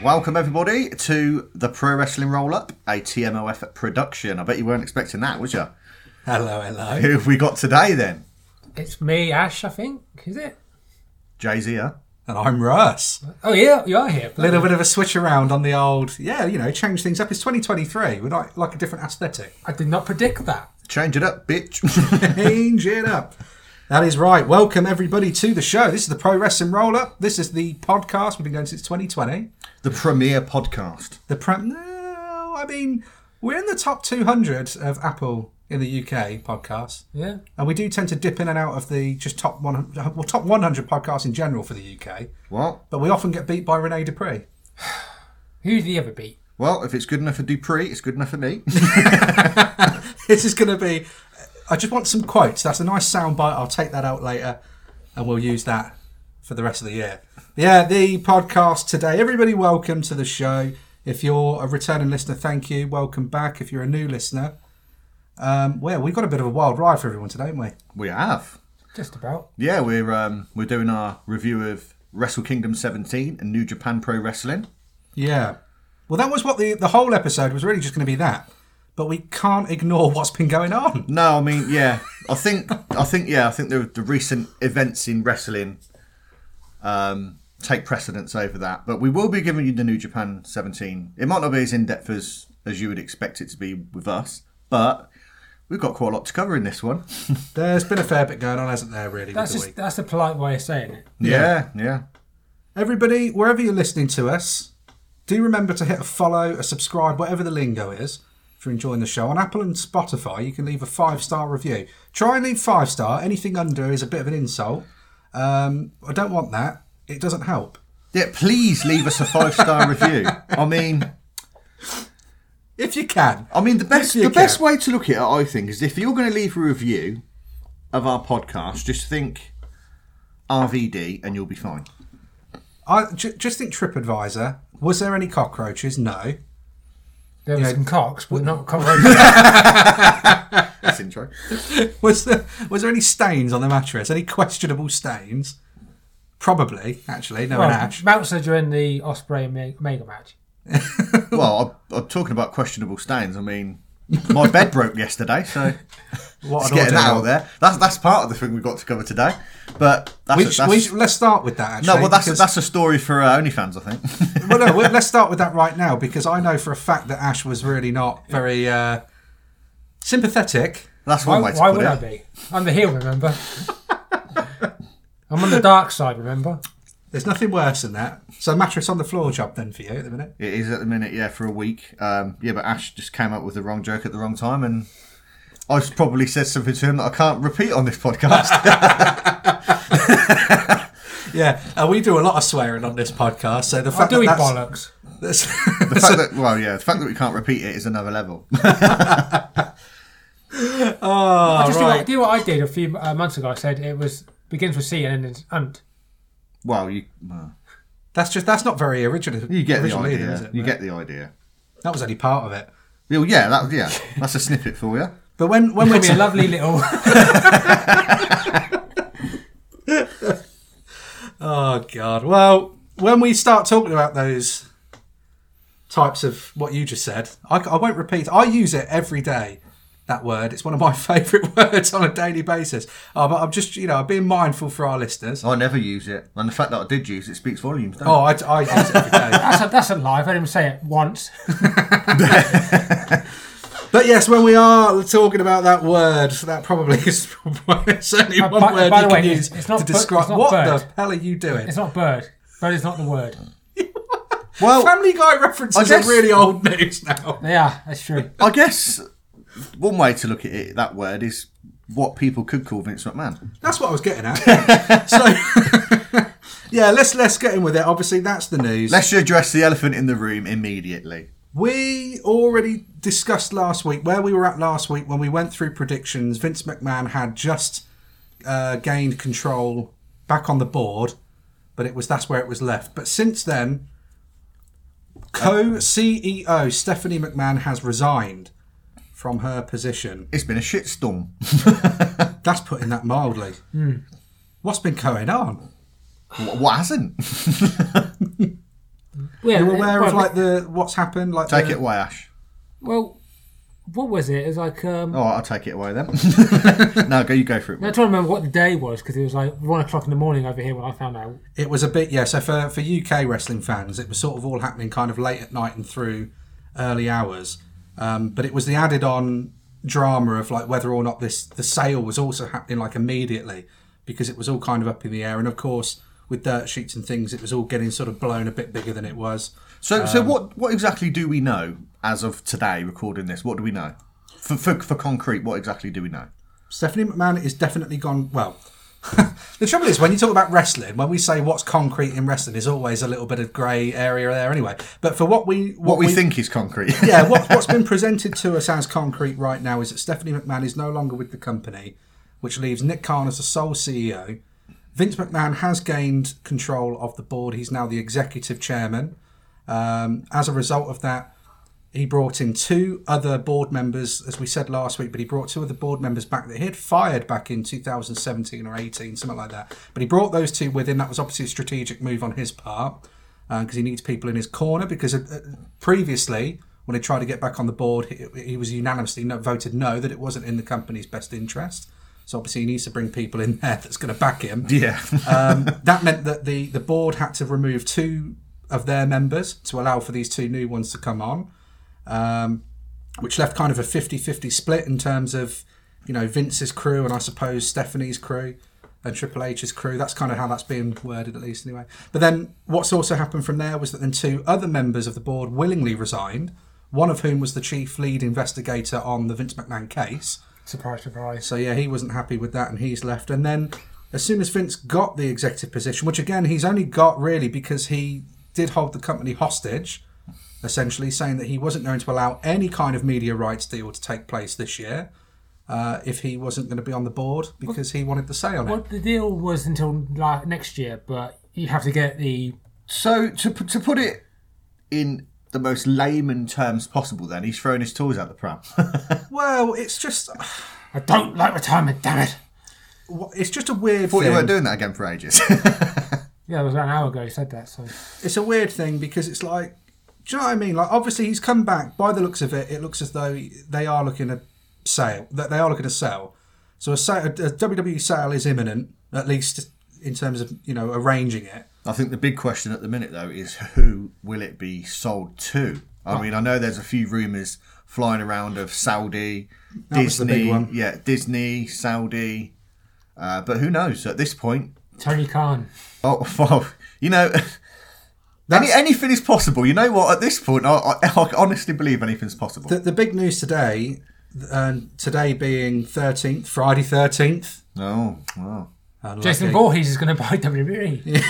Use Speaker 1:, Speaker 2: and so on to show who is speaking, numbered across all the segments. Speaker 1: Welcome, everybody, to the Pro Wrestling Roll Up, a TMOF production. I bet you weren't expecting that, was you?
Speaker 2: Hello, hello.
Speaker 1: Who have we got today then?
Speaker 3: It's me, Ash, I think. Is it?
Speaker 1: Jay Z, huh?
Speaker 2: And I'm Russ.
Speaker 3: Oh, yeah, you are here.
Speaker 2: A little bit of a switch around on the old, yeah, you know, change things up. It's 2023. We're not like a different aesthetic.
Speaker 3: I did not predict that.
Speaker 1: Change it up, bitch.
Speaker 2: Change it up. That is right. Welcome, everybody, to the show. This is the Pro Wrestling Roll Up. This is the podcast we've been going since 2020.
Speaker 1: the premier podcast.
Speaker 2: The Prem. No, I mean, we're in the top 200 of Apple in the UK podcasts.
Speaker 3: Yeah.
Speaker 2: And we do tend to dip in and out of the just top 100, well, top 100 podcasts in general for the UK.
Speaker 1: What?
Speaker 2: But we often get beat by Renee Dupree.
Speaker 3: Who did he ever beat?
Speaker 1: Well, if it's good enough for Dupree, it's good enough for me.
Speaker 2: This is going to be. I just want some quotes. That's a nice soundbite. I'll take that out later, and we'll use that for the rest of the year. Yeah, the podcast today. Everybody, welcome to the show. If you're a returning listener, thank you. Welcome back. If you're a new listener, um, well, we've got a bit of a wild ride for everyone today, haven't we?
Speaker 1: we have.
Speaker 3: Just about.
Speaker 1: Yeah, we're um, we're doing our review of Wrestle Kingdom 17 and New Japan Pro Wrestling.
Speaker 2: Yeah. Well, that was what the the whole episode was really just going to be that. But we can't ignore what's been going on.
Speaker 1: No, I mean, yeah, I think, I think, yeah, I think the, the recent events in wrestling um, take precedence over that. But we will be giving you the New Japan 17. It might not be as in depth as as you would expect it to be with us, but we've got quite a lot to cover in this one.
Speaker 2: There's been a fair bit going on, hasn't there? Really,
Speaker 3: That's
Speaker 2: with the
Speaker 3: just that's a polite way of saying it.
Speaker 1: Yeah, yeah.
Speaker 2: Everybody, wherever you're listening to us, do remember to hit a follow, a subscribe, whatever the lingo is, if you're enjoying the show. On Apple and Spotify, you can leave a five star review. Try and leave five star. Anything under is a bit of an insult. Um, I don't want that. It doesn't help.
Speaker 1: Yeah, please leave us a five star review. I mean,
Speaker 2: If you can,
Speaker 1: I mean the best
Speaker 2: you
Speaker 1: the
Speaker 2: can.
Speaker 1: best way to look at it, I think, is if you're going to leave a review of our podcast, just think RVD and you'll be fine.
Speaker 2: I j- just think TripAdvisor. Was there any cockroaches? No.
Speaker 3: There was some cocks, but not cockroaches.
Speaker 1: That's intro.
Speaker 2: Was there was there any stains on the mattress? Any questionable stains? Probably, actually. No, an
Speaker 3: well,
Speaker 2: ash.
Speaker 3: Meltzer during the Osprey Me- Mega match.
Speaker 1: Well, I'm, I'm talking about questionable stains. I mean, my bed broke yesterday, so
Speaker 2: What
Speaker 1: just
Speaker 2: an
Speaker 1: getting that
Speaker 2: ordeal.
Speaker 1: out there. That's that's part of the thing we've got to cover today. But that's,
Speaker 2: We
Speaker 1: a,
Speaker 2: sh-
Speaker 1: that's
Speaker 2: we sh- let's start with that. Actually,
Speaker 1: no, well, that's
Speaker 2: because-
Speaker 1: that's a story for uh, OnlyFans, I think.
Speaker 2: well, no, well, let's start with that right now because I know for a fact that Ash was really not very uh, sympathetic.
Speaker 1: that's one
Speaker 3: Why,
Speaker 1: way to
Speaker 3: why
Speaker 1: put
Speaker 3: would
Speaker 1: it.
Speaker 3: I be? I'm the heel, remember? I'm on the dark side, remember?
Speaker 2: There's nothing worse than that. So mattress on the floor job then for you at the minute.
Speaker 1: It is at the minute, yeah, for a week. Um, yeah, but Ash just came up with the wrong joke at the wrong time, and I've probably said something to him that I can't repeat on this podcast.
Speaker 2: Yeah, uh, we do a lot of swearing on this podcast. So the
Speaker 3: I'm
Speaker 2: fact that
Speaker 3: doing
Speaker 2: that's,
Speaker 3: bollocks.
Speaker 2: that's-
Speaker 1: the fact that, well, yeah, the fact that we can't repeat it is another level.
Speaker 2: oh,
Speaker 3: I just
Speaker 2: right.
Speaker 3: do, what, do what I did a few uh, months ago. I said it was begins with C and ends in unt.
Speaker 1: well, you well,
Speaker 2: that's just that's not very original.
Speaker 1: you get the
Speaker 2: original
Speaker 1: idea.
Speaker 2: either, is it?
Speaker 1: you get the idea.
Speaker 2: that was only part of it.
Speaker 1: Well, yeah, that yeah, that's a snippet for you.
Speaker 2: But when when
Speaker 3: It'll
Speaker 2: we're
Speaker 3: be a lovely little.
Speaker 2: Oh God! Well, when we start talking about those types of what you just said, I, I won't repeat. I use it every day. That word. It's one of my favourite words on a daily basis. Oh, but I'm just, you know, being mindful for our listeners.
Speaker 1: I never use it, and the fact that I did use it speaks volumes. Don't
Speaker 2: Oh, I, I use it every day.
Speaker 3: That's a, that's a lie. I've heard him say it once.
Speaker 2: But yes, when we are talking about that word, that probably is probably, certainly
Speaker 3: Uh,
Speaker 2: one
Speaker 3: by-
Speaker 2: word
Speaker 3: by
Speaker 2: you
Speaker 3: the
Speaker 2: can
Speaker 3: way,
Speaker 2: use
Speaker 3: it's- it's not
Speaker 2: to
Speaker 3: bu- it's
Speaker 2: describe.
Speaker 3: not
Speaker 2: what
Speaker 3: bird.
Speaker 2: the hell are you doing?
Speaker 3: It's not bird. Bird is not the word.
Speaker 1: it? Well,
Speaker 2: Family Guy
Speaker 1: I
Speaker 2: references
Speaker 1: guess-
Speaker 2: are really old news now.
Speaker 3: Yeah, that's true.
Speaker 1: I guess one way to look at it, that word is what people could call Vince McMahon.
Speaker 2: That's what I was getting at. so, yeah, let's let's get in with it. Obviously, that's the news.
Speaker 1: Let's address the elephant in the room immediately.
Speaker 2: we already discussed last week where we were at last week when we went through predictions. Vince McMahon had just uh, gained control back on the board, but it was that's where it was left. But since then, co CEO Stephanie McMahon has resigned from her position.
Speaker 1: It's been a shitstorm.
Speaker 2: That's putting that mildly. What's been going on?
Speaker 1: Wh- what hasn't?
Speaker 3: Yeah,
Speaker 2: you aware
Speaker 3: well,
Speaker 2: of like the what's happened? Like
Speaker 1: Take
Speaker 2: the,
Speaker 1: it away, Ash.
Speaker 3: Well, what was it? It was like um,
Speaker 1: Oh, I'll take it away then. no, go. You go for it.
Speaker 3: I'm
Speaker 1: Will.
Speaker 3: trying to remember what the day was because it was like one o'clock in the morning over here when I found out.
Speaker 2: It was a bit yeah. So for for UK wrestling fans, it was sort of all happening kind of late at night and through early hours. Um, but it was the added on drama of like whether or not this the sale was also happening like immediately because it was all kind of up in the air. And of course, with dirt sheets and things, it was all getting sort of blown a bit bigger than it was.
Speaker 1: So, so what? What exactly do we know as of today, recording this? What do we know? For, for, for concrete, what exactly do we know?
Speaker 2: Stephanie McMahon is definitely gone. Well, the trouble is when you talk about wrestling, when we say what's concrete in wrestling, there's always a little bit of grey area there anyway. But for what we
Speaker 1: What, we, think is concrete.
Speaker 2: yeah, what, what's been presented to us as concrete right now is that Stephanie McMahon is no longer with the company, which leaves Nick Khan as the sole CEO. Vince McMahon has gained control of the board. He's now the executive chairman. Um, as a result of that, he brought in two other board members, as we said last week, but he brought two other board members back that he had fired back in 2017 or 18, something like that. But he brought those two with him. That was obviously a strategic move on his part because he needs people in his corner. Because uh, uh, previously, when he tried to get back on the board, he, he was unanimously no, voted no that it wasn't in the company's best interest. So obviously, he needs to bring people in there that's going to back him
Speaker 1: yeah.
Speaker 2: um, that meant that the, the board had to remove two of their members to allow for these two new ones to come on, um, which left kind of a 50 50 split in terms of, you know, Vince's crew and I suppose Stephanie's crew and Triple H's crew. That's kind of how that's being worded, at least anyway. But then what's also happened from there was that then two other members of the board willingly resigned, one of whom was the chief lead investigator on the Vince McMahon case.
Speaker 3: Surprise, surprise.
Speaker 2: So yeah, he wasn't happy with that, and he's left. And then as soon as Vince got the executive position, which again he's only got really because he did hold the company hostage, essentially saying that he wasn't going to allow any kind of media rights deal to take place this year. Uh, if he wasn't going to be on the board because he wanted the say on it.
Speaker 3: What the deal was until la next year, but you have to get the
Speaker 1: so to pu- to put it in the most layman terms possible, then he's throwing his tools out the pram.
Speaker 2: Well, it's just
Speaker 3: I don't like retirement, damn it.
Speaker 2: it's just a weird
Speaker 1: Thought you
Speaker 2: thing.
Speaker 1: weren't doing that again for ages.
Speaker 3: Yeah, it was about an hour ago he said that. So
Speaker 2: it's a weird thing because it's like, do you know what I mean? Like, obviously he's come back. By the looks of it, it looks as though they are looking to sale. That they are looking to sell. So a, sale, a WWE sale is imminent, at least in terms of you know arranging it.
Speaker 1: I think the big question at the minute, though, is who will it be sold to? I mean, I know there's a few rumours flying around of Saudi,
Speaker 2: was the
Speaker 1: Disney,
Speaker 2: big one.
Speaker 1: yeah, Disney, Saudi, uh, but who knows at this point?
Speaker 3: Tony Khan.
Speaker 1: Oh, well, you know, any, anything is possible. You know what? At this point, I, I, I honestly believe anything's possible.
Speaker 2: The, the big news today, um, today being thirteenth, Friday thirteenth.
Speaker 1: oh, wow.
Speaker 3: Jason Voorhees is going to buy E. WWE.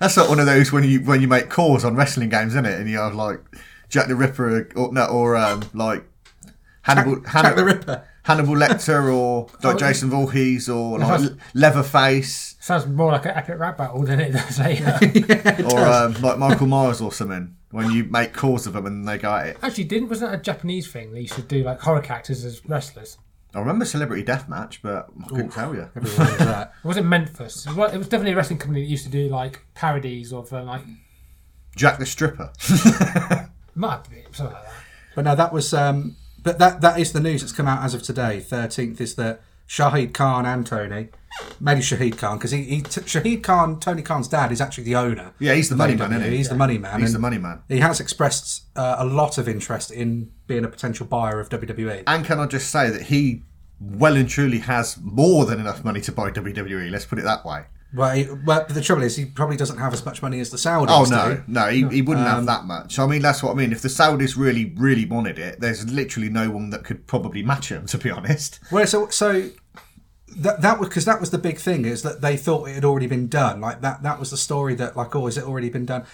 Speaker 1: That's like one of those when you when you make calls on wrestling games, isn't it? And you have like Jack the Ripper or, no, or um, like Hannibal, Hannibal
Speaker 2: Jack the Ripper.
Speaker 1: Hannibal Lecter or like Jason Voorhees or like
Speaker 3: that's-
Speaker 1: Leatherface
Speaker 3: Sounds more like an epic rap battle than it does eh? later.
Speaker 1: or um, like Michael Myers or something. When you make calls of them and they got it.
Speaker 3: Actually, didn't wasn't that a Japanese thing they used to do like horror characters as wrestlers?
Speaker 1: I remember Celebrity Deathmatch, but I couldn't tell you.
Speaker 2: Everyone knows that.
Speaker 3: It wasn't meant for us. It was it was definitely a wrestling company that used to do like parodies of uh, like
Speaker 1: Jack the Stripper.
Speaker 3: might have been something like that.
Speaker 2: But no, that was. Um, but that that is the news that's come out as of today. Thirteenth is that Shahid Khan and Tony, maybe Shahid Khan, because he, he t- Shahid Khan, Tony Khan's dad, is actually the owner.
Speaker 1: Yeah, he's the
Speaker 2: of
Speaker 1: money
Speaker 2: AEW.
Speaker 1: man, isn't he?
Speaker 2: He's the money man.
Speaker 1: He's
Speaker 2: and
Speaker 1: the money man.
Speaker 2: He has expressed uh, a lot of interest in being a potential buyer of E. WWE.
Speaker 1: And can I just say that he well and truly has more than enough money to buy WWE? Let's put it that way.
Speaker 2: Well, he, well, but the trouble is, he probably doesn't have as much money as the Saudis.
Speaker 1: Oh
Speaker 2: do.
Speaker 1: no, no, he, he wouldn't
Speaker 2: Um,
Speaker 1: have that much. I mean, that's what I mean. If the Saudis really, really wanted it, there's literally no one that could probably match him. To be honest,
Speaker 2: Well, so so that that was because that was the big thing is that they thought it had already been done. Like that that was the story that like oh, has it already been done?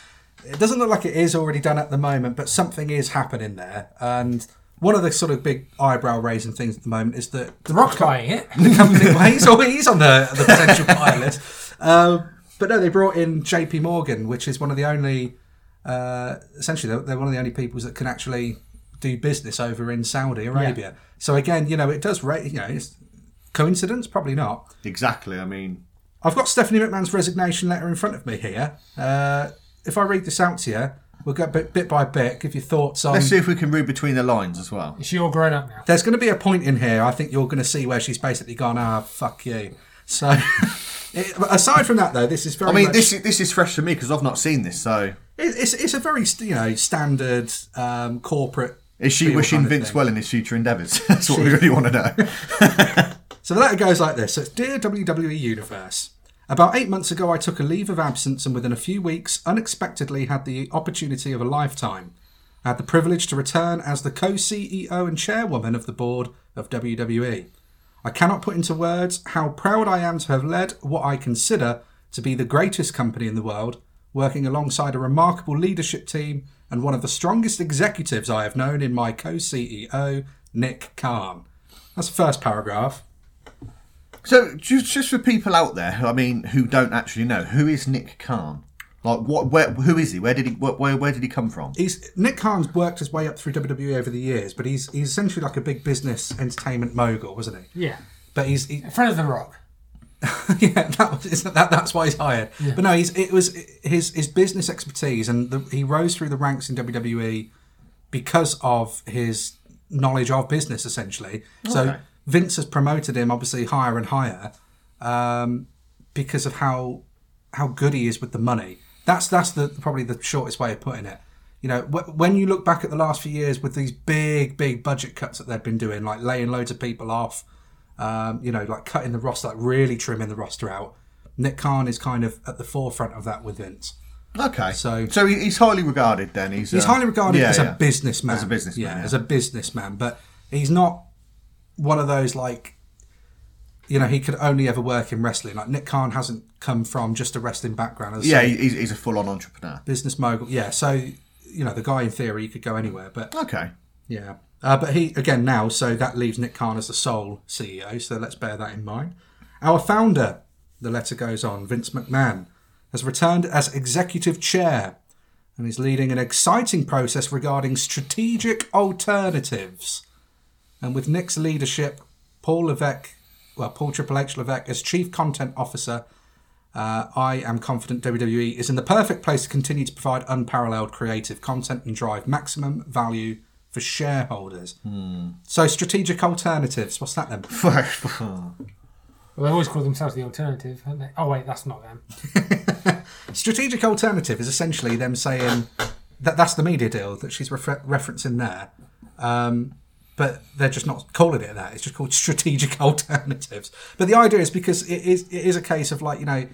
Speaker 2: It doesn't look like it is already done at the moment, but something is happening there. And one of the sort of big eyebrow raising things at the moment is that
Speaker 3: The Rock's buying it.
Speaker 2: the company. well, he's, on, he's on the, the potential buy list. Um, but no, they brought in JP Morgan, which is one of the only, uh, essentially, they're, they're one of the only peoples that can actually do business over in Saudi Arabia. So again, you know, it does, ra- you know, it's coincidence, probably not.
Speaker 1: exactly. I mean,
Speaker 2: I've got Stephanie McMahon's resignation letter in front of me here. Uh, if I read this out to you, we'll go bit, bit by bit, give your thoughts on.
Speaker 1: Let's see if we can read between the lines as well.
Speaker 3: Is she all grown up now?
Speaker 2: There's going to be a point in here, I think you're going to see where she's basically gone, ah, fuck you. So, it, but aside from that, though, this is very.
Speaker 1: I mean,
Speaker 2: much-
Speaker 1: this is, this is fresh for me because I've not seen this. So,
Speaker 2: it- it's, it's a very, st- you know, standard um, corporate.
Speaker 1: is she
Speaker 2: feel
Speaker 1: wishing
Speaker 2: kind of
Speaker 1: Vince
Speaker 2: thing.
Speaker 1: well in his future endeavours? That's what we really want to know.
Speaker 2: So the letter goes like this. So it's Dear WWE Universe. About eight months ago, I took a leave of absence and within a few weeks, unexpectedly had the opportunity of a lifetime. I had the privilege to return as the co CEO and chairwoman of the board of WWE. I cannot put into words how proud I am to have led what I consider to be the greatest company in the world, working alongside a remarkable leadership team and one of the strongest executives I have known in my co CEO, Nick Khan. That's the first paragraph.
Speaker 1: So, just, just for people out there, I mean, who don't actually know, who is Nick Khan? Like, what? Where? Who is he? Where did he? Where? Where, where did he come from?
Speaker 2: he's Nick Khan's worked his way up through WWE over the years, but he's he's essentially like a big business entertainment mogul, wasn't he?
Speaker 3: Yeah.
Speaker 2: But he's he,
Speaker 3: In front of the rock.
Speaker 2: yeah, that was isn't that that's why he's hired. But no, he's it was his his business expertise, and the, he rose through the ranks in WWE because of his knowledge of business, essentially. So
Speaker 1: Okay.
Speaker 2: Vince has promoted him obviously higher and higher um, because of how how good he is with the money. That's that's the probably the shortest way of putting it. You know, wh- when you look back at the last few years with these big, big budget cuts that they've been doing, like laying loads of people off, um, you know, like cutting the roster, like really trimming the roster out. Nick Khan is kind of at the forefront of that with Vince.
Speaker 1: Okay,
Speaker 2: So-
Speaker 1: so he, he's highly regarded. Then he's
Speaker 2: He's
Speaker 1: uh,
Speaker 2: highly regarded
Speaker 1: yeah,
Speaker 2: as
Speaker 1: yeah.
Speaker 2: a businessman.
Speaker 1: As a businessman,
Speaker 2: yeah,
Speaker 1: yeah.
Speaker 2: as a businessman. But he's not one of those like, you know, he could only ever work in wrestling. Like Nick Khan hasn't come from just a wrestling background. As I
Speaker 1: Yeah,
Speaker 2: say,
Speaker 1: he- he's, he's a full-on entrepreneur.
Speaker 2: business mogul. Yeah, so you know, the guy in theory he could go anywhere, but
Speaker 1: Okay,
Speaker 2: yeah. Uh, but he again now, so that leaves Nick Khan as the sole CEO. So let's bear that in mind. Our founder, the letter goes on, Vince McMahon, has returned as executive chair and is leading an exciting process regarding strategic alternatives. And with Nick's leadership, Paul Levesque, well, Paul Triple H Levesque as chief content officer, uh, I am confident WWE is in the perfect place to continue to provide unparalleled creative content and drive maximum value for shareholders. So, strategic alternatives. What's that then?
Speaker 3: Well, they always call themselves the alternative, haven't they? Oh, wait, that's not them.
Speaker 2: Strategic alternative is essentially them saying that that's the media deal that she's refer- referencing there, um, but they're just not calling it that. It's just called strategic alternatives. But the idea is because it is it is a case of like you know,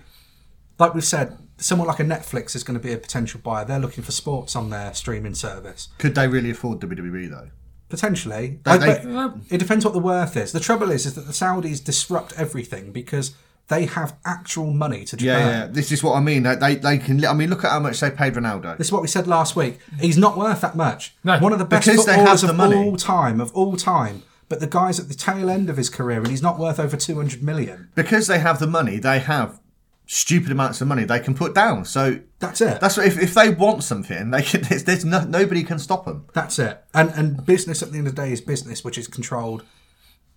Speaker 2: like we've said, someone like a Netflix is going to be a potential buyer. They're looking for sports on their streaming service.
Speaker 1: could they really afford WWE though?
Speaker 2: Potentially,
Speaker 1: Don't
Speaker 2: I-
Speaker 1: they-
Speaker 2: but it depends what the worth is. The trouble is, is that the Saudis disrupt everything because they have actual money to
Speaker 1: Yeah,
Speaker 2: Japan.
Speaker 1: yeah. This is what I mean. They, they, they can. li- I mean, look at how much they paid Ronaldo.
Speaker 2: This is what we said last week. He's not worth that much.
Speaker 3: No.
Speaker 2: one of the best
Speaker 1: Because they have
Speaker 2: footballers
Speaker 1: the
Speaker 2: of
Speaker 1: money.
Speaker 2: all time, of all time. But the guy's at the tail end of his career, and he's not worth over two hundred million.
Speaker 1: because they have the money, they have stupid amounts of money they can put down. So
Speaker 2: That's it.
Speaker 1: that's what, if, if they want something, they can, there's, there's no, nobody can stop them.
Speaker 2: That's it. And and business at the end of the day is business, which is controlled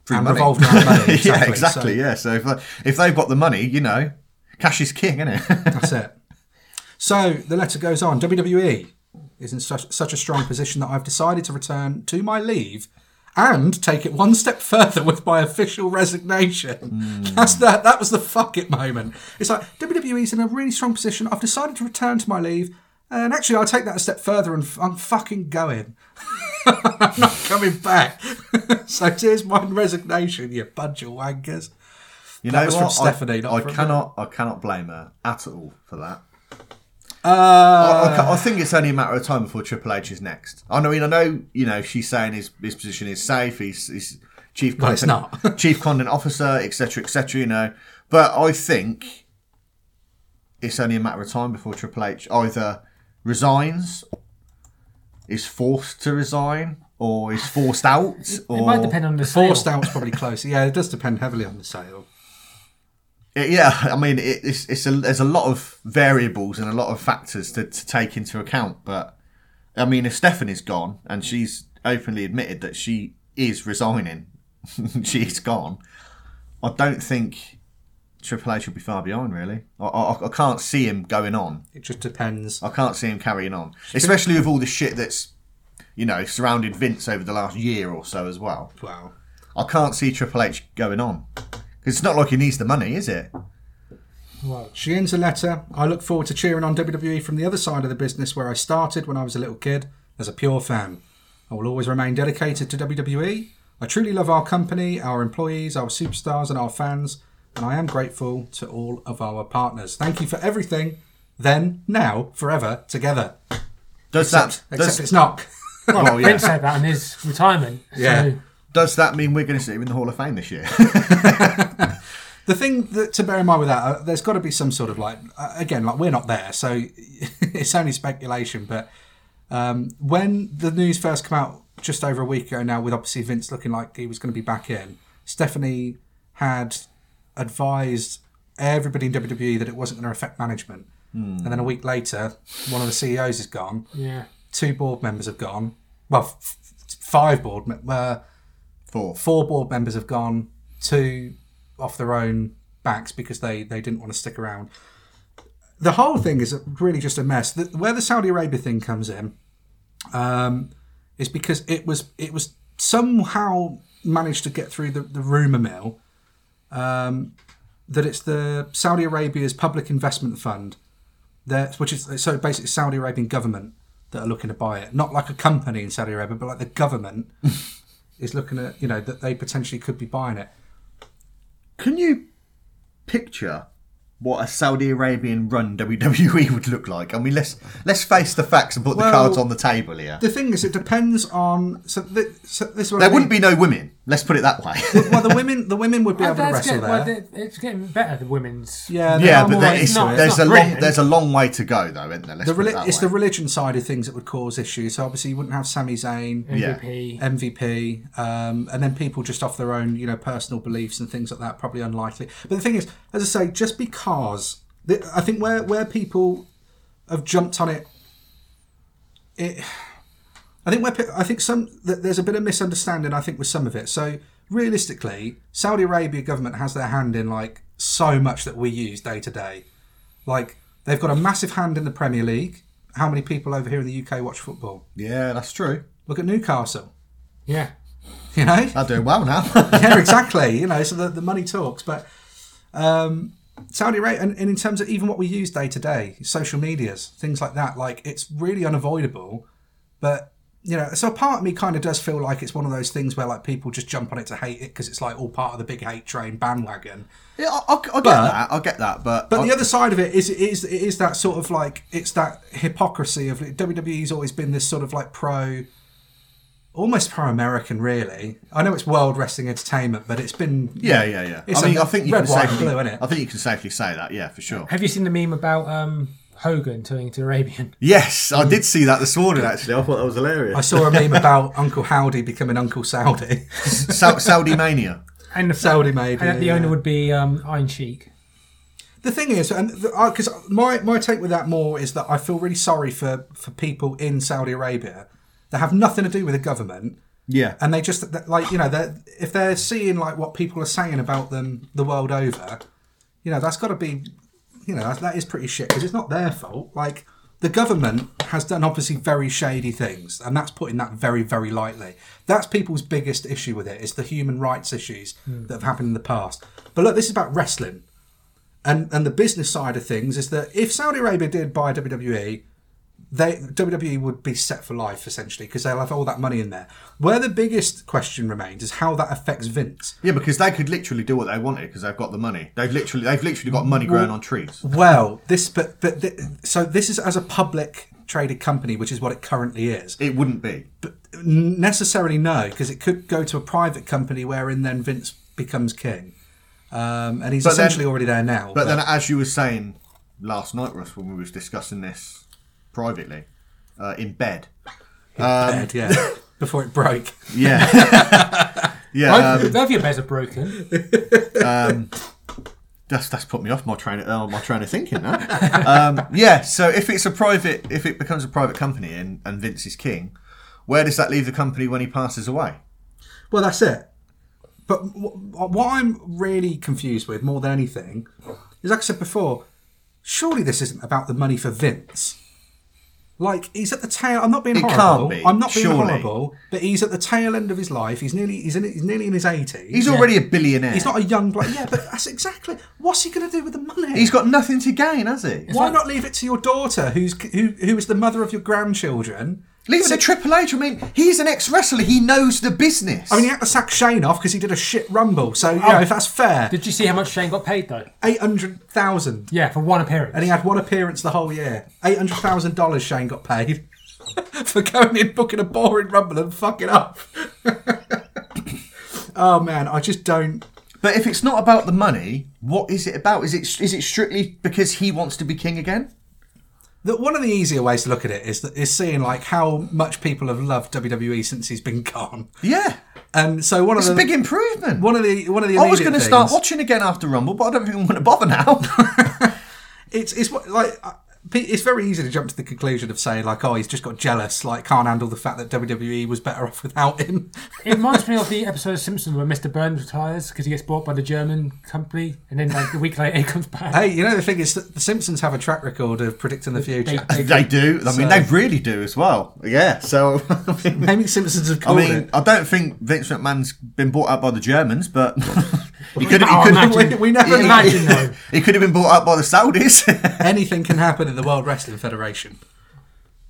Speaker 1: Through
Speaker 2: and
Speaker 1: money.
Speaker 2: revolved around money.
Speaker 1: yeah,
Speaker 2: So-
Speaker 1: exactly. Yeah. So if, they- if they've got the money, you know, cash is king, isn't it?
Speaker 2: That's it. So the letter goes on. WWE is in such, such a strong position that I've decided to return to my leave and take it one step further with my official resignation. That's that. That was the fuck it moment. It's like WWE's in a really strong position. I've decided to return to my leave. And actually, I'll take that a step further and f- I'm fucking going. I'm not coming back. so here's my resignation, you bunch of wankers.
Speaker 1: You
Speaker 2: That
Speaker 1: know
Speaker 2: was
Speaker 1: what?
Speaker 2: from Stephanie,
Speaker 1: I,
Speaker 2: not
Speaker 1: I
Speaker 2: from-
Speaker 1: cannot. I cannot blame her at all for that. I-
Speaker 2: Uh,
Speaker 1: I, ca- I think it's only a matter of time before Triple H is next. I know- I mean, I know, you know, she's saying his, his position is safe. He's, he's chief
Speaker 2: Well, it's
Speaker 1: content,
Speaker 2: not.
Speaker 1: chief content officer, etc., etc. You know, but I think it's only a matter of time before Triple H either resigns, is forced to resign, or is forced out, or
Speaker 3: It might depend on the
Speaker 2: forced
Speaker 3: sale.
Speaker 2: out's probably closer. Yeah, it does depend heavily on the sale.
Speaker 1: It- yeah, I mean, it, it's it's a, there's a lot of variables and a lot of factors to, to take into account. But I mean, if Stephanie's gone and she's openly admitted that she is resigning, she's gone. I don't think Triple H will be far behind, really. I, I, I can't see him going on.
Speaker 2: It just depends.
Speaker 1: I can't see him carrying on, especially with all the shit that's, you know, surrounded Vince over the last year or so as well.
Speaker 2: Wow.
Speaker 1: I can't see Triple H going on. 'Cause It's not like he needs the money, is it?
Speaker 3: Well,
Speaker 2: She ends the letter. I look forward to cheering on WWE from the other side of the business where I started when I was a little kid as a pure fan. I will always remain dedicated to WWE. I truly love our company, our employees, our superstars, and our fans, and I am grateful to all of our partners. Thank you for everything, then, now, forever, together.
Speaker 1: Does that
Speaker 2: Except
Speaker 1: does,
Speaker 2: it's not.
Speaker 1: well, yeah.
Speaker 3: Vince said that in his retirement.
Speaker 2: Yeah.
Speaker 3: So,
Speaker 1: does that mean we're going to see him in the Hall of Fame this year?
Speaker 2: the thing that to bear in mind with that, uh, there's got to be some sort of like uh, again, like we're not there, so it's only speculation. But um, when the news first came out just over a week ago now, with obviously Vince looking like he was going to be back in, Stephanie had advised everybody in WWE that it wasn't going to affect management. And then a week later, one of the CEOs is gone
Speaker 3: yeah.
Speaker 2: two board members have gone. Well, f- f- five board, mem- uh,
Speaker 1: Four.
Speaker 2: four board members have gone. Two off their own backs because they they didn't want to stick around. The whole thing is really just a mess. The, where the Saudi Arabia thing comes in um, is because it was it was somehow managed to get through the, the rumor mill um, that it's the Saudi Arabia's public investment fund that which is so basically Saudi Arabian government that are looking to buy it, not like a company in Saudi Arabia, but like the government is looking at you know that they potentially could be buying it.
Speaker 1: Can you picture what a Saudi Arabian run WWE would look like? I mean, let's let's face the facts and put
Speaker 2: Well,
Speaker 1: the cards on the table here.
Speaker 2: The thing is, it depends on so, th- so this
Speaker 1: there wouldn't be no women. Let's put it that way.
Speaker 2: well the women the women would be able to
Speaker 3: That's
Speaker 2: wrestle
Speaker 3: good. Well,
Speaker 2: there.
Speaker 3: they- it's getting better, the women's.
Speaker 2: yeah, they
Speaker 1: yeah,
Speaker 2: are
Speaker 1: but
Speaker 2: more
Speaker 1: there
Speaker 2: open
Speaker 1: is,
Speaker 2: to
Speaker 3: no,
Speaker 2: it.
Speaker 1: there's
Speaker 3: it's
Speaker 1: a
Speaker 3: not
Speaker 1: long
Speaker 3: brilliant.
Speaker 1: there's a long way to go though, isn't there? Let's
Speaker 2: the
Speaker 1: put it
Speaker 2: reli-
Speaker 1: that
Speaker 2: it's
Speaker 1: way.
Speaker 2: the religion side of things that would cause issues. So obviously, you wouldn't have Sami Zayn.
Speaker 3: MVP.
Speaker 2: MVP, um, and then people just off their own, you know, personal beliefs and things like that. Probably unlikely. But the thing is, as I say, just because the, I think where where people have jumped on it, it. I think where pe- I think some th- there's a bit of misunderstanding. I think with some of it. So realistically, Saudi Arabia government has their hand in like so much that we use day to day. Like they've got a massive hand in the Premier League. How many people over here in the UK watch football?
Speaker 1: yeah, that's true.
Speaker 2: Look at Newcastle.
Speaker 3: Yeah.
Speaker 2: You know,
Speaker 1: They're doing well now.
Speaker 2: yeah, exactly. You know, so the, the money talks. But um, Saudi Arabia, and, and in terms of even what we use day to day, social medias, things like that, like it's really unavoidable. But, you know, so part of me kind of does feel like it's one of those things where like people just jump on it to hate it because it's like all part of the big hate train bandwagon.
Speaker 1: yeah, I, I, I get that. I get that. But
Speaker 2: But
Speaker 1: I-
Speaker 2: the other side of it is it is it is that sort of like it's that hypocrisy of like, WWE's always been this sort of like pro, almost pro American really. I know it's World Wrestling Entertainment, but it's been
Speaker 1: yeah, yeah, yeah.
Speaker 2: It's
Speaker 1: I mean,
Speaker 2: a
Speaker 1: I think you
Speaker 2: red,
Speaker 1: can
Speaker 2: white,
Speaker 1: safely.
Speaker 2: blue, innit?
Speaker 1: I think you can safely say that. Yeah, for sure.
Speaker 3: Have you seen the meme about um, Hogan turning to Arabian?
Speaker 1: Yes, I did see that this morning. Actually, I thought that was hilarious.
Speaker 2: I saw a meme about Uncle Howdy becoming Uncle Saudi.
Speaker 1: Sa- Saudi mania.
Speaker 3: And the,
Speaker 2: Saudi maybe.
Speaker 3: and the
Speaker 2: yeah.
Speaker 3: owner would be um, Iron Sheik.
Speaker 2: The thing is, and because my my take with that more is that I feel really sorry for for people in Saudi Arabia that have nothing to do with the government.
Speaker 1: Yeah,
Speaker 2: and they just that- like you know they're if they're seeing like what people are saying about them the world over you know that's got to be you know that, that is pretty shit because it's not their fault like the government has done obviously very shady things and that's putting that very very lightly that's people's biggest issue with it is the human rights issues that have happened in the past but look this is about wrestling and and the business side of things is that if Saudi Arabia did buy E, WWE, they WWE would be set for life essentially because they'll have all that money in there. Where the biggest question remains is how that affects Vince.
Speaker 1: yeah, because they could literally do what they wanted because they've got the money. They've literally, they've literally got money growing on trees.
Speaker 2: Well, this but but th- so this is as a public traded company, which is what it currently is.
Speaker 1: It wouldn't be.
Speaker 2: necessarily no because it could go to a private company wherein then Vince becomes king. Um, and he's
Speaker 1: But then-
Speaker 2: essentially already there now.
Speaker 1: But then, as you were saying last night, Russ, when we was discussing this privately uh, in bed,
Speaker 2: bed, yeah,
Speaker 1: um,
Speaker 2: before it broke.
Speaker 1: yeah, yeah, um,
Speaker 3: Both, both your beds are broken.
Speaker 1: that's that's put me off my train uh, my train of thinking. That. um, yeah, so if it's a private, if it becomes a private company and, and Vince is king, where does that leave the company when he passes away?
Speaker 2: Well, that's it. But wh- wh- what I'm really confused with more than anything is, like I said before, surely this isn't about the money for Vince. Like he's at the tail. I'm not being
Speaker 1: It can't
Speaker 2: horrible.
Speaker 1: be,
Speaker 2: I'm not being
Speaker 1: surely.
Speaker 2: horrible, but he's at the tail end of his life. He's nearly he's, in, he's nearly in his 80s.
Speaker 1: He's already a billionaire.
Speaker 2: he's not a young bloke. Yeah, but that's exactly what's he going to do with the money?
Speaker 1: He's got nothing to gain, has he?
Speaker 2: Why not leave it to your daughter, who's who, who is the mother of your grandchildren?
Speaker 1: Leave it to Triple H. I mean, he's an ex-wrestler. He knows the business.
Speaker 2: I mean, he had to sack Shane off because he did a shit rumble. So you
Speaker 1: Oh.
Speaker 2: know, if that's fair,
Speaker 3: Did you see how much Shane got paid though?
Speaker 2: eight hundred thousand,
Speaker 3: Yeah, for one appearance.
Speaker 2: and he had one appearance the whole year. Eight hundred thousand dollars Shane got paid for going in, booking a boring rumble, and fucking up. oh man, I just don't.
Speaker 1: but if it's not about the money, what is it about? Is it is it strictly because he wants to be king again?
Speaker 2: That one of the easier ways to look at it is that is seeing like how much people have loved WWE since he's been gone,
Speaker 1: Yeah,
Speaker 2: and so one
Speaker 1: it's
Speaker 2: of
Speaker 1: a
Speaker 2: the
Speaker 1: big improvement.
Speaker 2: one of the one of the
Speaker 1: I was
Speaker 2: immediate
Speaker 1: going to start
Speaker 2: things-
Speaker 1: watching again after Rumble, but I don't think I'm going to bother now.
Speaker 2: it's it's what like uh, pe- it's very easy to jump to the conclusion of saying like oh he's just got jealous like can't handle the fact that WWE was better off without him.
Speaker 3: It reminds me of the episode of Simpsons where Mr. Burns retires because he gets bought by the German company, and then like a week later he comes back.
Speaker 2: hey, you know the thing is that the Simpsons have a track record of predicting the future.
Speaker 3: they-
Speaker 1: they do. I mean,
Speaker 2: So-
Speaker 1: they really do as well. Yeah. So, I mean,
Speaker 2: Maybe the Simpsons have
Speaker 1: I
Speaker 2: called
Speaker 1: mean,
Speaker 2: it.
Speaker 1: I don't think Vince McMahon's been bought out by the Germans, but he could have.
Speaker 3: Oh,
Speaker 1: He could have.
Speaker 3: imagine.
Speaker 2: We, we never
Speaker 3: Yeah.
Speaker 2: know.
Speaker 3: Imagine though.
Speaker 1: He could have been bought out by the Saudis.
Speaker 2: Anything can happen in the World Wrestling Federation.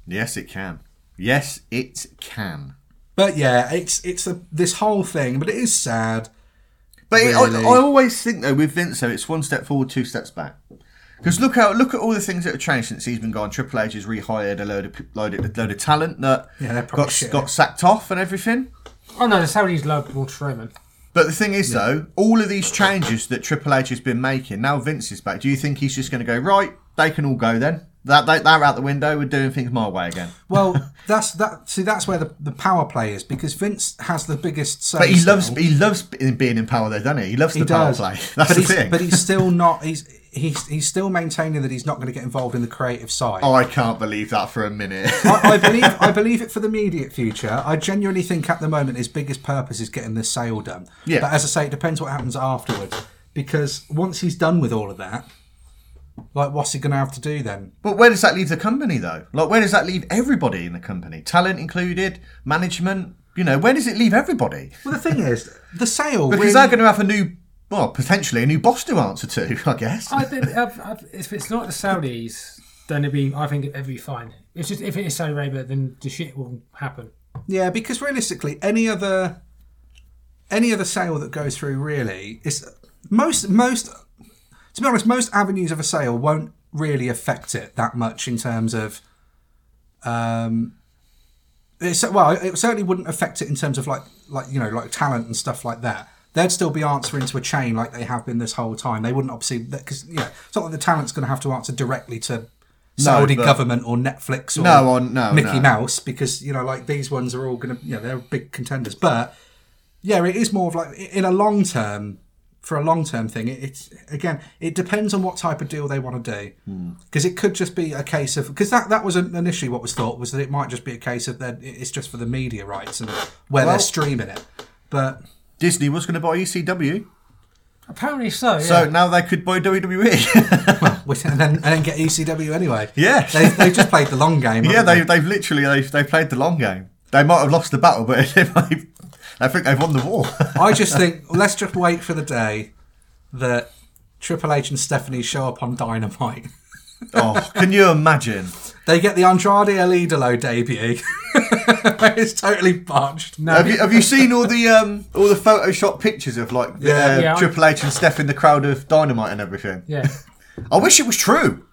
Speaker 1: yes, it can. Yes, it can.
Speaker 2: But yeah, it's it's a, this whole thing, but it is sad.
Speaker 1: But it, I,
Speaker 2: Really?
Speaker 1: I always think though with Vince though it's one step forward, two steps back. Because look out, look at all the things that have changed since he's been gone. Triple H has rehired a load of pe- load of, load of talent that
Speaker 2: Yeah, they're probably
Speaker 1: got
Speaker 2: shit.
Speaker 1: got sacked off and everything.
Speaker 3: Oh no, the Saudis love Braun Strowman.
Speaker 1: But the thing is though, all of these changes that Triple H has been making now Vince is back. Do you think he's just going to go right? They can all go then. That they, they're out the window. We're doing things my way again.
Speaker 2: Well, that's that. See, that's where the, the power play is because Vince has the biggest. Say
Speaker 1: But he
Speaker 2: still.
Speaker 1: loves he loves being in power though, doesn't he? He loves the power play. That's
Speaker 2: but
Speaker 1: the
Speaker 2: he's,
Speaker 1: thing.
Speaker 2: But he's still not. He's he's he's still maintaining that he's not going to get involved in the creative side.
Speaker 1: oh, I can't believe that for a minute.
Speaker 2: I, I believe I believe it for the immediate future. I genuinely think at the moment his biggest purpose is getting this sale done.
Speaker 1: Yeah.
Speaker 2: But as I say, it depends what happens afterwards because once he's done with all of that, like what's he going to have to do then?
Speaker 1: But where does that leave the company though? Like where does that leave everybody in the company? Talent included, management, you know, where does it leave everybody?
Speaker 2: Well, the thing is, the sale
Speaker 1: Because
Speaker 2: really-
Speaker 1: they're going to have a new well, potentially a new boss to answer to, I guess.
Speaker 3: I think I've, I've, if it's not the Saudis, then it'd be. I think it'd be fine. It's just if it is Saudi Arabia, then the shit will happen.
Speaker 2: Yeah, because realistically, any other any other sale that goes through really is most most to be honest, most avenues of a sale won't really affect it that much in terms of um it's, well, it certainly wouldn't affect it in terms of like like you know like talent and stuff like that. They'd still be answering to a chain like they have been this whole time. They wouldn't obviously because you know it's not like the talent's going to have to answer directly to Saudi
Speaker 1: but-
Speaker 2: government or Netflix or
Speaker 1: No, on- no,
Speaker 2: Mickey
Speaker 1: no.
Speaker 2: Mouse because you know like these ones are all going to you know they're big contenders. But yeah, it is more of like in a long term for a long term thing. It, it's again, it depends on what type of deal they want to
Speaker 1: Hmm.
Speaker 2: do because it could just be a case of because that that was initially what was thought was that it might just be a case of that it's just for the media rights and where
Speaker 1: Well-
Speaker 2: they're streaming it. But
Speaker 1: Disney was going to buy ECW,
Speaker 3: Apparently so. Yeah.
Speaker 1: so now they could buy E. WWE.
Speaker 2: which- and then and then get ECW anyway.
Speaker 1: Yeah.
Speaker 2: they they just played the long game.
Speaker 1: yeah,
Speaker 2: haven't
Speaker 1: they, they've literally they've, they played the long game. They might have lost the battle, but they might, I think they've won the war.
Speaker 2: I just think let's just wait for the day that Triple H and Stephanie show up on Dynamite.
Speaker 1: oh, can you imagine?
Speaker 2: They get the Andrade El Idolo debut. it's totally botched.
Speaker 3: no,
Speaker 1: Have you, have you seen all the um, all the Photoshop pictures of like the,
Speaker 2: Yeah.
Speaker 1: uh,
Speaker 3: Yeah, I-
Speaker 1: Triple H and Steph in the crowd of Dynamite and everything?
Speaker 3: yeah.
Speaker 1: I wish it was true.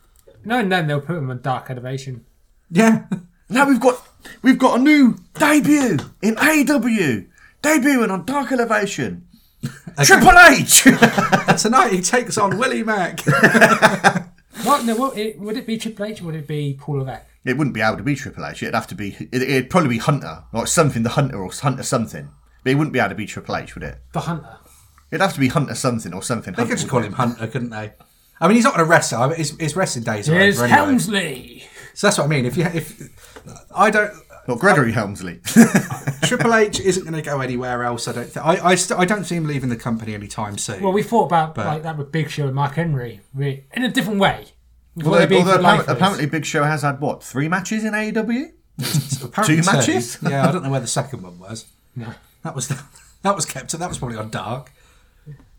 Speaker 3: No, and then they'll put him on Dark Elevation.
Speaker 2: Yeah.
Speaker 1: Now we've got we've got a new debut in AW, debuting on Dark Elevation. Triple H.
Speaker 2: Tonight he takes on Willie Mack.
Speaker 3: Well, no, well, it, would it be Triple H or would it be Paul Levesque?
Speaker 1: it wouldn't be able to be Triple H. It'd have to be. It, it'd probably be Hunter, like something the Hunter or Hunter something. But it wouldn't be able to be Triple H, would it?
Speaker 3: The Hunter.
Speaker 1: It'd have to be Hunter something or something.
Speaker 2: They could just call him Hunter, couldn't they? I mean, he's not going to wrestle. I mean, his, his wrestling days are
Speaker 3: Here's
Speaker 2: over anyway.
Speaker 3: Helmsley.
Speaker 2: So that's what I mean. If you, if I don't,
Speaker 1: Well, Gregory Helmsley.
Speaker 2: Triple H isn't going to go anywhere else. I don't. Th- I I, st- I don't see him leaving the company anytime soon.
Speaker 3: Well, we thought about like that with Big Show and Mark Henry we, in a different way. We thought
Speaker 1: although
Speaker 3: they'd be
Speaker 1: although
Speaker 3: good
Speaker 1: apparent-
Speaker 3: lifers.
Speaker 1: apparently Big Show has had, what, three matches in AEW?
Speaker 2: Apparently
Speaker 1: two
Speaker 2: so.
Speaker 1: matches?
Speaker 2: yeah, I don't know where the second one was.
Speaker 3: No.
Speaker 2: That was that was kept. That was probably on dark.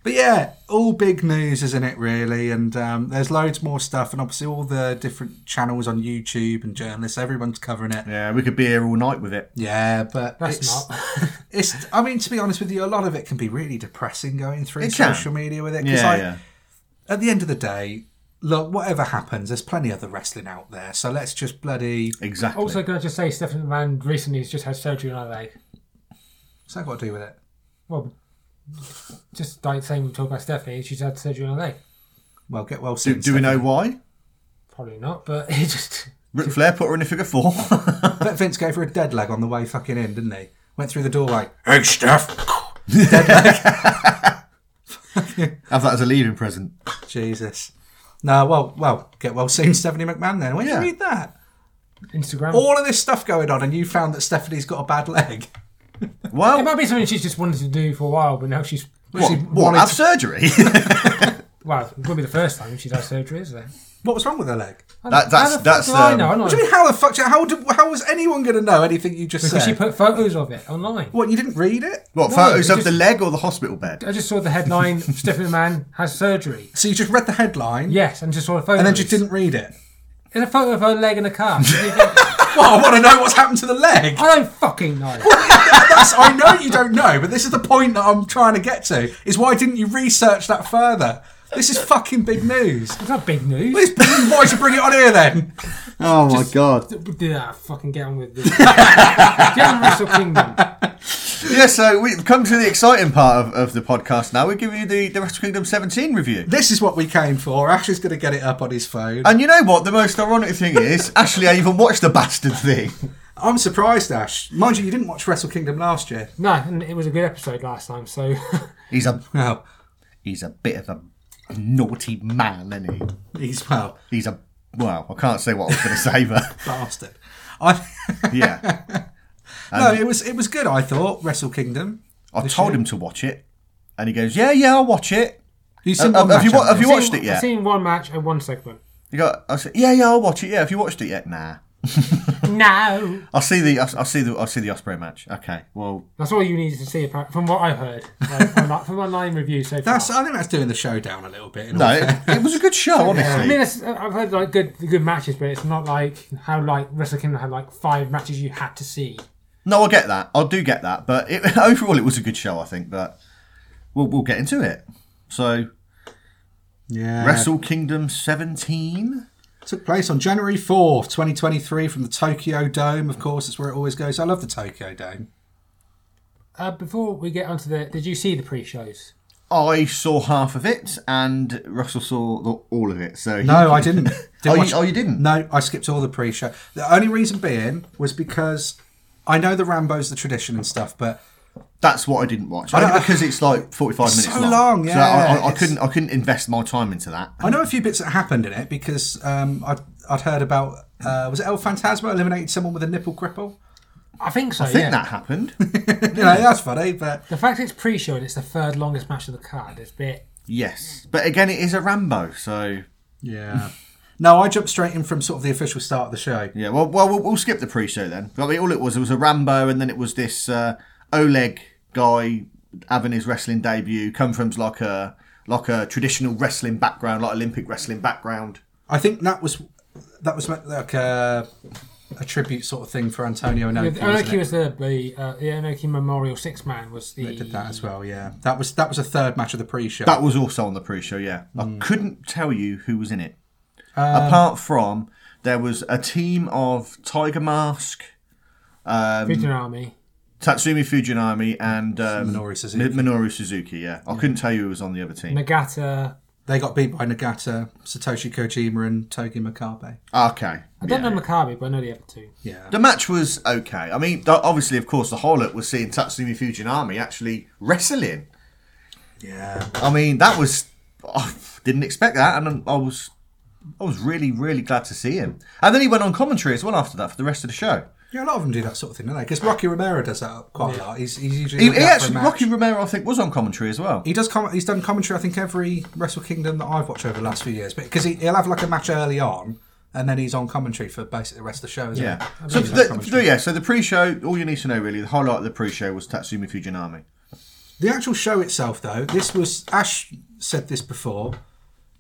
Speaker 2: But yeah, all big news, isn't it? Really, and um, there's loads more stuff, and obviously all the different channels on YouTube and journalists, everyone's covering it.
Speaker 1: Yeah, we could be here all night with it.
Speaker 2: Yeah, but
Speaker 3: That's
Speaker 2: it's,
Speaker 3: not.
Speaker 2: it's. I mean, to be honest with you, a lot of it can be really depressing going through
Speaker 1: It can.
Speaker 2: social media with it. 'cause
Speaker 1: Yeah,
Speaker 2: I-
Speaker 1: yeah.
Speaker 2: At the end of the day, look, whatever happens, there's plenty of other wrestling out there. So let's just bloody.
Speaker 1: Exactly.
Speaker 3: Also, can I just say, Stephen Mann recently has just had surgery on her leg.
Speaker 2: What's that got to do with it?
Speaker 3: Well, just like saying we talk about Stephanie, she's had surgery on her leg.
Speaker 2: Well, get well
Speaker 1: do,
Speaker 2: soon.
Speaker 1: do we know
Speaker 2: Stephanie.
Speaker 1: why?
Speaker 3: Probably not, but it just.
Speaker 1: Ric Flair put her in a figure four.
Speaker 2: But Vince gave her a dead leg on the way fucking in, didn't he? Went through the door like, hey, Steph.
Speaker 1: Have that as a leaving present.
Speaker 2: Jesus. No, well, well, get well soon, Stephanie McMahon. Then when
Speaker 1: Yeah.
Speaker 2: you read that,
Speaker 3: Instagram.
Speaker 2: all of this stuff going on, and you found that Stephanie's got a bad leg.
Speaker 3: it
Speaker 1: Well,
Speaker 3: might be something she's just wanted to do for a while, but now she's.
Speaker 1: what,
Speaker 2: she
Speaker 1: what
Speaker 2: wanted
Speaker 1: have
Speaker 2: to-
Speaker 1: surgery?
Speaker 3: Well, it won't be the first time she's had surgery, is it?
Speaker 2: What was wrong with her leg?
Speaker 1: That- that's-
Speaker 3: how the
Speaker 1: that's,
Speaker 3: fuck do I
Speaker 1: um,
Speaker 3: know? I'm
Speaker 2: What
Speaker 3: not-
Speaker 2: do you mean? How the fuck? How do, How was anyone going to know anything you just
Speaker 3: because
Speaker 2: said?
Speaker 3: she put photos of it online.
Speaker 2: what you didn't read it?
Speaker 1: What,
Speaker 3: No,
Speaker 1: photos
Speaker 3: it
Speaker 1: of
Speaker 3: just-
Speaker 1: the leg or the hospital bed?
Speaker 3: I just saw the headline: Stephanie Man has surgery.
Speaker 2: So you just read the headline
Speaker 3: Yes, and just saw a photo.
Speaker 2: and then just didn't read it.
Speaker 3: There's a photo of her leg in a car.
Speaker 2: Well, I want to know what's happened to the leg.
Speaker 3: I don't fucking know.
Speaker 2: That's, I know you don't know, but this is the point that I'm trying to get to. Is why didn't you research that further? This is fucking big news.
Speaker 3: It's not big news.
Speaker 2: This- Why'd you bring it on here then?
Speaker 1: Oh my god.
Speaker 3: Yeah, fucking get on with this. get on with Wrestle Kingdom.
Speaker 1: Yeah, so we've come to the exciting part of, of the podcast now. We're giving you the, the Wrestle Kingdom 17 review.
Speaker 2: This is what we came for. Ash is going to get it up on his phone.
Speaker 1: And you know what? The most ironic thing is, actually, I even watched the bastard thing.
Speaker 2: I'm surprised, Ash. Mind you, you didn't watch Wrestle Kingdom last year.
Speaker 3: No, and it was a good episode last time, so
Speaker 1: He's a
Speaker 2: Well,
Speaker 1: he's a bit of a naughty man, isn't he?
Speaker 2: he's well
Speaker 1: He's a well, I can't say what I was going to say, but
Speaker 2: bastard. I
Speaker 1: yeah,
Speaker 2: no, it was it was good. I thought Wrestle Kingdom.
Speaker 1: I told him to watch it, and he goes, "Yeah, yeah, I'll watch it."
Speaker 2: You seen
Speaker 1: Uh,
Speaker 2: one
Speaker 1: have
Speaker 2: match,
Speaker 1: you wa-
Speaker 2: haven't
Speaker 1: have you watched it
Speaker 3: I've
Speaker 1: yet?
Speaker 3: seen one match and one segment.
Speaker 1: You got? I said, "Yeah, yeah, I'll watch it." Yeah, have you watched it yet? Nah.
Speaker 3: No,
Speaker 1: I'll see the I'll, I'll see the I'll see the Osprey match. Okay, well,
Speaker 3: that's all you needed to see apart- from what I heard like, from, that- from online review so far.
Speaker 2: That's I think that's doing the showdown a little bit. in
Speaker 1: no,
Speaker 2: all
Speaker 1: it, it was a good show,
Speaker 3: I mean,
Speaker 1: honestly.
Speaker 3: it's, I've heard like good good matches, but it's not like how like Wrestle Kingdom had like five matches you had to see.
Speaker 1: No, I get that. I do get that, but it, overall, it was a good show, I think. But we'll we'll get into it. So,
Speaker 2: Yeah.
Speaker 1: Wrestle Kingdom 17.
Speaker 2: Took place on January 4th, 2023, from the Tokyo Dome. Of course, it's where it always goes. I love the Tokyo Dome.
Speaker 3: Uh, before we get onto the, did you see the pre-shows?
Speaker 1: I saw half of it, and Russell saw the, all of it. So he-
Speaker 2: No, I didn't. didn't
Speaker 1: Oh, you-
Speaker 2: watch-
Speaker 1: oh, you didn't?
Speaker 2: No, I skipped all the pre-show. The only reason being was because I know the Rambo's the tradition and stuff, but
Speaker 1: that's what I didn't watch.
Speaker 2: don't-
Speaker 1: Only because it's like forty-five minutes.
Speaker 2: so
Speaker 1: long,
Speaker 2: long,
Speaker 1: So I,
Speaker 2: yeah,
Speaker 1: I, I
Speaker 2: it's-
Speaker 1: couldn't. I couldn't invest my time into that.
Speaker 2: I know a few bits that happened in it because um, I'd, I'd heard about uh, was it El Fantasma eliminated someone with a nipple cripple?
Speaker 3: I think so.
Speaker 1: I think
Speaker 3: yeah.
Speaker 1: that happened.
Speaker 2: you know, that's funny, but
Speaker 3: The fact it's pre-show and it's the third longest match of the card is a bit.
Speaker 1: yes, but again, it is a Rambo. So
Speaker 2: yeah. No, I jumped straight in from sort of the official start of the show.
Speaker 1: yeah. Well, well, we'll, we'll skip the pre-show then. I mean, all it was it was a Rambo, and then it was this uh, Oleg guy having his wrestling debut. Come from like a like a traditional wrestling background, like Olympic wrestling background.
Speaker 2: I think that was that was meant like a, a tribute sort of thing for Antonio and
Speaker 3: The Inoki was the the, uh, the Inoki Memorial Six Man was the.
Speaker 2: They did that as well, yeah. That was that was a third match of the pre-show.
Speaker 1: That was also on the pre-show. Yeah,
Speaker 2: Hmm.
Speaker 1: I couldn't tell you who was in it.
Speaker 2: Um,
Speaker 1: Apart from there was a team of Tiger Mask, um,
Speaker 3: Fujian Army.
Speaker 1: Tatsumi Fujinami, and um,
Speaker 2: Minoru Suzuki.
Speaker 1: Mi- Minoru Suzuki. Yeah, I couldn't tell you who was on the other team.
Speaker 3: Nagata.
Speaker 2: They got beat by Nagata, Satoshi Kojima, and Togi Makabe.
Speaker 1: Okay.
Speaker 3: I don't
Speaker 1: yeah.
Speaker 3: know Makabe, but I know the other two.
Speaker 2: Yeah.
Speaker 1: The match was okay. I mean, th- obviously, of course, the highlight was seeing Tatsumi Fujinami actually wrestling.
Speaker 2: Yeah.
Speaker 1: I mean, that was I didn't expect that, and I'm- I was I was really really glad to see him. And then he went on commentary as well after that for the rest of the show.
Speaker 2: Yeah, a lot of them do that sort of thing, don't they? Because Rocky Romero does that quite a lot. He's, he's usually
Speaker 1: He,
Speaker 2: looking
Speaker 1: he
Speaker 2: out for a
Speaker 1: actually,
Speaker 2: match.
Speaker 1: Rocky Romero, I think, was on commentary as well.
Speaker 2: He does. Com- he's done commentary. I think every Wrestle Kingdom that I've watched over the last few years, but because he, he'll have like a match early on, and then he's on commentary for basically the rest of the show. Isn't
Speaker 1: Yeah.
Speaker 2: He?
Speaker 1: So,
Speaker 2: He's on
Speaker 1: the,
Speaker 2: commentary.
Speaker 1: so yeah, so the pre-show, all you need to know really, the highlight of the pre-show was Tatsumi Fujinami.
Speaker 2: The actual show itself, though, this was Ash said this before,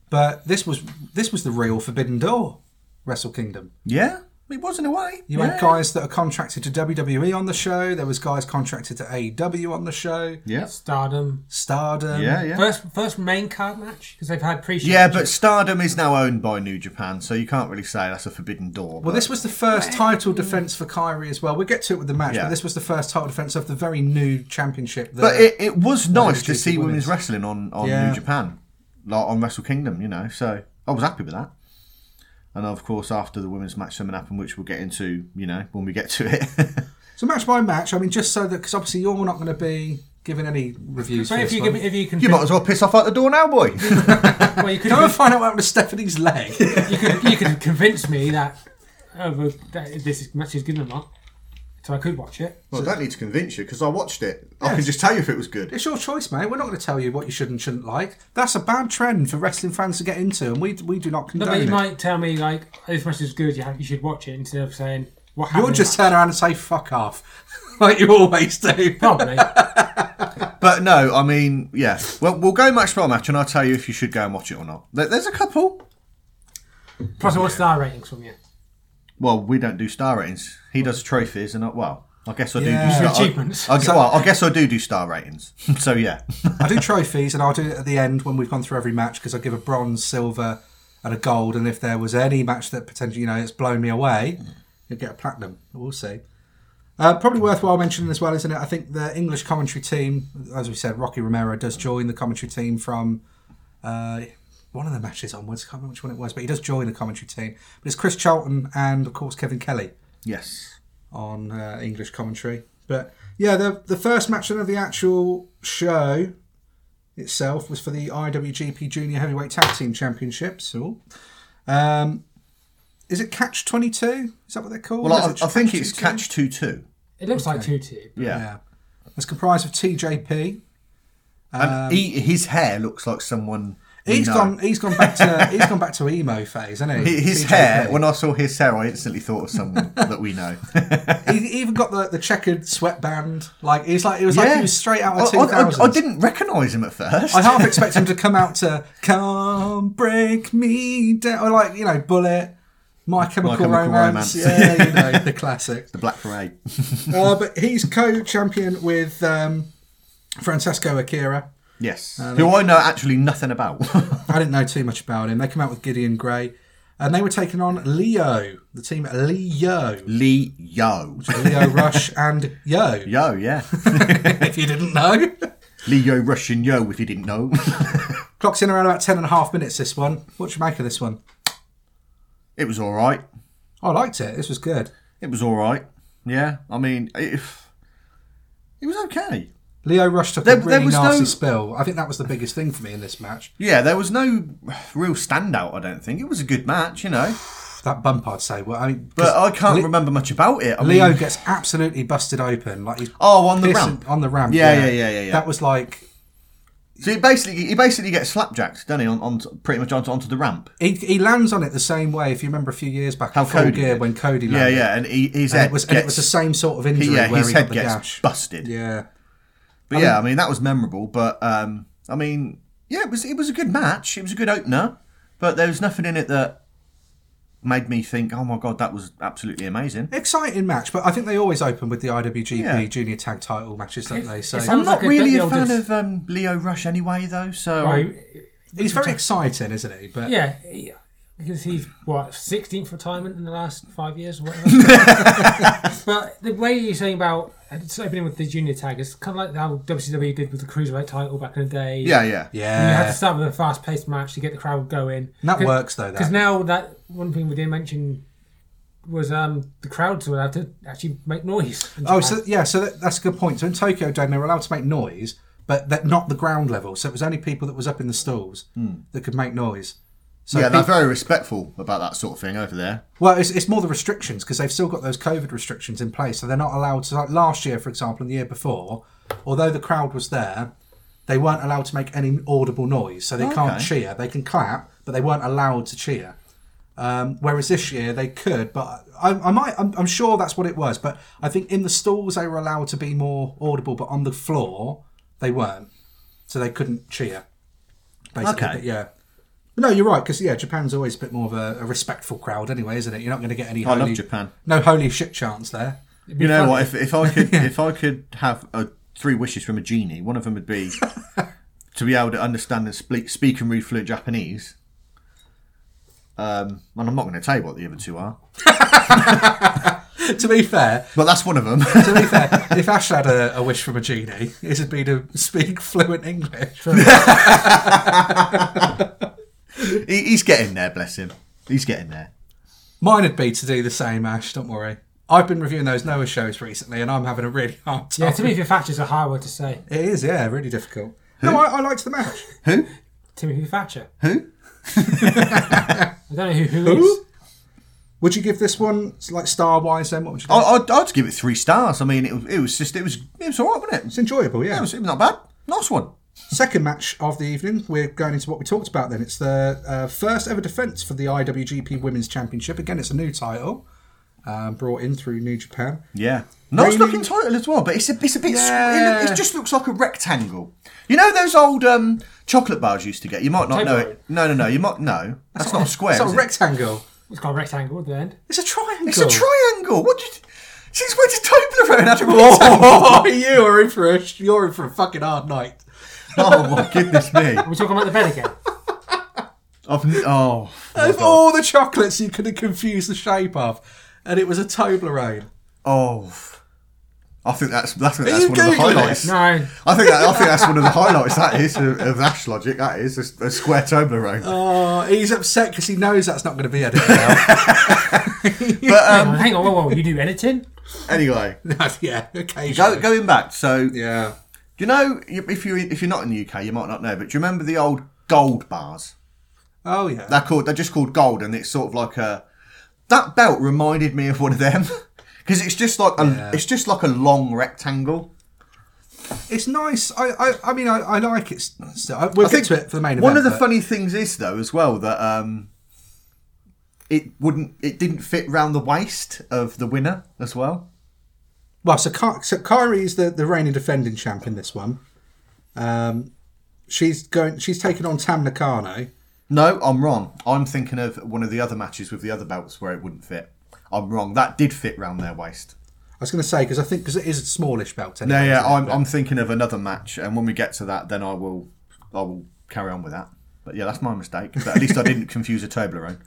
Speaker 2: but this was this was the real Forbidden Door Wrestle Kingdom.
Speaker 1: Yeah, it was in a way.
Speaker 2: You
Speaker 1: yeah.
Speaker 2: had guys that are contracted to WWE on the show. There was guys contracted to AEW on the show.
Speaker 1: Yeah,
Speaker 3: Stardom.
Speaker 2: Stardom.
Speaker 1: yeah, yeah.
Speaker 3: First, first main card match because they've had pre-show.
Speaker 1: Yeah, but
Speaker 3: matches.
Speaker 1: Stardom is now owned by New Japan, so you can't really say that's a forbidden door.
Speaker 2: Well, this was the first title defense for Kyrie as well. We'll get to it with the match,
Speaker 1: Yeah.
Speaker 2: but this was the first title defense of the very new championship. That,
Speaker 1: But it, it was nice to
Speaker 2: GP
Speaker 1: see women's
Speaker 2: women's.
Speaker 1: wrestling on, on
Speaker 2: Yeah.
Speaker 1: New Japan, like on Wrestle Kingdom, you know. So I was happy with that. And of course, after the women's match something happened, which we'll get into, you know, when we get to it.
Speaker 2: so match by match, I mean, just so that because obviously you're not going to be giving any reviews.
Speaker 3: So
Speaker 2: for
Speaker 3: if
Speaker 2: this
Speaker 3: you
Speaker 2: one.
Speaker 3: give, if you can,
Speaker 1: you might as well piss off out the door now, boy.
Speaker 3: well, you could,
Speaker 2: Go and find out what happened to Stephanie's leg.
Speaker 3: you could, you could convince me that, oh, well, that this is- match is good or not, so I could watch it.
Speaker 1: well, I don't need to convince you because I watched it. I can just tell you if it was good.
Speaker 2: it's your choice, mate. We're not going to tell you what you should and shouldn't like. That's a bad trend for wrestling fans to get into, and we we do not
Speaker 3: No,
Speaker 2: condone
Speaker 3: but you
Speaker 2: it.
Speaker 3: might tell me like oh, this match is good. You, have, you should watch it instead of saying what happened.
Speaker 2: You'll
Speaker 3: in
Speaker 2: just
Speaker 3: that.
Speaker 2: turn around and say "fuck off," like you always do.
Speaker 3: probably.
Speaker 1: But no, I mean, yeah. Well, we'll go match by match, and I'll tell you if you should go and watch it or not. There- There's a couple.
Speaker 3: Plus, I want star ratings from you.
Speaker 1: Well, we don't do star ratings. He does trophies, and I, well, I guess I do.
Speaker 2: Yeah.
Speaker 1: do star,
Speaker 3: Achievements.
Speaker 1: I, I, well, I guess I do do star ratings. so yeah,
Speaker 2: I do trophies, and I'll do it at the end when we've gone through every match because I give a bronze, silver, and a gold. And if there was any match that potentially, you know, it's blown me away, you'd get a platinum. We'll see. Uh, probably worthwhile mentioning as well, isn't it? I think the English commentary team, as we said, Rocky Romero does join the commentary team from uh, one of the matches onwards. I can't remember which one it was, but he does join the commentary team. But it's Chris Charlton and, of course, Kevin Kelly
Speaker 1: yes.
Speaker 2: on uh, English commentary. But yeah, the the first match then of the actual show itself was for the IWGP Junior Heavyweight Tag Team Championships. Ooh. Um, is it Catch Twenty Two? Is that what they're called?
Speaker 1: Well,
Speaker 2: Is
Speaker 1: I, I
Speaker 2: it
Speaker 1: think it's
Speaker 2: 22?
Speaker 1: catch two two.
Speaker 3: It looks like two two.
Speaker 1: Yeah.
Speaker 2: Yeah, it's comprised of TJP.
Speaker 1: And he, his hair looks like someone. we
Speaker 2: Um, He's
Speaker 1: know.
Speaker 2: gone. He's gone back to. he's gone back to emo phase, hasn't he?
Speaker 1: Hi- His
Speaker 2: TJP.
Speaker 1: hair. When I saw his hair, I instantly thought of someone that we know.
Speaker 2: He he even got the, the checkered sweatband. Like he's like it was like he was straight out of
Speaker 1: I,
Speaker 2: two
Speaker 1: I- I-
Speaker 2: thousand.
Speaker 1: I didn't recognise him at first.
Speaker 2: I half expect him to come out to "Come Break Me Down," or like you know, Bullet, My Chemical,
Speaker 1: Chemical Romance.
Speaker 2: Romance, yeah, you know, the classic.
Speaker 1: the Black Parade.
Speaker 2: Uh, but he's co-champion with um, Francesco Akira.
Speaker 1: yes.
Speaker 2: Uh,
Speaker 1: Who I know actually nothing about.
Speaker 2: I didn't know too much about him. They come out with Gideon Gray, and they were taking on Leo, the team Leo,
Speaker 1: Lee Yo.
Speaker 2: Leo Rush and Yo.
Speaker 1: Yo, yeah.
Speaker 2: if you didn't know.
Speaker 1: Leo Russian Yo, if you didn't know.
Speaker 2: Clocks in around about ten and a half minutes. This one. What you make of this one?
Speaker 1: it was all right.
Speaker 2: I liked it. This was good.
Speaker 1: It was all right. Yeah. I mean, if it was okay.
Speaker 2: Leo Rush took
Speaker 1: There-
Speaker 2: a
Speaker 1: there
Speaker 2: really
Speaker 1: was
Speaker 2: nasty
Speaker 1: no-
Speaker 2: spill. I think that was the biggest thing for me in this match.
Speaker 1: Yeah, there was no real standout. I don't think it was a good match. You know.
Speaker 2: That bump, I'd say. Well, I mean,
Speaker 1: But
Speaker 2: 'cause
Speaker 1: I can't
Speaker 2: Le-
Speaker 1: remember much about it. I
Speaker 2: Leo
Speaker 1: mean,
Speaker 2: gets absolutely busted open. Like he's
Speaker 1: oh, on the
Speaker 2: pissing-
Speaker 1: ramp.
Speaker 2: On the ramp.
Speaker 1: Yeah, yeah, yeah, yeah, yeah.
Speaker 2: That was like
Speaker 1: So he basically he basically gets slapjacked, doesn't he? On, on pretty much onto, onto the ramp.
Speaker 2: he, he lands on it the same way. If you remember a few years back,
Speaker 1: How
Speaker 2: at Full
Speaker 1: Cody
Speaker 2: Gear
Speaker 1: did.
Speaker 2: when Cody
Speaker 1: Yeah,
Speaker 2: landed.
Speaker 1: yeah, and he, his
Speaker 2: And
Speaker 1: head
Speaker 2: it was
Speaker 1: gets,
Speaker 2: and it was the same sort of injury
Speaker 1: yeah,
Speaker 2: where
Speaker 1: his
Speaker 2: he
Speaker 1: head
Speaker 2: got the
Speaker 1: gets
Speaker 2: gash.
Speaker 1: busted.
Speaker 2: Yeah.
Speaker 1: But yeah, I mean that was memorable. But um, I mean, yeah, it was it was a good match. It was a good opener, but there was nothing in it that made me think, oh my god, that was absolutely amazing.
Speaker 2: Exciting match, but I think they always open with the IWGP
Speaker 1: Yeah.
Speaker 2: Junior Tag Title matches, don't they? So
Speaker 3: it's
Speaker 1: I'm
Speaker 3: Sounds
Speaker 1: not
Speaker 3: like a
Speaker 1: really
Speaker 3: bit
Speaker 1: a fan
Speaker 3: older-
Speaker 1: of um, Leo Rush anyway, though. So
Speaker 3: Right.
Speaker 2: he's very exciting, isn't he? But
Speaker 3: Oh, Yeah, he- because he's what 16th retirement in the last five years or whatever. but the way you're saying about it's opening with the junior tag is kind of like how WCW did with the cruiserweight title back in the day.
Speaker 1: yeah, yeah,
Speaker 2: yeah,
Speaker 3: And you had to start with a fast-paced match to get the crowd going.
Speaker 2: And that works though. That
Speaker 3: Because now that one thing we didn't mention was um, the crowds were allowed to actually make noise. in
Speaker 2: Oh,
Speaker 3: Japan.
Speaker 2: so yeah, so that, that's a good point. So in Tokyo Dome, they were allowed to make noise, but that not the ground level. So it was only people that was up in the stalls that could make noise. So
Speaker 1: yeah,
Speaker 2: people,
Speaker 1: they're very respectful about that sort of thing over there.
Speaker 2: well, it's, it's more the restrictions because they've still got those COVID restrictions in place, so they're not allowed to. Like last year, for example, and the year before, although the crowd was there, they weren't allowed to make any audible noise, so they can't
Speaker 1: Okay.
Speaker 2: cheer. They can clap, but they weren't allowed to cheer. Um, whereas this year they could, but I, I might, I'm, I'm sure that's what it was. But I think in the stalls they were allowed to be more audible, but on the floor they weren't, so they couldn't cheer. Basically,
Speaker 1: Okay.
Speaker 2: but yeah. But no, you're right because yeah, Japan's always a bit more of a, a respectful crowd, anyway, isn't it? You're not going to get any.
Speaker 1: I love
Speaker 2: holy-
Speaker 1: Japan.
Speaker 2: No holy shit chants there.
Speaker 1: You know what? If, if I could, if I could have uh three wishes from a genie, one of them would be to be able to understand and speak, speak and read fluent Japanese. Um, and I'm not going to tell you what the other two are,
Speaker 2: to be fair,
Speaker 1: but that's one of them.
Speaker 2: to be fair, if Ash had a, a wish from a genie, it'd be to speak fluent English.
Speaker 1: he, he's getting there, bless him. He's getting there.
Speaker 2: Mine would be to do the same, Ash. Don't worry. I've been reviewing those Noah shows recently, and I'm having a really hard time.
Speaker 3: Yeah, Timothy Thatch is a hard word to say.
Speaker 2: it is, yeah, really difficult. No, I, I liked the match.
Speaker 1: Who?
Speaker 3: Timothy Thatcher.
Speaker 1: Who?
Speaker 3: I don't know who who is.
Speaker 2: Would you give this one like star wise? Then what would you? Give?
Speaker 1: I, I'd, I'd give it three stars. I mean, it, was- it was just it was it was all right, wasn't it?
Speaker 2: it's enjoyable, yeah.
Speaker 1: It was, it was not bad. Nice one.
Speaker 2: Second match of the evening, we're going into what we talked about. Then it's the uh, first ever defence for the IWGP Women's Championship. Again, it's a new title um, brought in through New Japan.
Speaker 1: Yeah. Nice
Speaker 2: Really-
Speaker 1: looking title as well, but it's a, it's a bit.
Speaker 2: Yeah.
Speaker 1: Squ- it, look- it just looks like a rectangle. You know those old um, chocolate bars you used to get? You might not
Speaker 3: Tape
Speaker 1: know
Speaker 3: bar.
Speaker 1: it. No, no, no. You might. No. That's, not, a square.
Speaker 2: It's not
Speaker 1: is it?
Speaker 2: a rectangle.
Speaker 3: It's got a rectangle at the end.
Speaker 2: It's a triangle.
Speaker 1: It's a triangle. What did. Since when did Toblerone have a rectangle?
Speaker 2: Oh, you are in for a you're in for a fucking hard night.
Speaker 1: Oh, my goodness me.
Speaker 3: Are we talking about the bed again?
Speaker 1: I've, n- oh. my
Speaker 2: Of
Speaker 1: God.
Speaker 2: all the chocolates you could have confused the shape of, and it was a Toblerone.
Speaker 1: Oh. I think that's that's, that's
Speaker 2: you
Speaker 1: one of the
Speaker 2: Googling it?
Speaker 1: highlights.
Speaker 3: No.
Speaker 1: I think that, I think that's one of the highlights. That is of, of Ash Logic. That is a, a square Toblerone.
Speaker 2: Oh, he's upset because he knows that's not going to be edited out.
Speaker 1: but um,
Speaker 3: Oh, hang on, whoa, whoa, you do editing?
Speaker 1: anyway,
Speaker 2: yeah, occasionally.
Speaker 1: go, going back. So
Speaker 2: Yeah.
Speaker 1: Do you know you- if you if you're not in the UK, you might not know, but do you remember the old gold bars?
Speaker 2: Oh yeah.
Speaker 1: They're called they're just called gold, and it's sort of like a that belt reminded me of one of them because it's just like a it's just like a long rectangle.
Speaker 2: it's nice. I, I, I mean, I, I like it. Still. I- We'll get to it for the main
Speaker 1: One of
Speaker 2: event,
Speaker 1: the
Speaker 2: but-
Speaker 1: funny things is though as well that um it wouldn't it didn't fit round the waist of the winner as well.
Speaker 2: Well, so, Ka- so Kyrie is the, the reigning defending champ in this one. Um, she's going. She's taking on Tam Nakano.
Speaker 1: No, I'm wrong. I'm thinking of one of the other matches with the other belts where it wouldn't fit. I'm wrong. That did fit round their waist.
Speaker 2: I was going to say because I think because it is a smallish belt. Anyway,
Speaker 1: No, yeah,
Speaker 2: isn't it?
Speaker 1: I'm, I'm thinking of another match, and when we get to that, then I will I will carry on with that. But yeah, that's my mistake. But at least I didn't confuse a Toblerone.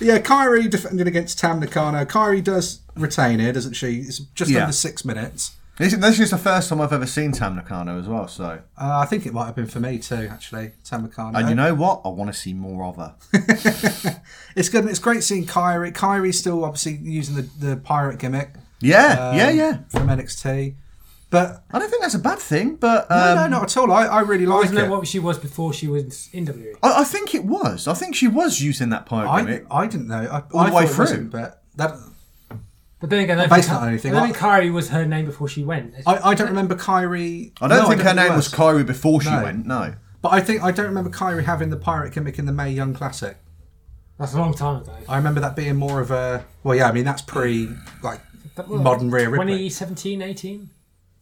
Speaker 2: Yeah, Kyrie defending against Tam Nakano. Kyrie does retain here, doesn't she? It's just
Speaker 1: Yeah.
Speaker 2: under six minutes.
Speaker 1: This, this is the first time I've ever seen Tam Nakano as well. So,
Speaker 2: Uh, I think it might have been for me too, actually. Tam Nakano.
Speaker 1: and you know what? I want to see more of her.
Speaker 2: it's good. It's great seeing Kyrie. Kyrie's still obviously using the, the pirate gimmick
Speaker 1: Yeah, yeah,
Speaker 2: um,
Speaker 1: yeah.
Speaker 2: from NXT, but
Speaker 1: I don't think that's a bad thing, but
Speaker 2: no,
Speaker 1: um,
Speaker 2: no, not at all. I, I really like
Speaker 3: Wasn't that
Speaker 2: it.
Speaker 3: what she was before she was in E? WWE?
Speaker 1: I, I think it was. I think she was using that pirate
Speaker 2: I,
Speaker 1: gimmick.
Speaker 2: I didn't know. I,
Speaker 1: All
Speaker 2: I
Speaker 1: the way
Speaker 2: thought it
Speaker 1: through.
Speaker 2: wasn't, but that
Speaker 3: But then again, I
Speaker 2: Based
Speaker 3: think-
Speaker 2: on anything,
Speaker 3: I don't
Speaker 2: I-
Speaker 3: think Kyrie was her name before she went.
Speaker 2: I, I don't remember Kyrie.
Speaker 1: I don't
Speaker 2: no,
Speaker 1: think her name
Speaker 2: it
Speaker 1: was Kyrie before she
Speaker 2: No.
Speaker 1: went. No,
Speaker 2: But I think I don't remember Kyrie having the pirate gimmick in the May Young Classic.
Speaker 3: That's a long time ago.
Speaker 2: I remember that being more of a well, yeah. I mean, that's pre like
Speaker 3: That was
Speaker 2: modern Rhea Ripley.
Speaker 3: 2017, 18?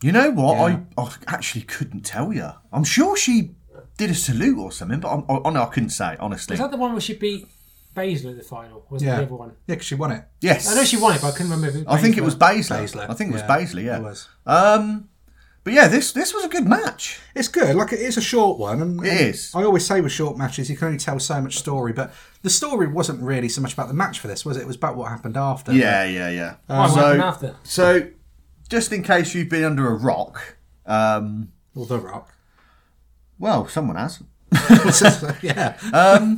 Speaker 1: you know what? I, I actually couldn't tell you. I'm sure she did a salute or something, but I'm, I, I, I couldn't say honestly.
Speaker 3: Was that the one where she beat Baszler at the final? Or was it
Speaker 2: Yeah,
Speaker 3: the
Speaker 2: yeah,
Speaker 3: other one?
Speaker 2: because she won it.
Speaker 1: Yes,
Speaker 3: I know she won it, but I couldn't remember. If
Speaker 1: I think it was Baszler.
Speaker 2: Baszler.
Speaker 1: I think it was
Speaker 2: Yeah,
Speaker 1: Baszler, yeah.
Speaker 2: it was.
Speaker 1: Um, but yeah, this this was a good match.
Speaker 2: It's good. Like it is a short one. And,
Speaker 1: It
Speaker 2: and
Speaker 1: is.
Speaker 2: I always say with short matches, you can only tell so much story. But the story wasn't really so much about the match for this, was it? It was about what happened after.
Speaker 1: Yeah, yeah, yeah.
Speaker 2: Um,
Speaker 3: What happened
Speaker 1: so,
Speaker 3: after?
Speaker 1: so, just in case you've been under a rock, um,
Speaker 2: Or The Rock.
Speaker 1: well, someone has.
Speaker 2: yeah.
Speaker 1: I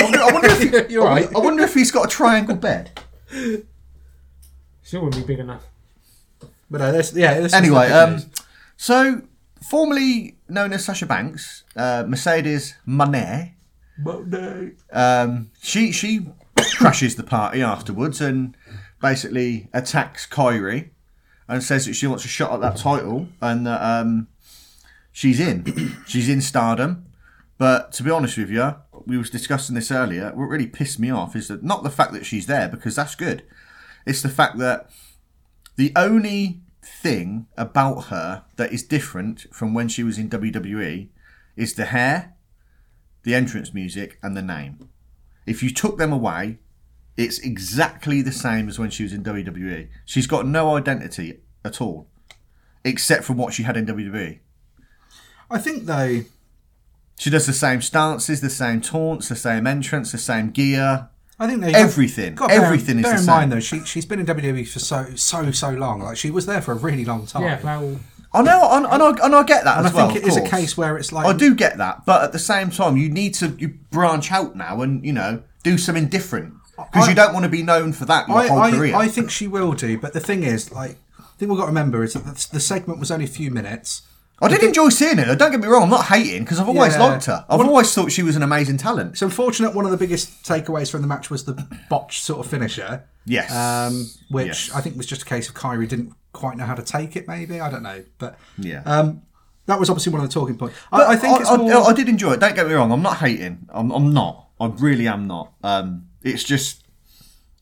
Speaker 1: wonder, I wonder if he-
Speaker 2: You're
Speaker 1: I
Speaker 2: right.
Speaker 1: wonder- I wonder if he's got a triangle bed.
Speaker 3: She wouldn't be big enough.
Speaker 2: But no, this, yeah. This was
Speaker 1: Anyway,
Speaker 2: the good
Speaker 1: um,
Speaker 2: news.
Speaker 1: so formerly known as Sasha Banks, uh, Mercedes Monet,
Speaker 2: Oh, Monday.
Speaker 1: um, she she crashes the party afterwards and basically attacks Kyrie and says that she wants a shot at that title and that um, she's in. she's in stardom. But to be honest with you, we was discussing this earlier. What really pissed me off is that not the fact that she's there because that's good. It's the fact that the only thing about her that is different from when she was in WWE is the hair the entrance music, and the name. If you took them away, it's exactly the same as when she was in WWE. She's got no identity at all, except from what she had in WWE.
Speaker 2: I think though,
Speaker 1: She does the same stances, the same taunts, the same entrance, the same gear.
Speaker 2: I think they
Speaker 1: Everything. Everything
Speaker 2: bear,
Speaker 1: is
Speaker 2: bear
Speaker 1: the
Speaker 2: in
Speaker 1: same.
Speaker 2: mind though. She she's been in WWE for so so so long. Like she was there for a really long time.
Speaker 3: Yeah, well,
Speaker 1: I know, and, and, I, and I get that
Speaker 2: and I
Speaker 1: as well.
Speaker 2: think
Speaker 1: of
Speaker 2: it is a
Speaker 1: course.
Speaker 2: case where it's like
Speaker 1: I do get that, but at the same time, you need to you branch out now and you know do something different because
Speaker 2: I-
Speaker 1: you don't want to be known for that your
Speaker 2: I,
Speaker 1: whole
Speaker 2: I,
Speaker 1: career.
Speaker 2: I think she will do, but the thing is, like, the thing we've got to remember is that the, the segment was only a few minutes.
Speaker 1: I did enjoy seeing her. Don't get me wrong. I'm not hating because I've always
Speaker 2: Yeah.
Speaker 1: liked her. I've always thought she was an amazing talent.
Speaker 2: It's unfortunate one of the biggest takeaways from the match was the botched sort of finisher.
Speaker 1: Yes.
Speaker 2: Um, which
Speaker 1: Yes.
Speaker 2: I think was just a case of Kyrie didn't quite know how to take it, maybe. I don't know. But
Speaker 1: Yeah.
Speaker 2: um, that was obviously one of the talking points. I, I think
Speaker 1: I,
Speaker 2: it's
Speaker 1: I-
Speaker 2: more.
Speaker 1: I did enjoy it. Don't get me wrong. I'm not hating. I'm, I'm not. I really am not. Um, it's just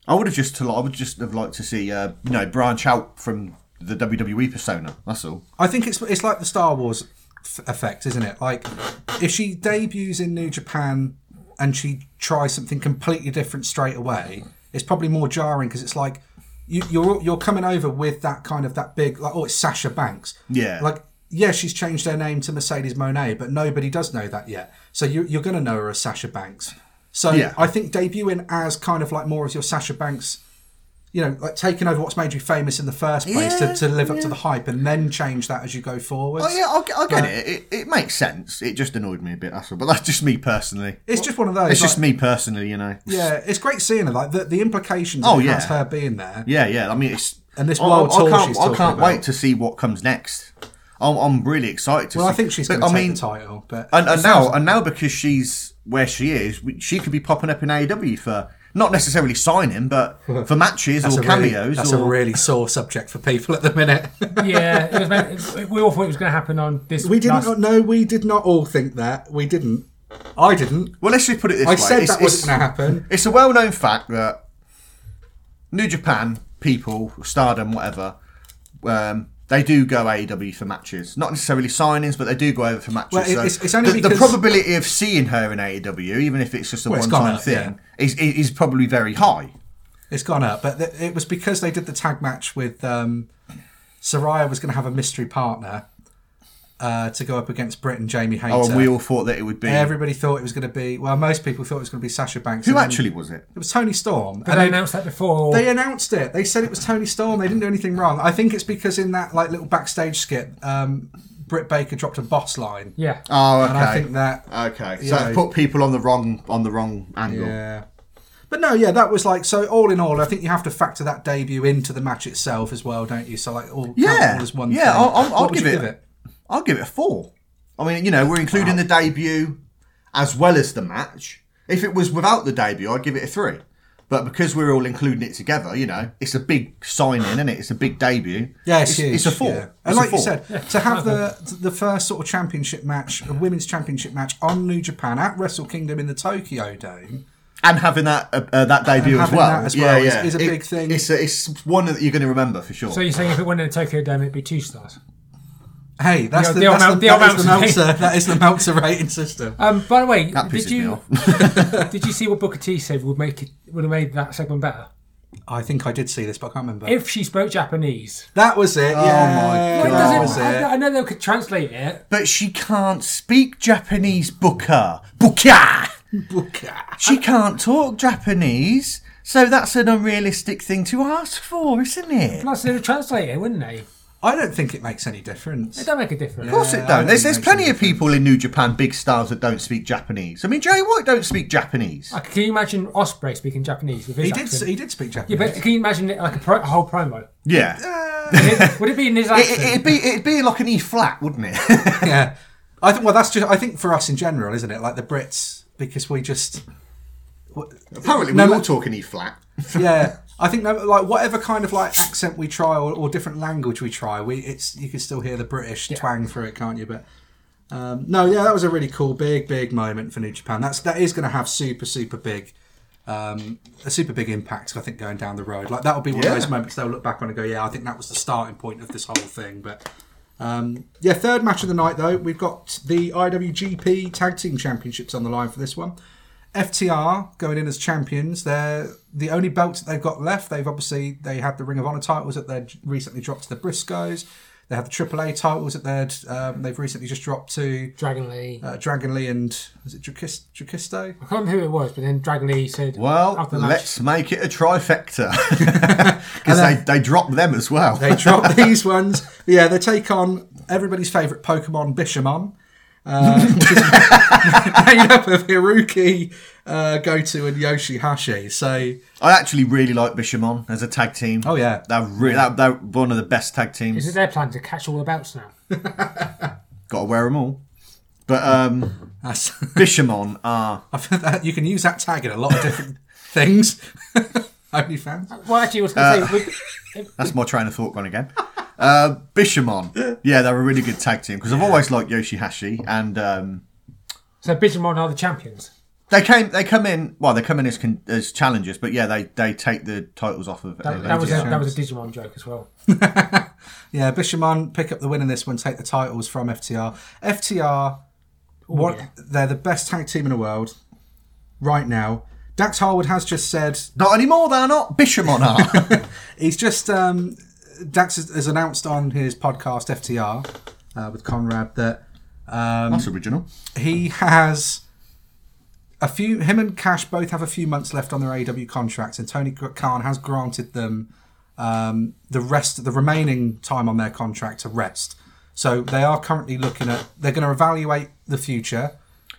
Speaker 1: I would have just I would just have liked to see uh, you know branch out from the WWE persona. That's all.
Speaker 2: I think it's it's like the Star Wars f- effect, isn't it? Like if she debuts in New Japan and she tries something completely different straight away, it's probably more jarring because it's like you, you're you're coming over with that kind of that big like oh it's Sasha Banks,
Speaker 1: Yeah.
Speaker 2: Like yeah, she's changed her name to Mercedes Monet, but nobody does know that yet. So you, you're going to know her as Sasha Banks. So
Speaker 1: Yeah.
Speaker 2: I think debuting as kind of like more as your Sasha Banks you know, like taking over what's made you famous in the first place
Speaker 1: Yeah,
Speaker 2: to, to live up to the hype and then change that as you go forward.
Speaker 1: Oh yeah, I, get- I get it. it. It makes sense. It just annoyed me a bit. That's all. But that's just me personally.
Speaker 2: It's just one of those.
Speaker 1: It's just
Speaker 2: like-
Speaker 1: me personally. You know.
Speaker 2: Yeah, it's great seeing her. Like the, the implications
Speaker 1: Oh,
Speaker 2: of it
Speaker 1: yeah.
Speaker 2: has her being there.
Speaker 1: Yeah, yeah. I mean, it's
Speaker 2: And this
Speaker 1: I- I-
Speaker 2: wild tour
Speaker 1: I can't,
Speaker 2: she's
Speaker 1: I
Speaker 2: talking
Speaker 1: can't
Speaker 2: about.
Speaker 1: wait to see what comes next. I'm, I'm really excited to
Speaker 2: Well,
Speaker 1: see.
Speaker 2: I think she's
Speaker 1: but,
Speaker 2: going to
Speaker 1: I
Speaker 2: take
Speaker 1: mean,
Speaker 2: the title, but
Speaker 1: and, and
Speaker 2: it
Speaker 1: now
Speaker 2: sounds-
Speaker 1: and now because she's where she is, we- she could be popping up in AEW for not necessarily signing, but for matches
Speaker 2: that's
Speaker 1: or
Speaker 2: a really-
Speaker 1: cameos.
Speaker 2: that's
Speaker 1: or,
Speaker 2: a really sore subject for people at the minute.
Speaker 3: yeah, it was meant, it- we all thought it was going to happen on this.
Speaker 2: we didn't.
Speaker 3: last-
Speaker 2: no, we did not all think that. We didn't. I didn't.
Speaker 1: well, let's just put it this
Speaker 2: I
Speaker 1: way:
Speaker 2: said
Speaker 1: it's,
Speaker 2: that wasn't
Speaker 1: it's-
Speaker 2: going to happen.
Speaker 1: it's a well-known fact that New Japan people, Stardom, whatever, um, they do go AEW for matches, not necessarily signings, but they do go over for matches.
Speaker 2: Well, it-
Speaker 1: so
Speaker 2: it's- it's only
Speaker 1: the, the
Speaker 2: because-
Speaker 1: probability of seeing her in AEW, even if it's just a
Speaker 2: Well, it's
Speaker 1: one-time
Speaker 2: gone up,
Speaker 1: thing, is, is is probably very high.
Speaker 2: It's gone up, but th- it was because they did the tag match with um, Soraya was going to have a mystery partner uh, to go up against Britt and Jamie Hayter.
Speaker 1: Oh, and we all thought that it would be.
Speaker 2: Everybody thought it was going to be well, most people thought it was going to be Sasha Banks.
Speaker 1: Who
Speaker 2: and then-
Speaker 1: actually was it?
Speaker 2: It was Tony Storm.
Speaker 3: But
Speaker 2: and
Speaker 3: they
Speaker 2: then
Speaker 3: announced that before.
Speaker 2: they announced it. They said it was Tony Storm. They didn't do anything wrong. I think it's because in that like little backstage skit, um, Britt Baker dropped a boss line.
Speaker 3: yeah,
Speaker 1: Oh, okay.
Speaker 2: And I think that
Speaker 1: Okay, so
Speaker 2: Yeah.
Speaker 1: that's put people on the wrong on the wrong angle.
Speaker 2: Yeah. But no, yeah, that was like so. All in all, I think you have to factor that debut into the match itself as well, don't you? So like, all
Speaker 1: Yeah.
Speaker 2: all as one.
Speaker 1: Yeah,
Speaker 2: thing.
Speaker 1: I'll- I'll-
Speaker 2: What
Speaker 1: I'll
Speaker 2: would you
Speaker 1: give it- I'll give it a four. I mean, you know, we're including the debut as well as the match. If it was without the debut, I'd give it a three. But because we're all including it together, you know, it's a big sign in, isn't it? It's a big debut.
Speaker 2: Yeah,
Speaker 1: it's,
Speaker 2: it's, huge,
Speaker 1: it's a four.
Speaker 2: yeah.
Speaker 1: It's
Speaker 2: And
Speaker 1: a
Speaker 2: like you
Speaker 1: four.
Speaker 2: said, to have the the first sort of championship match, a women's championship match on New Japan at Wrestle Kingdom in the Tokyo Dome.
Speaker 1: and having that uh, uh, that debut as
Speaker 2: having
Speaker 1: well,
Speaker 2: that as well is- is a
Speaker 1: It-
Speaker 2: big thing.
Speaker 1: It's a, it's one that you're going to remember for sure.
Speaker 3: So you're saying if it went in the Tokyo Dome, it'd be two stars.
Speaker 2: Hey, that's
Speaker 3: The-
Speaker 2: the,
Speaker 3: the old
Speaker 2: that's
Speaker 3: Mel-
Speaker 2: the,
Speaker 3: the old
Speaker 2: that is the
Speaker 3: Meltzer.
Speaker 2: Meltzer that is the Meltzer rating system.
Speaker 3: Um, by the way,
Speaker 1: that pisses
Speaker 3: did
Speaker 1: me
Speaker 3: you
Speaker 1: off.
Speaker 3: did you see what Booker T said would make it would have made that segment better
Speaker 2: I think I did see this, but I can't remember.
Speaker 3: if she spoke Japanese?
Speaker 2: that was it. yeah,
Speaker 1: my
Speaker 3: It
Speaker 1: God.
Speaker 2: that
Speaker 1: Oh.
Speaker 2: was
Speaker 3: doesn't, I,
Speaker 2: it.
Speaker 3: I know they could translate it.
Speaker 1: but she can't speak Japanese, Booker. Booker. She can't talk Japanese, so that's an unrealistic thing to ask for, isn't it? Of
Speaker 3: Plus, they would translate it, wouldn't they?
Speaker 2: I don't think it makes any difference.
Speaker 3: It don't make a difference.
Speaker 1: course it
Speaker 2: Yeah, I
Speaker 1: don't. There's,
Speaker 2: think
Speaker 1: there's
Speaker 2: it makes
Speaker 1: plenty
Speaker 2: a
Speaker 1: of people in New Japan, big stars that don't speak Japanese. I mean, Jay White don't speak Japanese.
Speaker 3: Like, can you imagine Osprey speaking Japanese with his
Speaker 2: He did.
Speaker 3: accent?
Speaker 2: He did speak Japanese.
Speaker 3: yeah, but can you imagine it like a, pro- a whole promo?
Speaker 1: Yeah,
Speaker 2: Uh, yeah.
Speaker 3: Would it be in his
Speaker 1: It,
Speaker 3: accent?
Speaker 1: it, it'd be it'd be like an E flat, wouldn't it?
Speaker 2: yeah. I think. Well, that's just. I think for us in general, isn't it? Like the Brits, because we just.
Speaker 1: Apparently, we
Speaker 2: No,
Speaker 1: all
Speaker 2: but-
Speaker 1: talk in E flat.
Speaker 2: Yeah. I think no, like whatever kind of like accent we try or, or different language we try, we it's you can still hear the British twang through it, can't you? But um, no, yeah, that was a really cool, big, big moment for New Japan. That's that is going to have super, super big, um, a super big impact. I think going down the road, like that will be one
Speaker 1: Yeah.
Speaker 2: of those moments they'll look back on and go, yeah, I think that was the starting point of this whole thing. But um, yeah, third match of the night though, we've got the IWGP Tag Team Championships on the line for this one. FTR going in as champions. They're the only belts that they've got left. They've obviously they had the Ring of Honor titles that they'd recently dropped to the Briscoes. They had the AAA titles that they'd um, they've recently just dropped to
Speaker 3: Dragon Lee.
Speaker 2: uh, Dragon Lee and was it Drakis- Drakisto?
Speaker 3: I can't remember who it was, but then Dragon Lee said,
Speaker 1: Well,
Speaker 3: after the match,
Speaker 1: let's make it a trifecta because they they drop them as well.
Speaker 2: They drop these ones. Yeah, they take on everybody's favourite Pokemon, Bishamon. Uh, which is made up of Hiruki, uh, Goto, and Yoshi Hashi. So,
Speaker 1: I actually really like Bishamon as a tag team.
Speaker 2: Oh, yeah.
Speaker 1: they're re- that, they're one of the best tag
Speaker 3: Is it
Speaker 1: teams.
Speaker 3: their plan to catch all the belts now?
Speaker 1: Got to wear them all. But um,
Speaker 2: that's,
Speaker 1: Bishamon are
Speaker 2: I feel that you can use that tag in a lot of different things. OnlyFans.
Speaker 3: Well, actually, I was going
Speaker 1: Uh,
Speaker 3: to say, we, if-
Speaker 1: that's my train of thought gone again. Uh, Bishamon, yeah, they're a really good tag team because I've always liked Yoshihashi and um,
Speaker 3: so Digimon are the champions.
Speaker 1: they came they come in well they come in as con- as challengers but yeah they they take the titles off of
Speaker 3: That, that was a, that was a Digimon joke as well.
Speaker 2: Yeah, Bishamon pick up the win in this one, take the titles from FTR. FTR, what,
Speaker 3: yeah.
Speaker 2: they're the best tag team in the world right now. Dax Harwood has just said
Speaker 1: not anymore they're not Bishamon are
Speaker 2: He's just um, Dax has, has announced on his podcast FTR uh, with Conrad that um,
Speaker 1: that's original
Speaker 2: he has a few. Him and Cash both have a few months left on their AW contracts, and Tony Khan has granted them um, the rest, the remaining time on their contract to rest. So they are currently looking at. They're going to evaluate the future.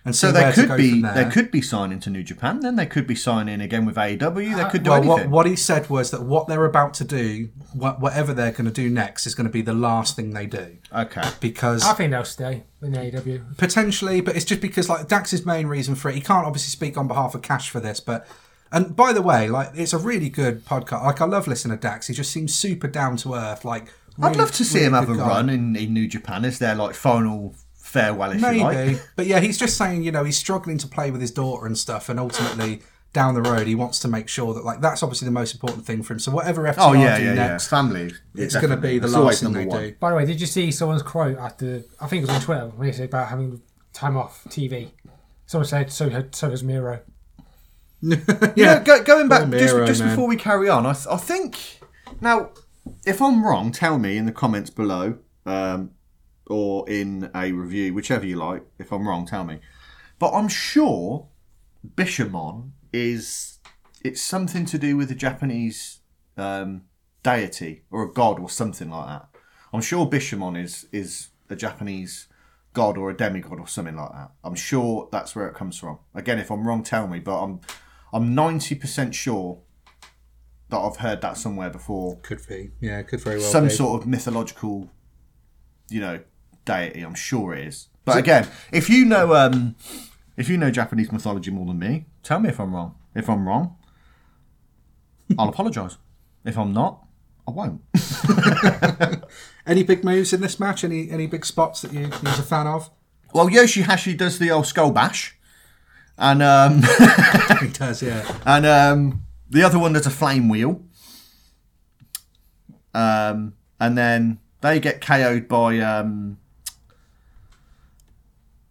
Speaker 2: And see
Speaker 1: so they
Speaker 2: where to
Speaker 1: could
Speaker 2: go
Speaker 1: be
Speaker 2: from there.
Speaker 1: they could be signing to New Japan then they could be signing again with AEW they could do
Speaker 2: Uh, Well, what,
Speaker 1: anything
Speaker 2: what he said was that what they're about to do, wha- whatever they're going to do next, is going to be the last thing they do.
Speaker 1: okay
Speaker 2: Because
Speaker 3: I think they'll stay in the E AEW.
Speaker 2: potentially, but it's just because like Dax's main reason for it, he can't obviously speak on behalf of Cash for this, but and by the way, like it's a really good podcast. Like I love listening to Dax. He just seems super down to earth. Like
Speaker 1: I'd
Speaker 2: really-
Speaker 1: love to see
Speaker 2: really
Speaker 1: him have
Speaker 2: good
Speaker 1: a
Speaker 2: guy.
Speaker 1: run in, in New Japan as their like final farewell if
Speaker 2: Maybe,
Speaker 1: you like
Speaker 2: but yeah, he's just saying you know he's struggling to play with his daughter and stuff, and ultimately down the road he wants to make sure that like that's obviously the most important thing for him. So whatever FTR
Speaker 1: oh yeah
Speaker 2: do
Speaker 1: yeah yeah
Speaker 2: next,
Speaker 1: family
Speaker 2: it's going to be the
Speaker 1: That's
Speaker 2: last
Speaker 1: always
Speaker 2: thing
Speaker 1: number
Speaker 2: they
Speaker 1: one.
Speaker 2: do.
Speaker 3: By the way, did you see someone's quote after? I think it was on Twitter when he said about having time off TV. Someone said, "So had so has Miro."
Speaker 1: You know, go, going back
Speaker 2: Poor
Speaker 1: just,
Speaker 2: Miro,
Speaker 1: just
Speaker 2: man.
Speaker 1: before we carry on, I, th- I think now, if I'm wrong, tell me in the comments below, um, or in a review, whichever you like. If I'm wrong, tell me. But I'm sure Bishamon is it's something to do with the Japanese um, deity or a god or something like that. I'm sure Bishamon is is a Japanese god or a demigod or something like that. I'm sure that's where it comes from. Again, if I'm wrong, tell me. But I'm I'm ninety percent sure that I've heard that somewhere before.
Speaker 2: Could be, yeah, could very well
Speaker 1: Some
Speaker 2: be.
Speaker 1: sort of mythological, you know, deity. I'm sure it is. But again, if you know um, if you know Japanese mythology more than me, tell me if I'm wrong. If I'm wrong, I'll apologise. If I'm not, I won't.
Speaker 2: Any big moves in this match? Any any big spots that you you're a fan of?
Speaker 1: Well, Yoshihashi does the old skull bash, and um,
Speaker 2: He does, yeah.
Speaker 1: and um, the other one does a flame wheel. Um, and then they get KO'd by um,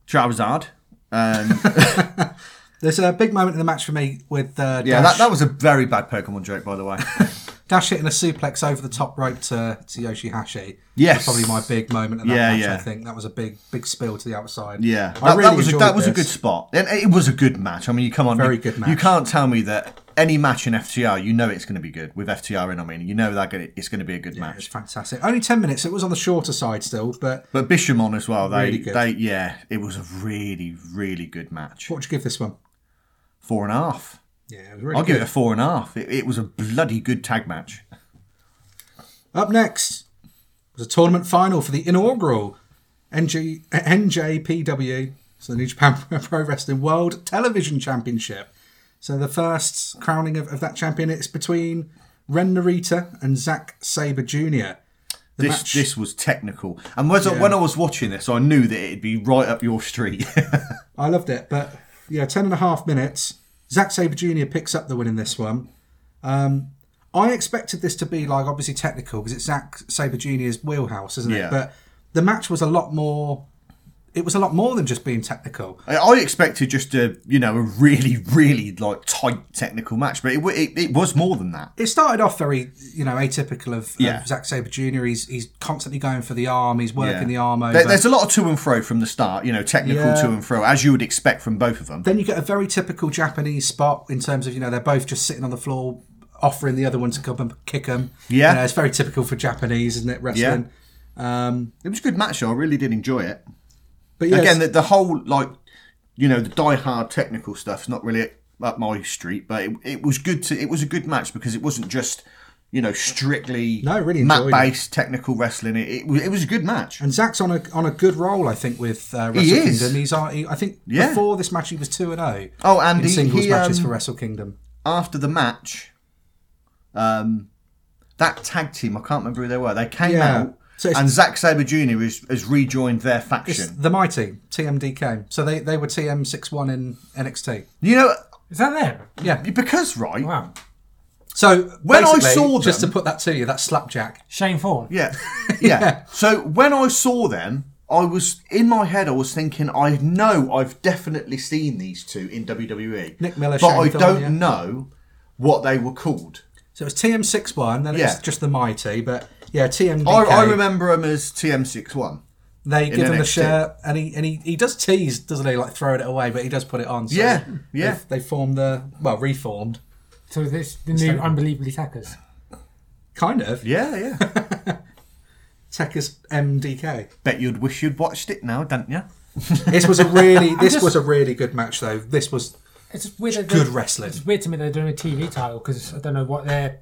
Speaker 1: Charizard. Um,
Speaker 2: There's a big moment in the match for me with uh,
Speaker 1: yeah,
Speaker 2: Dash,
Speaker 1: that, that was a very bad Pokemon joke, by the way.
Speaker 2: Dash hitting a suplex over the top rope to, to Yoshihashi.
Speaker 1: Yes.
Speaker 2: That's probably my big moment in that
Speaker 1: Yeah,
Speaker 2: match,
Speaker 1: yeah.
Speaker 2: I think. That was a big, big spill to the outside.
Speaker 1: Yeah,
Speaker 2: I
Speaker 1: that,
Speaker 2: really
Speaker 1: that was a,
Speaker 2: enjoyed
Speaker 1: that was a
Speaker 2: this.
Speaker 1: good spot, and it was a good match. I mean, you come on,
Speaker 2: Very
Speaker 1: you,
Speaker 2: good
Speaker 1: You
Speaker 2: match.
Speaker 1: can't tell me that any match in FTR, you know, it's going to be good with FTR in. I mean, you know that gonna- it's going to be a good
Speaker 2: It was
Speaker 1: match.
Speaker 2: fantastic. Only 10 minutes. It was on the shorter side still, but
Speaker 1: But Bishamon as well. They,
Speaker 2: Really good.
Speaker 1: they, yeah, it was a really, really good match.
Speaker 2: what would you give this one?
Speaker 1: Four and a half.
Speaker 2: Yeah, it was really
Speaker 1: I'll
Speaker 2: good.
Speaker 1: give it a four and a half. It, it was a bloody good tag match.
Speaker 2: Up next, was a tournament final for the inaugural NG, uh, NJPW, so the New Japan Pro Wrestling World Television Championship. So the first crowning of, of that champion, it's between Ren Narita and Zack Sabre Jr. The
Speaker 1: This
Speaker 2: match-
Speaker 1: this was technical, and was, when I was watching this, I knew that it'd be right up your street.
Speaker 2: I loved it. But yeah, ten and a half minutes. Zack Sabre Jr. picks up the win in this one. Um, I expected this to be like obviously technical because it's Zack Sabre Jr.'s wheelhouse, isn't
Speaker 1: Yeah.
Speaker 2: it? But the match was a lot more. It was a lot more than just being technical.
Speaker 1: I- I expected just a you know a really really like tight technical match, but it wa- it, it was more than that.
Speaker 2: It started off very, you know, atypical of,
Speaker 1: Yeah.
Speaker 2: of Zack Sabre Jr. He's he's constantly going for the arm. He's working the arm over.
Speaker 1: There- there's a lot of to and fro from the start, you know, technical
Speaker 2: Yeah.
Speaker 1: to and fro, as you would expect from both of them.
Speaker 2: then you get a very typical Japanese spot in terms of you know they're both just sitting on the floor offering the other one to come and kick them.
Speaker 1: Yeah.
Speaker 2: you know, it's very typical for Japanese, isn't it? Wrestling. Um,
Speaker 1: It was a good match, though. I really did enjoy it.
Speaker 2: but yeah,
Speaker 1: Again, the, the whole like you know the die-hard technical stuff's not really up my street, but it, it was good to it was a good match because it wasn't just you know strictly
Speaker 2: No, I really enjoyed it.
Speaker 1: mat-based technical wrestling. It, it was it was a good match.
Speaker 2: and Zach's on a on a good roll, I think, with uh, Wrestle
Speaker 1: is.
Speaker 2: Kingdom. He's on, he, I think
Speaker 1: Yeah.
Speaker 2: before this match he was two and zero.
Speaker 1: Oh, and
Speaker 2: in
Speaker 1: he-
Speaker 2: singles
Speaker 1: he,
Speaker 2: matches
Speaker 1: um,
Speaker 2: for Wrestle Kingdom.
Speaker 1: after the match, um, that tag team, I can't remember who they were, they came
Speaker 2: Yeah.
Speaker 1: out
Speaker 2: So it's-
Speaker 1: and Zack Sabre Jr. Is, has rejoined their
Speaker 2: It's
Speaker 1: faction.
Speaker 2: the Mighty TMDK. So they they were TM six one in NXT.
Speaker 1: You know,
Speaker 3: Is that there?
Speaker 2: Yeah.
Speaker 1: because, right?
Speaker 3: Wow.
Speaker 2: So
Speaker 1: When I
Speaker 2: basically,
Speaker 1: saw
Speaker 2: just to
Speaker 1: them-
Speaker 2: put that to you, that's slapjack.
Speaker 3: Shane Thorne.
Speaker 1: Yeah, yeah. So when I saw them, I was in my head. I was thinking, I know I've definitely seen these two in WWE.
Speaker 2: Nick Miller,
Speaker 1: but
Speaker 2: Shane
Speaker 1: I
Speaker 2: Thorne,
Speaker 1: don't
Speaker 2: yeah.
Speaker 1: know what they were called.
Speaker 2: So it's TM six one. Then
Speaker 1: Yeah.
Speaker 2: it's just the Mighty, but yeah, TMDK.
Speaker 1: I, I remember them as TM61.
Speaker 2: They give him the
Speaker 1: NXT.
Speaker 2: shirt, and he and he, he does tease, doesn't he? Like throwing it away, but he does put it on. So
Speaker 1: Yeah, yeah.
Speaker 2: they've- They, form the well reformed,
Speaker 3: So this the new unbelievably tackers.
Speaker 2: kind of.
Speaker 1: Yeah, yeah.
Speaker 2: Tekka's MDK.
Speaker 1: Bet you'd wish you'd watched it now, don't you?
Speaker 2: This was a really this
Speaker 3: just-
Speaker 2: was a really good match though. This was
Speaker 3: It's just weird. that
Speaker 2: Good
Speaker 3: they-
Speaker 2: wrestling.
Speaker 3: It's weird to me they're doing a TV title because I don't know what they're.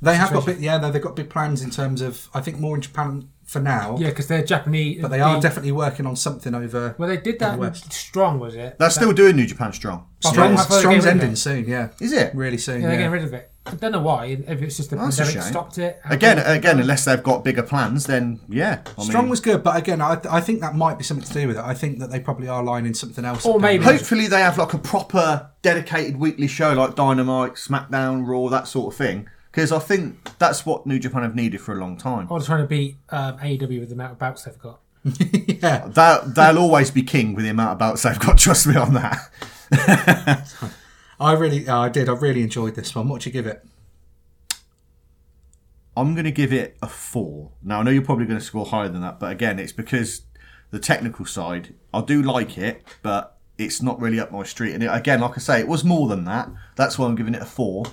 Speaker 2: they have got big, yeah no, they've got big plans in terms of I think more in Japan for now,
Speaker 3: Yeah, because they're Japanese.
Speaker 2: but they are definitely working on something over.
Speaker 3: Well, they did that. in
Speaker 2: West.
Speaker 3: Strong was it?
Speaker 1: They're still doing New Japan Strong.
Speaker 3: Strong.
Speaker 2: Strong's,
Speaker 3: I thought they
Speaker 2: Strong's
Speaker 3: gave it a
Speaker 2: ending
Speaker 3: go.
Speaker 2: soon, yeah,
Speaker 1: Is it?
Speaker 2: really soon.
Speaker 3: Yeah, they're
Speaker 2: Yeah,
Speaker 3: getting rid of it. I don't know why. If it's just the
Speaker 1: That's a
Speaker 3: pandemic
Speaker 1: shame.
Speaker 3: stopped it.
Speaker 1: Again, again, unless they've got bigger plans, then yeah. I
Speaker 2: Strong
Speaker 1: mean,
Speaker 2: was good, but again, I, I think that might be something to do with it. I think that they probably are lining something else.
Speaker 3: Or
Speaker 2: up down
Speaker 3: maybe-
Speaker 2: the line.
Speaker 1: Hopefully, they have like a proper dedicated weekly show like Dynamite, SmackDown, Raw, that sort of thing. Because I think that's what New Japan have needed for a long time.
Speaker 3: I was trying to beat um, AEW with the amount of bouts they've got.
Speaker 2: yeah.
Speaker 1: They'll, they'll always be king with the amount of belts they've got. Trust me on that.
Speaker 2: I really, I did. I really enjoyed this one. What'd you give it?
Speaker 1: I'm going to give it a four. Now, I know you're probably going to score higher than that, but again, it's because the technical side, I do like it, but it's not really up my street. And it, again, like I say, it was more than that. That's why I'm giving it a four.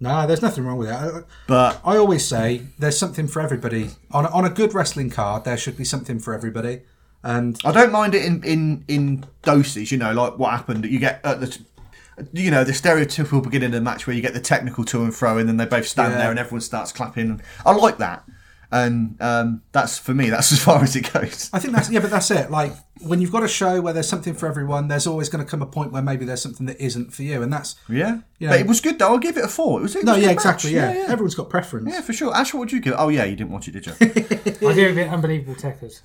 Speaker 2: No, there's nothing wrong with it. I,
Speaker 1: But
Speaker 2: I always say there's something for everybody. On a, on a good wrestling card, there should be something for everybody. And
Speaker 1: I don't mind it in in in doses. You know, like what happened. You get at the t- you know the stereotypical beginning of the match where you get the technical to and fro, and then they both stand
Speaker 2: Yeah.
Speaker 1: there and everyone starts clapping. I like that, and um, that's for me. That's as far as it goes.
Speaker 2: I think that's yeah, but that's it. Like when you've got a show where there's something for everyone, there's always going to come a point where maybe there's something that isn't for you, and that's
Speaker 1: Yeah,
Speaker 2: Yeah.
Speaker 1: but it was good though. I'll give it a four. It was, it
Speaker 2: no,
Speaker 1: was a
Speaker 2: yeah,
Speaker 1: good
Speaker 2: exactly,
Speaker 1: match.
Speaker 2: yeah.
Speaker 1: yeah, yeah.
Speaker 2: Everyone's got preference.
Speaker 1: Yeah, for sure. Ash, what would you give? it? Oh yeah, you didn't watch it, did you?
Speaker 3: I do a bit unbelievable techers.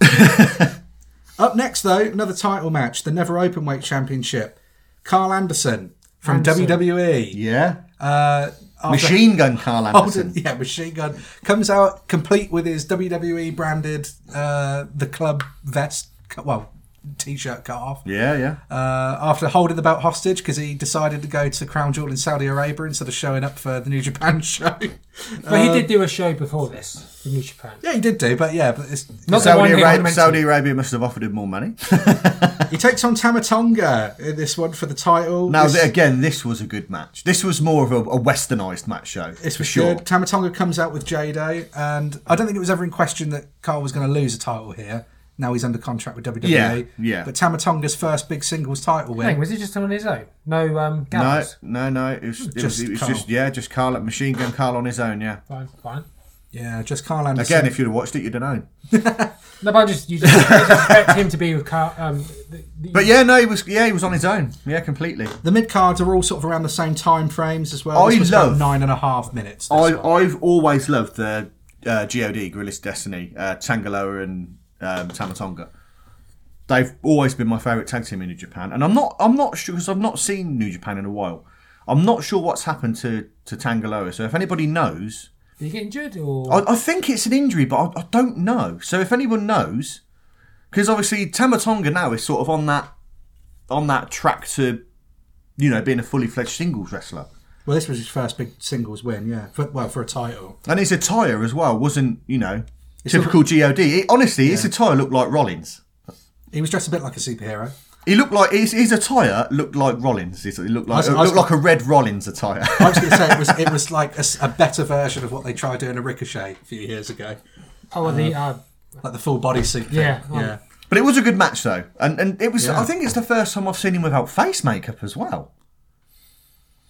Speaker 2: Up next, though, another title match, the Never Openweight Championship. Carl Anderson from
Speaker 3: Anderson.
Speaker 2: WWE.
Speaker 1: yeah.
Speaker 2: Uh, after-
Speaker 1: Machine Gun Carl Anderson.
Speaker 2: Holden, yeah, machine gun comes out complete with his WWE branded uh, the club vest, cut- well, t-shirt cut off.
Speaker 1: Yeah, yeah.
Speaker 2: Uh, after holding the belt hostage because he decided to go to Crown Jewel in Saudi Arabia instead of showing up for the New Japan show.
Speaker 3: But
Speaker 1: Uh,
Speaker 3: he did do a show before this in New Japan.
Speaker 2: yeah, he did do, but yeah, but it's,
Speaker 3: Not the
Speaker 1: Saudi,
Speaker 3: one who I
Speaker 1: Arabia,
Speaker 3: mentioned.
Speaker 1: Saudi Arabia must have offered him more money.
Speaker 2: he takes on Tamatonga in this one for the title.
Speaker 1: Now,
Speaker 2: This-
Speaker 1: th- again, this was a good match. This was more of a, a westernised match show.
Speaker 2: It's
Speaker 1: for
Speaker 2: for
Speaker 1: sure.
Speaker 2: sure. Tamatonga comes out with Jado, and I don't think it was ever in question that Carl was going to lose a title here. Now he's under contract with WWE.
Speaker 1: Yeah, yeah.
Speaker 2: But Tamatonga's first big singles title win.
Speaker 3: Hang, was he just on his own? No, um,
Speaker 1: No,
Speaker 3: Gallows.
Speaker 1: no, no. It was, it
Speaker 2: Just
Speaker 1: was, it was
Speaker 2: Carl.
Speaker 1: just yeah, just Carl, machine gun Carl on his own. Yeah,
Speaker 3: Fine, fine.
Speaker 2: Yeah, just Carl Anderson.
Speaker 1: Again, if you'd have watched it, you'd have known.
Speaker 3: No, but I just you just expect him to be with Carl. Um, the, the,
Speaker 1: But yeah, no, he was yeah he was on his own. Yeah, completely.
Speaker 2: the mid cards are all sort of around the same time frames as well.
Speaker 1: I
Speaker 2: this was
Speaker 1: love-
Speaker 2: about nine and a half minutes. this
Speaker 1: I
Speaker 2: one.
Speaker 1: I've always loved the uh, God Gorillas Destiny uh, Tangaloa and um, Tamatonga. They've always been my favourite tag team in New Japan, and I'm not I'm not sure because I've not seen New Japan in a while. I'm not sure what's happened to to Tangaloa. So if anybody knows,
Speaker 3: did he get injured or
Speaker 1: I, I think it's an injury, but I, I don't know. So if anyone knows, because obviously Tamatonga now is sort of on that on that track to, you know, being a fully fledged singles wrestler,
Speaker 2: Well, this was his first big singles win, yeah. For, well, for a title.
Speaker 1: and his attire as well wasn't you know typical God. It, honestly, his attire looked like Rollins.
Speaker 2: He was dressed a bit like a superhero.
Speaker 1: He looked like his, his attire looked like Rollins. It looked like
Speaker 2: was-
Speaker 1: it
Speaker 2: I was-
Speaker 1: looked like a red Rollins attire.
Speaker 2: I was going to say it was it was like a, s- a better version of what they tried doing a Ricochet a few years ago,
Speaker 3: oh the uh,
Speaker 2: like the full bodysuit. Thing.
Speaker 3: Yeah, um,
Speaker 2: yeah.
Speaker 1: but it was a good match though, and and it was.
Speaker 2: Yeah.
Speaker 1: I think it's the first time I've seen him without face makeup as well.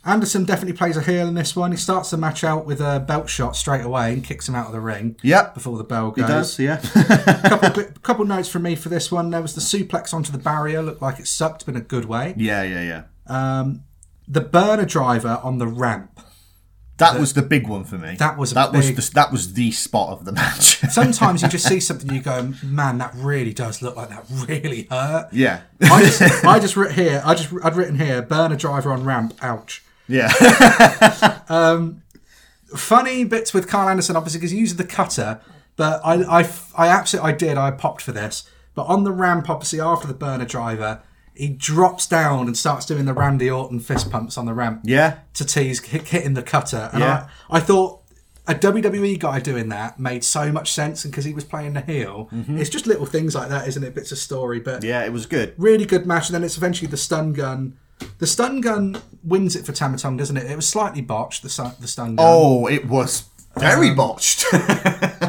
Speaker 2: Anderson definitely plays a heel in this one. He starts the match out with a belt shot straight away and kicks him out of the ring.
Speaker 1: Yep.
Speaker 2: Before the bell
Speaker 1: He
Speaker 2: goes.
Speaker 1: does, yeah.
Speaker 2: couple, couple notes from me for this one. There was the suplex onto the barrier. Looked like it sucked, but in a good way.
Speaker 1: yeah, yeah, yeah.
Speaker 2: Um, the burner driver on the ramp.
Speaker 1: That was the big one for me.
Speaker 2: That was a
Speaker 1: that
Speaker 2: big-
Speaker 1: was the, that was the spot of the match.
Speaker 2: Sometimes you just see something, you go, "Man, that really does look like that. Really hurt."
Speaker 1: yeah,
Speaker 2: I just, I just writ here. I just, I'd written here, burner driver on ramp. Ouch.
Speaker 1: yeah,
Speaker 2: Funny bits with Carl Anderson, obviously, because he uses the cutter. But I, I, I absolutely, I did. I popped for this. But on the ramp, obviously, after the burner driver, he drops down and starts doing the Randy Orton fist pumps on the ramp.
Speaker 1: yeah.
Speaker 2: to tease hit, hitting the cutter. And
Speaker 1: Yeah.
Speaker 2: I, I thought a WWE guy doing that made so much sense, and because he was playing the heel, it's just little things like that, isn't it? Bits of story, but
Speaker 1: Mm-hmm. Yeah, it was good.
Speaker 2: really good match. And then it's eventually the stun gun. The stun gun wins it for Tamatonga, doesn't it? It was slightly botched. The, su- the stun gun.
Speaker 1: Oh, it was very botched.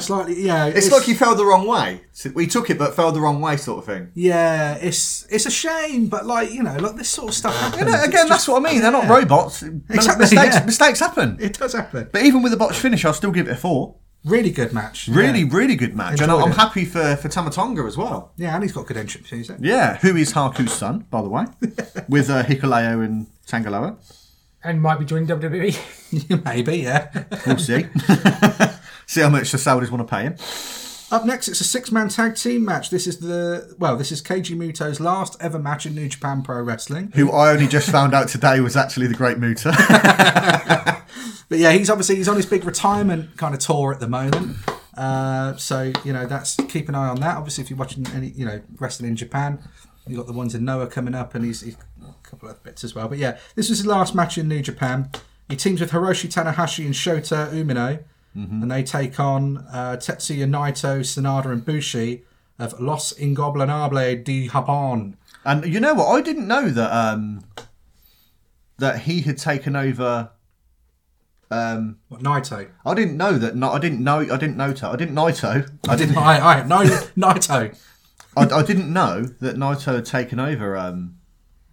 Speaker 2: slightly. Yeah,
Speaker 1: it's Um, like you fell the wrong way. So We took it, but fell the wrong way, sort of thing.
Speaker 2: Yeah, it's it's a shame, but like you know, like this sort of stuff happens.
Speaker 1: No,
Speaker 2: It's
Speaker 1: again,
Speaker 2: just-
Speaker 1: that's what I mean. They're not robots.
Speaker 2: Exactly,
Speaker 1: mistakes,
Speaker 2: yeah.
Speaker 1: mistakes happen.
Speaker 2: it does happen.
Speaker 1: But even with the botched finish, I'll still give it a four.
Speaker 2: Really good match.
Speaker 1: Really,
Speaker 2: Yeah,
Speaker 1: really good match, and
Speaker 2: Enjoyed
Speaker 1: I'm
Speaker 2: it.
Speaker 1: happy for for Tamatonga as well.
Speaker 2: yeah and he's got good entrance music.
Speaker 1: Yeah, who is Haku's son, by the way, with uh, Hikuleo and Tangaloa.
Speaker 3: and might be joining E. WWE.
Speaker 2: Maybe, yeah.
Speaker 1: We'll see. see how much the Saudis want to pay him.
Speaker 2: Up next, it's a six-man tag team match. This is the well, this is Keiji Muto's last ever match in New Japan Pro Wrestling.
Speaker 1: who I only just found out today was actually the Great Muta.
Speaker 2: But yeah, he's obviously he's on his big retirement kind of tour at the moment. Uh, so you know that's keep an eye on that. Obviously, if you're watching any you know wrestling in Japan, you have got the ones in Noah coming up, and he's, he's a couple of bits as well. But yeah, this was his last match in New Japan. He teams with Hiroshi Tanahashi and Shota Umino, and they take on uh, Tetsuya Naito, Sanada, and Bushi of Los Ingobernable de Japan.
Speaker 1: and you know what? I didn't know that um, that he had taken over.
Speaker 2: What Naito?
Speaker 1: I didn't know that. No, I didn't know. I didn't know. I didn't Naito. I didn't. I,
Speaker 2: I, I no Naito.
Speaker 1: I didn't know that Naito had taken over um,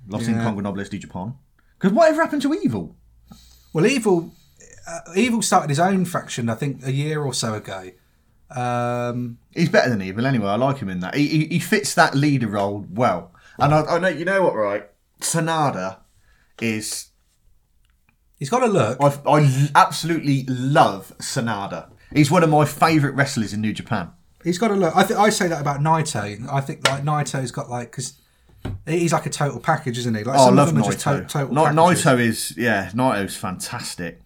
Speaker 1: Los yeah. Incongonables de Japan. Because whatever happened to Evil?
Speaker 2: Well, Evil, uh, Evil started his own faction, I think, a year or so ago. Um,
Speaker 1: He's better than Evil anyway. I like him in that. He, he, he fits that leader role well. And I, I know you know what, right? Sanada is
Speaker 2: he's got a look.
Speaker 1: I, I l- absolutely love Sanada. He's one of my favourite wrestlers in New Japan.
Speaker 2: He's got a look. I think I say that about Naito. I think like Naito's got like because he's like a total package, isn't he? Like
Speaker 1: Oh, I
Speaker 2: some
Speaker 1: love
Speaker 2: of them are just to-
Speaker 1: Naito.
Speaker 2: total
Speaker 1: Na-
Speaker 2: packages.
Speaker 1: Naito is yeah, Naito's fantastic.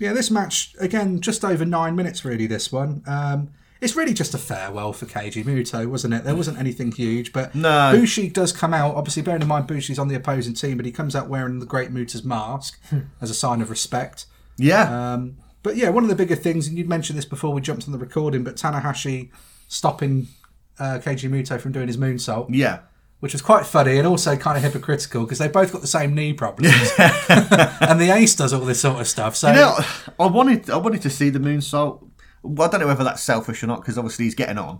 Speaker 2: Yeah, this match again, just over nine minutes. Really, this one. Um, it's really just a farewell for Keiji Muto, wasn't it? There wasn't anything huge, but
Speaker 1: No.
Speaker 2: Bushi does come out. Obviously, bearing in mind Bushi's on the opposing team, but he comes out wearing the Great Muta's mask
Speaker 1: Hmm.
Speaker 2: as a sign of respect.
Speaker 1: Yeah,
Speaker 2: Um, but yeah, one of the bigger things, and you'd mentioned this before we jumped on the recording, but Tanahashi stopping uh, Keiji Muto from doing his moonsault,
Speaker 1: yeah.
Speaker 2: which was quite funny and also kind of hypocritical because they both got the same knee problems. and the ace does all this sort of stuff. So
Speaker 1: You know, I wanted I wanted to see the moonsault. Well, I don't know whether that's selfish or not because obviously he's getting on.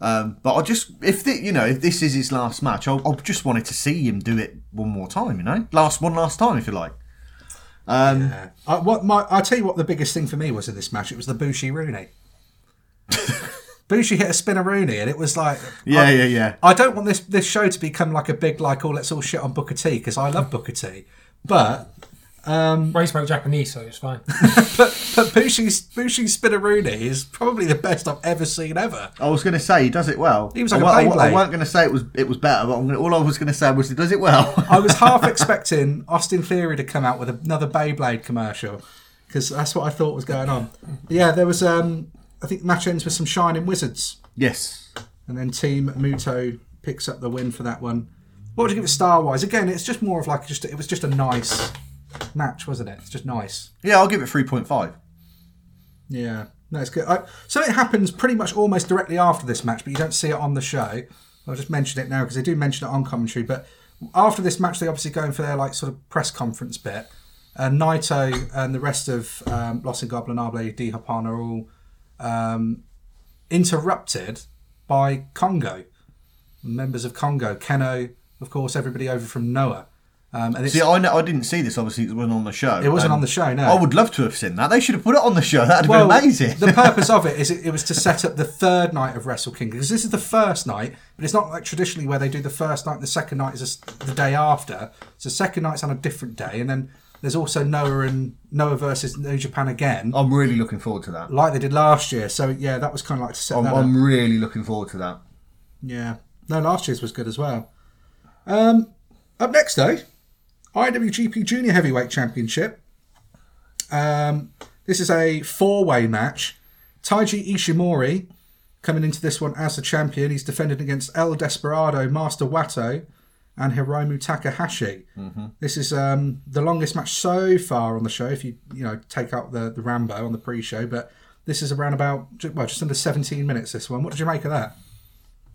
Speaker 1: Um, but I just if thi- you know if this is his last match, I, I just wanted to see him do it one more time. You know, last one last time if you like. Um,
Speaker 2: Yeah. I, what my, I'll tell you what the biggest thing for me was in this match. It was the Bushi Rooney. Bushi hit a spinner Rooney, and it was like,
Speaker 1: yeah,
Speaker 2: I,
Speaker 1: yeah, yeah.
Speaker 2: I don't want this this show to become like a big like, oh, let's all shit on Booker T because I love Booker T, but
Speaker 3: Well, he spoke Japanese, so it's fine.
Speaker 2: but but Bushi's Bushi's spinner Rooney is probably the best I've ever seen ever.
Speaker 1: I was going to say he does it well.
Speaker 2: He was like
Speaker 1: I,
Speaker 2: a
Speaker 1: wa- I, wa- I
Speaker 2: Beyblade.
Speaker 1: weren't going to say it was it was better, but I'm gonna, all I was going to say was he does it well.
Speaker 2: I was half expecting Austin Theory to come out with another Beyblade commercial because that's what I thought was going on. But yeah, there was. Um, I think the match ends with some shining wizards,
Speaker 1: yes,
Speaker 2: and then Team Muto picks up the win for that one. What would you give it star wise? Again, it's just more of like just it was just a nice match, wasn't it? It's just nice.
Speaker 1: yeah, I'll give it three point five.
Speaker 2: Yeah, no, it's good. I, so it happens pretty much almost directly after this match, but you don't see it on the show. I'll just mention it now because they do mention it on commentary. But after this match, they obviously go in for their like sort of press conference bit. Uh, Naito and the rest of um, Los Ingobernables de Japan are all um, interrupted by Congo, members of Congo, Keno, of course, everybody over from Noah. Um, and it's,
Speaker 1: See, I, kn- I didn't see this. Obviously, it wasn't on the show.
Speaker 2: it wasn't
Speaker 1: Um,
Speaker 2: on the show. No,
Speaker 1: I would love to have seen that. They should have put it on the show. That'd have been amazing.
Speaker 2: Oh, the purpose of it is it, it was to set up the third night of Wrestle Kingdom because this is the first night, but it's not like traditionally where they do the first night and the second night is just the day after. So second night's on a different day, and then there's also Noah and Noah versus New Japan again,
Speaker 1: I'm really looking forward to that.
Speaker 2: like they did last year. So yeah, that was kind of like to set
Speaker 1: I'm,
Speaker 2: that up.
Speaker 1: I'm really looking forward to that.
Speaker 2: Yeah, no, last year's was good as well. Um, up next though, IWGP Junior Heavyweight Championship. Um, this is a four-way match. Taiji Ishimori coming into this one as the champion. He's defending against El Desperado, Master Wato, and Hiromu Takahashi. This is um, the longest match so far on the show. If you you know take out the the Rambo on the pre-show, but this is around about ju- well just under 17 minutes. This one. What did you make of that?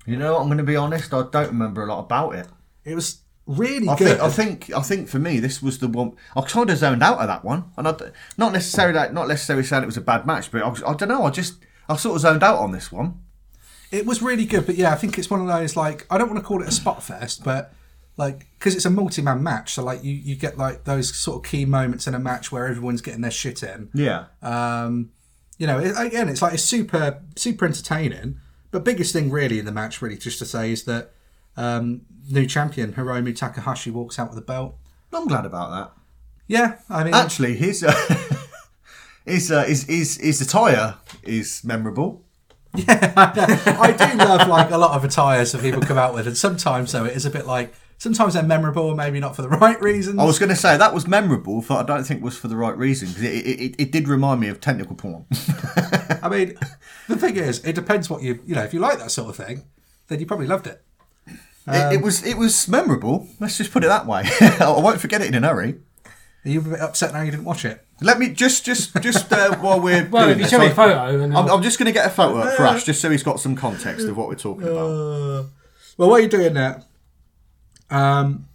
Speaker 1: You know, what, I'm going to be honest. I don't remember a lot about it.
Speaker 2: It was really
Speaker 1: I
Speaker 2: good.
Speaker 1: think, I think, I think for me, this was the one. I kind of zoned out of that one, and I, d- not necessarily that, not necessarily saying it was a bad match, but I, was- I don't know. I just, I sort of zoned out on this one.
Speaker 2: it was really good, but yeah, I think it's one of those like I don't want to call it a spot fest, but like because it's a multi-man match, so like you you get like those sort of key moments in a match where everyone's getting their shit in.
Speaker 1: Yeah,
Speaker 2: Um, you know, it, again, it's like it's super super entertaining. But biggest thing really in the match, really, just to say is that um, new champion Hiromu Takahashi walks out with a belt.
Speaker 1: I'm glad about that.
Speaker 2: Yeah, I mean,
Speaker 1: Actually, his, uh, his, uh, his, his, his attire is memorable.
Speaker 2: I do love like a lot of attires that people come out with, and sometimes though it is a bit like sometimes they're memorable, maybe not for the right reasons.
Speaker 1: I was going to say that was memorable, but I don't think it was for the right reason because it, it, it, it did remind me of technical porn.
Speaker 2: I mean, the thing is, it depends what you you know. If you like that sort of thing, then you probably loved it.
Speaker 1: it,
Speaker 3: Um,
Speaker 1: it was, it was memorable. Let's just put it that way. I won't forget it in a hurry.
Speaker 2: Are you a bit upset now you didn't watch it?
Speaker 1: Let me just, just, just uh, while we're
Speaker 3: Well,
Speaker 1: doing
Speaker 3: if you
Speaker 1: this,
Speaker 3: show me a
Speaker 1: I-
Speaker 3: photo, and
Speaker 1: I'm, I'm just going to get a photo up for Ash, just so he's got some context of what we're talking about.
Speaker 3: Oh,
Speaker 2: Well, while you're doing that, um,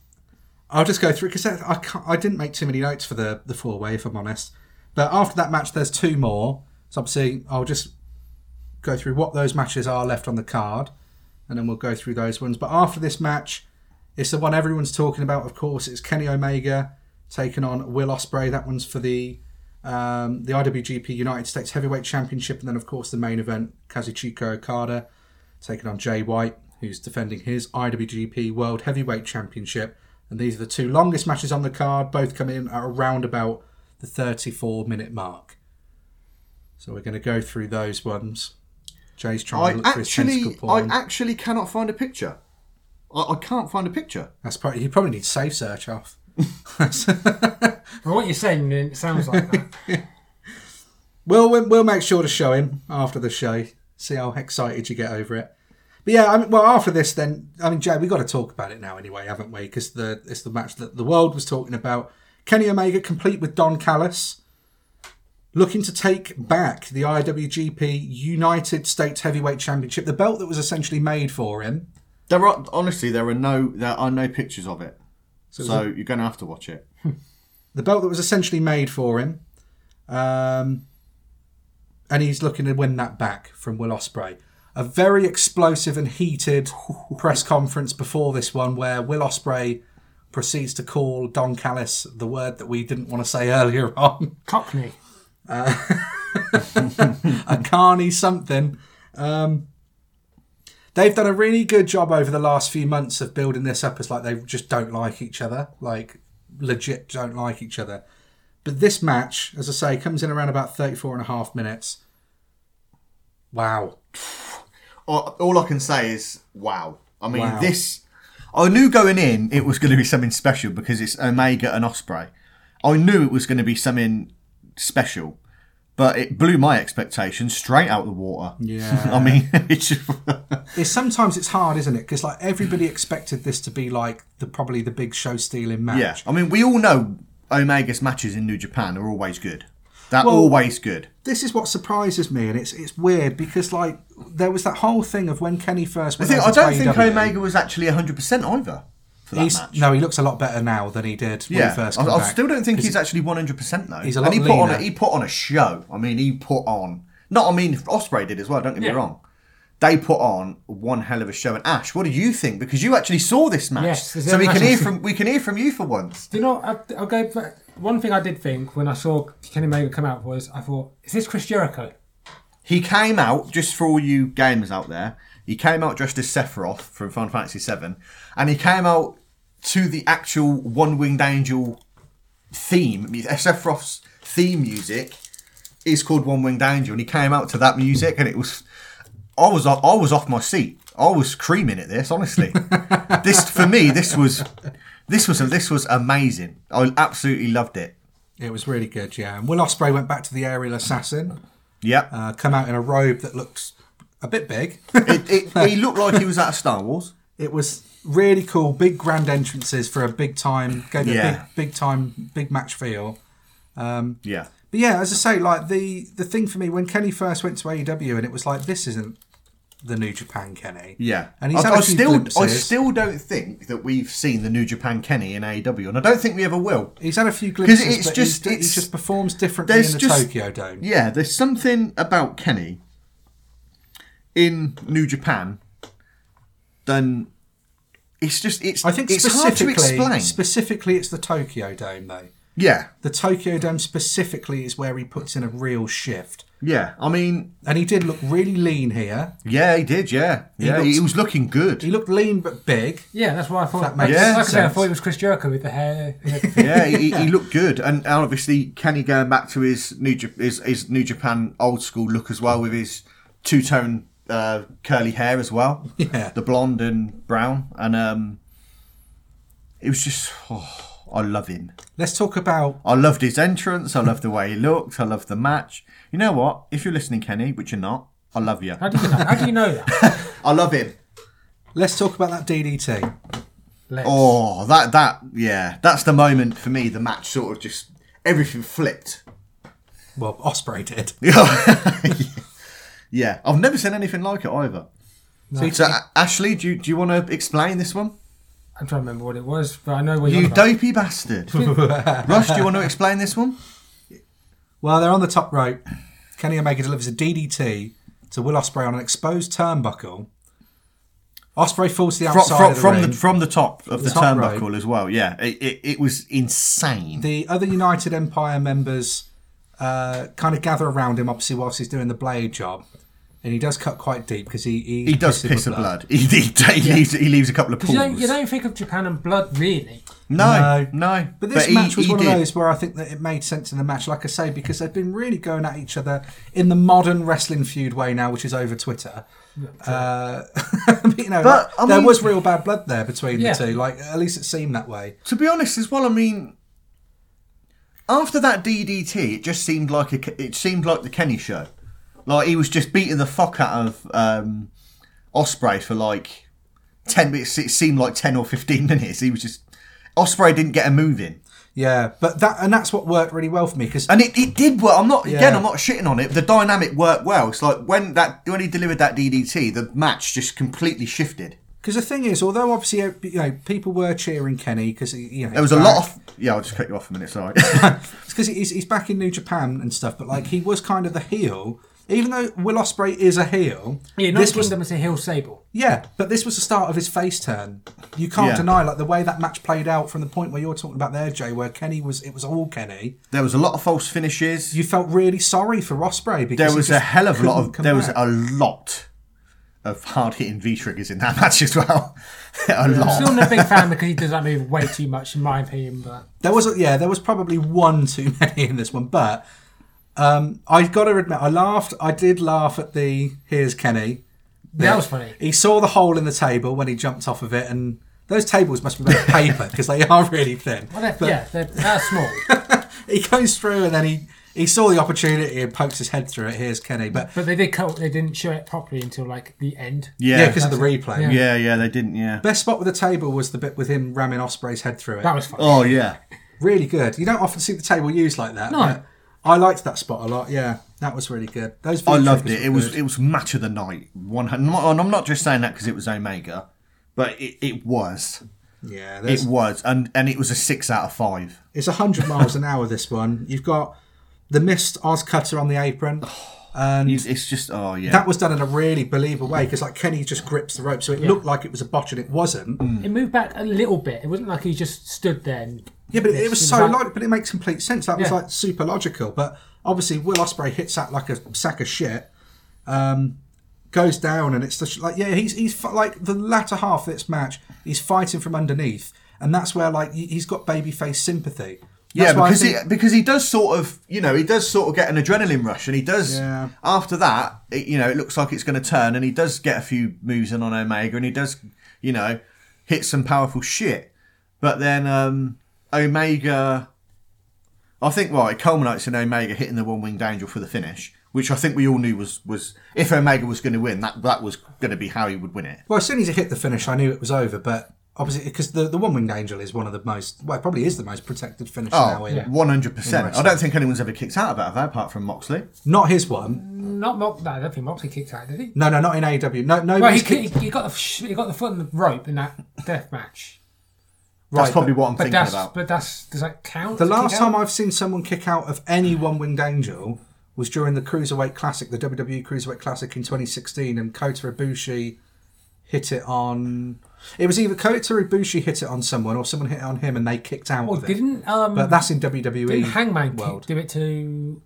Speaker 2: I'll just go through because I can't, I didn't make too many notes for the the four way, if I'm honest. But after that match, there's two more. So obviously, I'll just go through what those matches are left on the card, and then we'll go through those ones. But after this match, it's the one everyone's talking about. Of course, it's Kenny Omega taking on Will Osprey. That one's for the um, the IWGP United States Heavyweight Championship, and then of course the main event, Kazuchika Okada taking on Jay White, who's defending his IWGP World Heavyweight Championship. And these are the two longest matches on the card, both come in at around about the 34 minute mark. So we're going to go through those ones. Jay's trying
Speaker 1: I
Speaker 2: to look for his
Speaker 1: actually,
Speaker 2: tentacle
Speaker 1: I
Speaker 2: porn.
Speaker 1: actually cannot find a picture. I, I can't find a picture.
Speaker 2: That's probably, he probably needs safe search off.
Speaker 3: for what you're saying, it sounds like that.
Speaker 2: Well, we'll we'll make sure to show him after the show. See how excited you get over it. But yeah, I mean, well, after this, then I mean, Jay, we got to talk about it now anyway, haven't we? Because the it's the match that the world was talking about. Kenny Omega complete with Don Callis, looking to take back the IWGP United States Heavyweight Championship, the belt that was essentially made for him.
Speaker 1: There are honestly, there are no, there are no pictures of it. So,
Speaker 2: it's
Speaker 1: you're going to have to watch it.
Speaker 2: the belt that was essentially made for him, um, and he's looking to win that back from Will Osprey. A very explosive and heated press conference before this one, where Will Osprey proceeds to call Don Callis the word that we didn't want to say earlier on.
Speaker 3: Cockney.
Speaker 2: a carny something. Um, they've done a really good job over the last few months of building this up as like they just don't like each other, like legit don't like each other. But this match, as I say, comes in around about 34 and a half minutes. Wow.
Speaker 1: all, all I can say is wow. I mean,
Speaker 2: Wow.
Speaker 1: this. I knew going in it was going to be something special because it's Omega and Osprey. I knew it was going to be something special, but it blew my expectations straight out the water.
Speaker 2: Yeah.
Speaker 1: I mean, it's just,
Speaker 2: It's, sometimes it's hard, isn't it? Because like everybody expected this to be like the probably the big show stealing match.
Speaker 1: yeah. I mean, we all know Omega's matches in New Japan are always good. They're
Speaker 2: Well-
Speaker 1: always good.
Speaker 2: This is what surprises me, and it's it's weird because like there was that whole thing of when Kenny first.
Speaker 1: I,
Speaker 2: Went
Speaker 1: think,
Speaker 2: over
Speaker 1: I
Speaker 2: to E
Speaker 1: don't think
Speaker 2: AEW.
Speaker 1: Omega was actually 100% either for that
Speaker 2: He's-
Speaker 1: match.
Speaker 2: No, he looks a lot better now than he did when
Speaker 1: Yeah,
Speaker 2: he first
Speaker 1: I,
Speaker 2: came
Speaker 1: I
Speaker 2: back.
Speaker 1: still don't think he's actually one hundred percent though.
Speaker 2: he's a
Speaker 1: and he
Speaker 2: lot
Speaker 1: put on a,
Speaker 2: leaner.
Speaker 1: he put on a show. I mean, he put on. Not, I mean, Osprey did as well. Don't get
Speaker 3: Yeah.
Speaker 1: me wrong. They put on one hell of a show. And Ash, what do you think? Because you actually saw this match,
Speaker 3: Yes, there's
Speaker 1: so we
Speaker 3: no
Speaker 1: can
Speaker 3: match.
Speaker 1: hear from we can hear from you for once.
Speaker 3: Do you know? I, I'll go. back- One thing I did think when I saw Kenny Omega come out was I thought, is this Chris Jericho?
Speaker 1: He came out just for all you gamers out there. He came out dressed as Sephiroth from Final Fantasy VII, and he came out to the actual One Winged Angel theme. Sephiroth's theme music is called One Winged Angel, and he came out to that music, and it was. I was I was off my seat. I was screaming at this. Honestly, this for me this was this was this was amazing. I absolutely loved it.
Speaker 2: It was really good, yeah. And Will Osprey went back to the aerial assassin,
Speaker 1: Yep.
Speaker 2: uh, come out in a robe that looks a bit big.
Speaker 1: it, it, he looked like he was out of Star Wars.
Speaker 2: it was really cool, big grand entrances for a big time, gave it
Speaker 1: Yeah.
Speaker 2: a big, big time, big match feel.
Speaker 1: Yeah.
Speaker 2: But yeah, as I say, like the the thing for me when Kenny first went to AEW, and it was like this isn't the New Japan Kenny.
Speaker 1: Yeah,
Speaker 2: and he's
Speaker 1: I,
Speaker 2: had a
Speaker 1: I
Speaker 2: few
Speaker 1: still, I
Speaker 2: glimpses.
Speaker 1: still don't think that we've seen the New Japan Kenny in AEW, and I don't think we ever will.
Speaker 2: He's had a few glimpses,
Speaker 1: it's
Speaker 2: but
Speaker 1: just-
Speaker 2: he's-
Speaker 1: it's-
Speaker 2: he just performs differently
Speaker 1: there's
Speaker 2: in the
Speaker 1: just-
Speaker 2: Tokyo Dome.
Speaker 1: Yeah, there's something about Kenny in New Japan. Then it's just it's
Speaker 2: I think
Speaker 1: it's hard to
Speaker 2: specifically,
Speaker 1: explain.
Speaker 2: specifically, it's the Tokyo Dome though.
Speaker 1: yeah,
Speaker 2: The Tokyo Dome specifically is where he puts in a real shift,
Speaker 1: yeah. I mean,
Speaker 2: and he did look really lean here.
Speaker 1: yeah, he did. Yeah, yeah. He,
Speaker 2: looks-
Speaker 1: was looking good.
Speaker 2: He looked lean but big.
Speaker 3: Yeah, that's what I thought.
Speaker 2: That makes
Speaker 3: Like I said, I
Speaker 1: sense.
Speaker 3: thought it was Chris Jericho with the hair.
Speaker 1: yeah, he, he looked good, and and obviously Kenny going back to his New Ja- his, his New Japan old school look as well with his two tone uh, curly hair as well.
Speaker 2: Yeah,
Speaker 1: the blonde and brown, and um, it was just oh, I love him.
Speaker 2: let's talk about
Speaker 1: I loved his entrance. I loved the way he looked. I loved the match. You know what? If you're listening, Kenny, which you're not, I love you.
Speaker 3: How do you know? How do you know that?
Speaker 1: I love him.
Speaker 2: let's talk about that DDT.
Speaker 3: Let's.
Speaker 1: Oh, that that yeah, that's the moment for me. The match sort of just everything flipped.
Speaker 2: Well, Osprey did.
Speaker 1: Yeah, I've never seen anything like it either.
Speaker 2: So he-
Speaker 1: So, A- Ashley, do you, do you want to explain this one?
Speaker 3: I'm trying to remember what it was, but I know where
Speaker 1: You
Speaker 3: you're. Don't.
Speaker 1: dopey bastard. Rush, do you want to explain this one?
Speaker 2: well, they're on the top rope. Kenny Omega delivers a DDT to Will Osprey on an exposed turnbuckle. Osprey falls to the
Speaker 1: from,
Speaker 2: outside
Speaker 1: from,
Speaker 2: of the
Speaker 1: from
Speaker 2: ring.
Speaker 1: the from the top of the,
Speaker 2: top
Speaker 1: turnbuckle
Speaker 2: rope.
Speaker 1: as well. Yeah, it, it, it was insane.
Speaker 2: the other United Empire members uh, kind of gather around him, obviously, whilst he's doing the blade job. And he does cut quite deep because he, he
Speaker 1: he does
Speaker 2: pisses
Speaker 1: piss the blood. He, he, he leaves he leaves a couple of pools.
Speaker 3: You don't, you don't think of Japan and blood, really.
Speaker 1: no,
Speaker 2: No.
Speaker 1: no,
Speaker 2: But this
Speaker 1: he-
Speaker 2: match was
Speaker 1: he
Speaker 2: one
Speaker 1: did.
Speaker 2: of those where I think that it made sense in the match, like I say, because they've been really going at each other in the modern wrestling feud way now, which is over Twitter. Uh, you know,
Speaker 1: But,
Speaker 2: like,
Speaker 1: I
Speaker 2: there
Speaker 1: mean-
Speaker 2: was real bad blood there between
Speaker 3: Yeah.
Speaker 2: the two. Like at least it seemed that way.
Speaker 1: To be honest, as well, I mean, after that DDT, it just seemed like a, it seemed like the Kenny show. Like he was just beating the fuck out of um, Osprey for like ten minutes. It seemed like ten or fifteen minutes. He was just Osprey didn't get a move in.
Speaker 2: Yeah, but that and that's what worked really well for me because
Speaker 1: And it, it did work. I'm not again.
Speaker 2: Yeah.
Speaker 1: I'm not shitting on it. The dynamic worked well. It's like when that when he delivered that DDT, the match just completely shifted.
Speaker 2: because the thing is, although obviously uh, you know people were cheering Kenny because you know
Speaker 1: There was a lot of yeah. I'll just cut you off a minute. Sorry.
Speaker 2: because he's, he's back in New Japan and stuff, but like he was kind of the heel. even though Will Osprey is a heel,
Speaker 3: Yeah, not
Speaker 2: this was
Speaker 3: Kingdom, it's a heel stable.
Speaker 2: yeah, but this was the start of his face turn. You can't
Speaker 1: Yeah.
Speaker 2: deny like the way that match played out from the point where you're talking about there, Jay, where Kenny was it was all Kenny.
Speaker 1: There was a lot of false finishes.
Speaker 2: You felt really sorry for Osprey because
Speaker 1: there
Speaker 2: he
Speaker 1: was a
Speaker 2: just
Speaker 1: hell of a lot
Speaker 2: couldn't
Speaker 1: of
Speaker 2: come
Speaker 1: there was a
Speaker 2: back.
Speaker 1: lot of hard hitting V triggers in that match as well. a
Speaker 2: Oh.
Speaker 3: I'm still
Speaker 1: lot.
Speaker 3: not a big fan because he does that move way too much, in my opinion. But
Speaker 2: There was a, yeah, there was probably one too many in this one, but um, I've got to admit, I laughed. I did laugh at the here's Kenny.
Speaker 3: that was funny.
Speaker 2: He saw the hole in the table when he jumped off of it, and those tables must be made of paper because they are really thin.
Speaker 3: Well, they're,
Speaker 2: But
Speaker 3: yeah, they're, they're small.
Speaker 2: he goes through, and then he he saw the opportunity and pokes his head through it. Here's Kenny, but
Speaker 3: But they did cut. They didn't show it properly until like the end.
Speaker 2: yeah,
Speaker 1: Yeah,
Speaker 2: because of the replay.
Speaker 3: Yeah.
Speaker 1: yeah, yeah. They didn't. Yeah.
Speaker 2: Best spot with the table was the bit with him ramming Osprey's head through it.
Speaker 3: That was fun.
Speaker 1: Oh yeah.
Speaker 2: really good. You don't often see the table used like that.
Speaker 3: No.
Speaker 2: but I liked that spot a lot. Yeah, that was really good. Those
Speaker 1: I
Speaker 2: V
Speaker 1: loved
Speaker 2: triggers
Speaker 1: it.
Speaker 2: were
Speaker 1: It was
Speaker 2: good.
Speaker 1: it was match of the night. One, hun- and I'm not just saying that because it was Omega, but it, it was.
Speaker 2: Yeah,
Speaker 1: It
Speaker 2: there's-
Speaker 1: was, and and it was a six out of five.
Speaker 2: it's 100 miles an hour, this one. You've got the missed Oz cutter on the apron. And
Speaker 1: It's, it's just oh yeah.
Speaker 2: that was done in a really believable way because, like, Kenny just grips the rope. So it looked like it was a botch and it wasn't.
Speaker 3: It moved back a little bit. It wasn't like he just stood there. And
Speaker 2: Yeah, but it, it was
Speaker 3: Yes,
Speaker 2: so
Speaker 3: exactly.
Speaker 2: like, but it makes complete sense. That was
Speaker 3: Yeah.
Speaker 2: like super logical. But obviously, Will Osprey hits that like a sack of shit, um, goes down, and it's just like yeah, he's he's fi- like the latter half of this match, he's fighting from underneath, and that's where like he- he's got babyface sympathy.
Speaker 1: yeah,
Speaker 2: That's why I
Speaker 1: because
Speaker 2: think-
Speaker 1: he because he does sort of you know he does sort of get an adrenaline rush, and he does
Speaker 2: Yeah.
Speaker 1: after that it, you know it looks like it's going to turn, and he does get a few moves in on Omega, and he does you know hit some powerful shit, but then um Omega, I think well it culminates in Omega hitting the one winged angel for the finish, which I think we all knew was was if Omega was going to win that that was going to be how he would win it.
Speaker 2: Well, as soon as he hit the finish, I knew it was over. But obviously, because the the one winged angel is one of the most well, it probably is the most protected finish
Speaker 1: Oh,
Speaker 2: now. In,
Speaker 1: One hundred percent. I don't think anyone's ever kicked out of that apart from Moxley.
Speaker 2: Not his one.
Speaker 3: not Mox. No, I don't think Moxley kicked out, did he?
Speaker 2: No, no, not in AEW. No, no.
Speaker 3: Well, he, kicked, he got the sh- he got the foot in the rope in that death match.
Speaker 1: That's probably what I'm
Speaker 3: But
Speaker 1: thinking
Speaker 3: that's
Speaker 1: about.
Speaker 3: but that's does that count?
Speaker 2: The
Speaker 3: as a
Speaker 2: last
Speaker 3: kick
Speaker 2: time
Speaker 3: out?
Speaker 2: I've seen someone kick out of any One Winged Angel was during the Cruiserweight Classic, the WWE Cruiserweight Classic in 2016, and Kota Ibushi hit it on. It was either Kota Ibushi hit it on someone, or someone hit it on him, and they kicked out
Speaker 3: Well,
Speaker 2: of it.
Speaker 3: didn't um
Speaker 2: but that's in
Speaker 3: didn't
Speaker 2: WWE.
Speaker 3: Hangman
Speaker 2: world.
Speaker 3: kick, do it to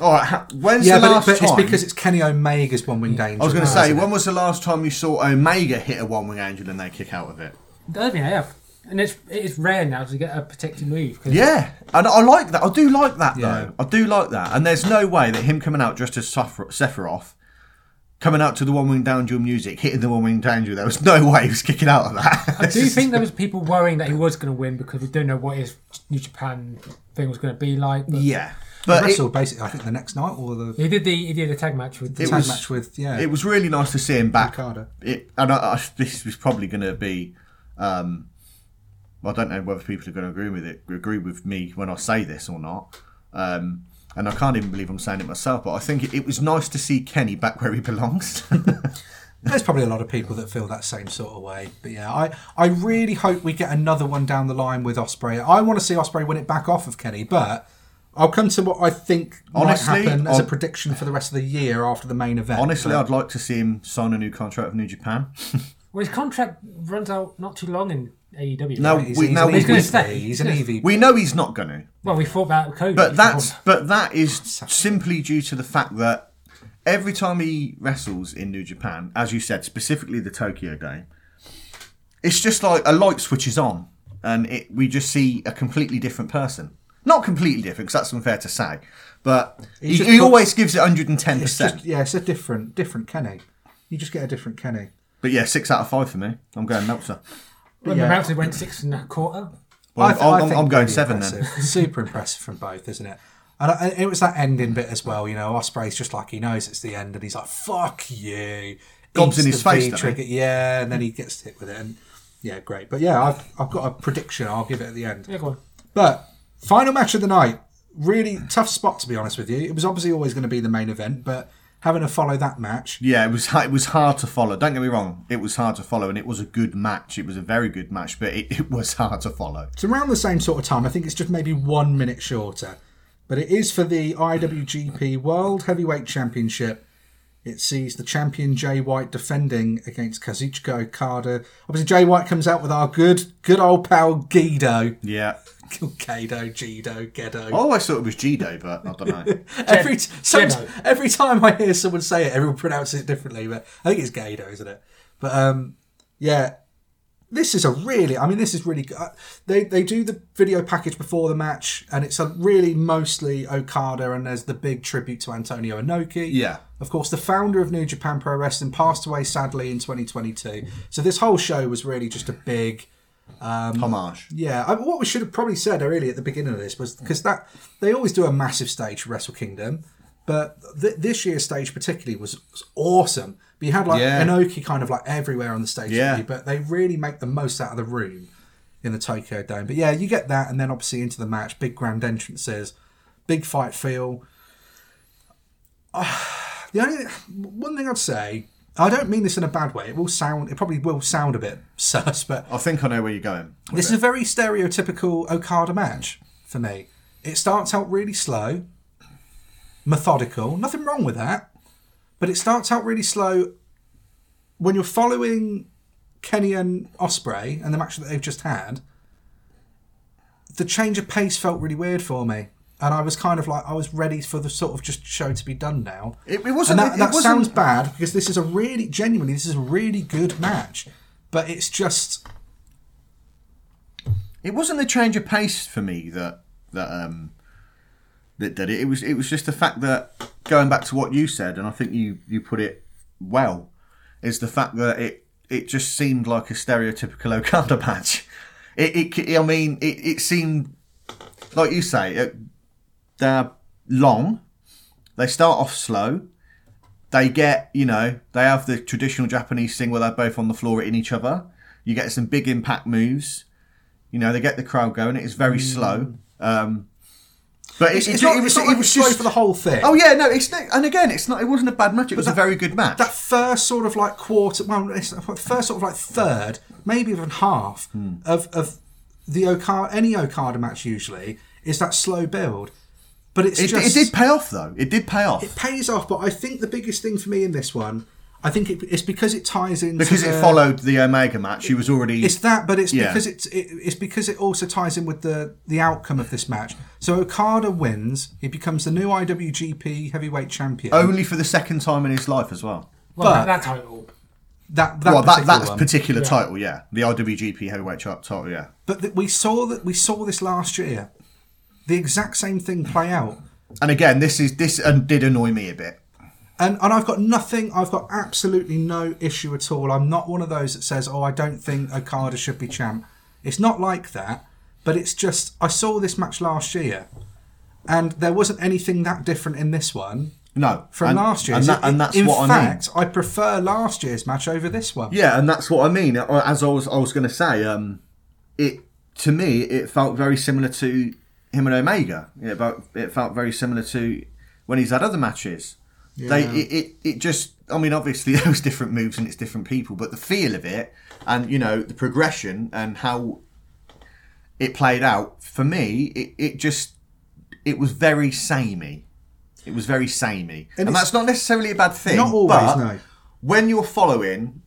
Speaker 1: All right, ha- when's
Speaker 2: yeah,
Speaker 1: the
Speaker 2: but,
Speaker 1: last
Speaker 2: it, but it's
Speaker 1: time?
Speaker 2: because it's Kenny Omega's One Winged Angel.
Speaker 1: I was going to
Speaker 2: isn't
Speaker 1: say,
Speaker 2: it?
Speaker 1: when was the last time you saw Omega hit a one wing angel and they kick out of it?
Speaker 3: I don't think I have. And it's it's rare now to get a protected move. 'cause
Speaker 1: Yeah, and I like that. I do like that
Speaker 2: Yeah.
Speaker 1: though. I do like that. And there's no way that him coming out just as Sephiroth, Sephiroth coming out to the one winged angel music, hitting the one winged angel, there was no way he was kicking out of that.
Speaker 3: I do think there was people worrying that he was going to win because we don't know what his New Japan thing was going to be like. But
Speaker 1: yeah,
Speaker 2: He
Speaker 1: but it,
Speaker 2: wrestled basically, I think, the next night or the
Speaker 3: He did the he did a tag match with the
Speaker 1: It
Speaker 2: tag
Speaker 1: was-
Speaker 2: match with yeah.
Speaker 1: it was really nice to see him back.
Speaker 2: Ricardo.
Speaker 1: It, and I, I, this was probably going to be. Um, I don't know whether people are going to agree with it, agree with me when I say this or not. Um, and I can't even believe I'm saying it myself, but I think it, it was nice to see Kenny back where he belongs.
Speaker 2: There's probably a lot of people that feel that same sort of way, but yeah, I, I really hope we get another one down the line with Osprey. I want to see Osprey win it back off of Kenny, but I'll come to what I think might
Speaker 1: Honestly,
Speaker 2: happen as a
Speaker 1: I'll-
Speaker 2: prediction for the rest of the year after the main event.
Speaker 1: Honestly, I'd like to see him sign a new contract with New Japan.
Speaker 3: Well, his contract runs out not too long in AEW.
Speaker 1: No,
Speaker 3: right?
Speaker 2: he's,
Speaker 1: we-
Speaker 2: he's
Speaker 1: now
Speaker 2: an
Speaker 1: we-
Speaker 2: EV,
Speaker 3: He's gonna stay.
Speaker 2: He's an
Speaker 3: Yeah.
Speaker 2: EV.
Speaker 1: We know he's not going to,
Speaker 3: well, we thought about Cody.
Speaker 1: but that's but that is simply due to the fact that every time he wrestles in New Japan, as you said, specifically the Tokyo Dome, it's just like a light switches on, and it we just see a completely different person. Not completely different, because that's unfair to say, but he,
Speaker 2: just
Speaker 1: he
Speaker 2: got-
Speaker 1: always gives it hundred and ten
Speaker 2: It's just,
Speaker 1: percent.
Speaker 2: yeah, it's a different different Kenny. You just get a different Kenny.
Speaker 1: But yeah, six out of five for me. I'm going Meltzer.
Speaker 3: when
Speaker 2: yeah.
Speaker 3: the Mountain went six and a quarter.
Speaker 1: Well,
Speaker 2: I
Speaker 1: I'm,
Speaker 2: th- I
Speaker 1: I'm-
Speaker 2: think
Speaker 1: I'm going
Speaker 2: really
Speaker 1: seven then.
Speaker 2: impressive. Super impressive from both, isn't it? And I, and it was that ending bit as well. You know, Osprey's just like he knows it's the end, and he's like, "Fuck you!"
Speaker 1: Gobs in
Speaker 2: Eats
Speaker 1: his
Speaker 2: the
Speaker 1: face,
Speaker 2: V
Speaker 1: doesn't
Speaker 2: trigger, yeah, and then he gets hit with it, and yeah, great. But yeah, I've I've got a prediction. I'll give it at the end.
Speaker 3: Yeah, go on.
Speaker 2: But final match of the night, really tough spot to be honest with you. It was obviously always going to be the main event, but having to follow that match,
Speaker 1: Yeah, it was ha- it was hard to follow. Don't get me wrong, it was hard to follow, and it was a good match. It was a very good match, but it, it was hard to follow.
Speaker 2: it's around the same sort of time. I think it's just maybe one minute shorter. But it is for the IWGP World Heavyweight Championship. It sees the champion Jay White defending against Kazuchika Okada. Obviously, Jay White comes out with our good, good old pal Guido.
Speaker 1: Yeah. Oh,
Speaker 2: Guido, Gido, Gedo.
Speaker 1: I always thought it was Jido, but I don't know.
Speaker 2: every, t- some,
Speaker 3: Gedo.
Speaker 2: every time I hear someone say it, everyone pronounces it differently. But I think it's Guido, isn't it? But um, yeah, this is a really i mean this is really good they they do the video package before the match and it's a really mostly okada and there's the big tribute to antonio inoki
Speaker 1: Yeah.
Speaker 2: of course the founder of new japan pro wrestling passed away sadly in 2022 so this whole show was really just a big
Speaker 1: Homage.
Speaker 2: yeah, I, what we should have probably said really at the beginning of this was because that they always do a massive stage for Wrestle Kingdom, but th- this year's stage particularly was, was awesome. But you had like
Speaker 1: Yeah.
Speaker 2: Inoki kind of like everywhere on the stage,
Speaker 1: Yeah.
Speaker 2: really, but they really make the most out of the room in the Tokyo Dome. But yeah, you get that, and then obviously into the match, big grand entrances, big fight feel. The only one thing I'd say, I don't mean this in a bad way. It will sound, it probably will sound a bit sus, but
Speaker 1: I think I know where you're going.
Speaker 2: this is a very stereotypical Okada match for me. It starts out really slow, methodical. Nothing wrong with that. But it starts out really slow when you're following Kenny and Osprey and the match that they've just had. The change of pace felt really weird for me. And I was kind of like, I was ready for the sort of just show to be done now.
Speaker 1: It- it wasn't-
Speaker 2: And that,
Speaker 1: it- it
Speaker 2: that
Speaker 1: wasn't-
Speaker 2: sounds bad because this is a really, genuinely, this is a really good match. But it's just,
Speaker 1: It wasn't the change of pace for me that that um that did it. It was it was just the fact that going back to what you said, and I think you you put it well, is the fact that it it just seemed like a stereotypical Okada match. It, it, c- I mean, it, it seemed like you say it, they're long. They start off slow. They get, you know, they have the traditional Japanese thing where they're both on the floor hitting each other. You get some big impact moves. You know, they get the crowd going. It's very slow. Um, but
Speaker 2: Mm. It's,
Speaker 1: it,
Speaker 2: it's
Speaker 1: it,
Speaker 2: not,
Speaker 1: it
Speaker 2: it's
Speaker 1: was,
Speaker 2: not
Speaker 1: it
Speaker 2: like
Speaker 1: was
Speaker 2: it's slow
Speaker 1: just
Speaker 2: for the whole thing.
Speaker 1: Oh yeah, no, it's not, and again, it's not. It wasn't a bad match. It was a very good match.
Speaker 2: that first sort of like quarter, well, it's the first sort of like third, maybe even half
Speaker 1: Hmm.
Speaker 2: of of the Okada, any Okada match usually is that slow build, but it's
Speaker 1: it,
Speaker 2: just
Speaker 1: it did pay off though. It did pay off
Speaker 2: it pays off. But I think the biggest thing for me in this one, I think it, it's because it ties in
Speaker 1: because it followed the Omega match. He was already.
Speaker 2: It's that, but it's
Speaker 1: Yeah.
Speaker 2: because it's it, it's because it also ties in with the the outcome of this match. So Okada wins; he becomes the new IWGP Heavyweight Champion.
Speaker 1: only for the second time in his life as well.
Speaker 3: Well,
Speaker 2: But-
Speaker 3: that, that title.
Speaker 2: that that
Speaker 1: well, that
Speaker 2: particular
Speaker 1: that
Speaker 2: one.
Speaker 1: particular title, yeah, the IWGP Heavyweight Cha- title, yeah.
Speaker 2: But th- we saw that we saw this last year, the exact same thing play out,
Speaker 1: And again, this is this and did annoy me a bit.
Speaker 2: and and I've got nothing. I've got absolutely no issue at all. I'm not one of those that says, "Oh, I don't think Okada should be champ." It's not like that, but it's just I saw this match last year, and there wasn't anything that different in this one
Speaker 1: No,
Speaker 2: from
Speaker 1: and-
Speaker 2: last year.
Speaker 1: and, that, and that's
Speaker 2: in
Speaker 1: what I mean.
Speaker 2: fact, I prefer last year's match over this one.
Speaker 1: Yeah, and that's what I mean. I- As I was, I was going to say, um, it to me, it felt very similar to him and Omega. It felt, it felt very similar to when he's had other matches. They, it, it, it just, I mean, obviously there was different moves and it's different people, but the feel of it and you know the progression and how it played out for me, it, it just, it was very samey. It was very samey, and,
Speaker 2: it's-
Speaker 1: that's not necessarily a bad thing.
Speaker 2: Not always,
Speaker 1: but
Speaker 2: no.
Speaker 1: When you're following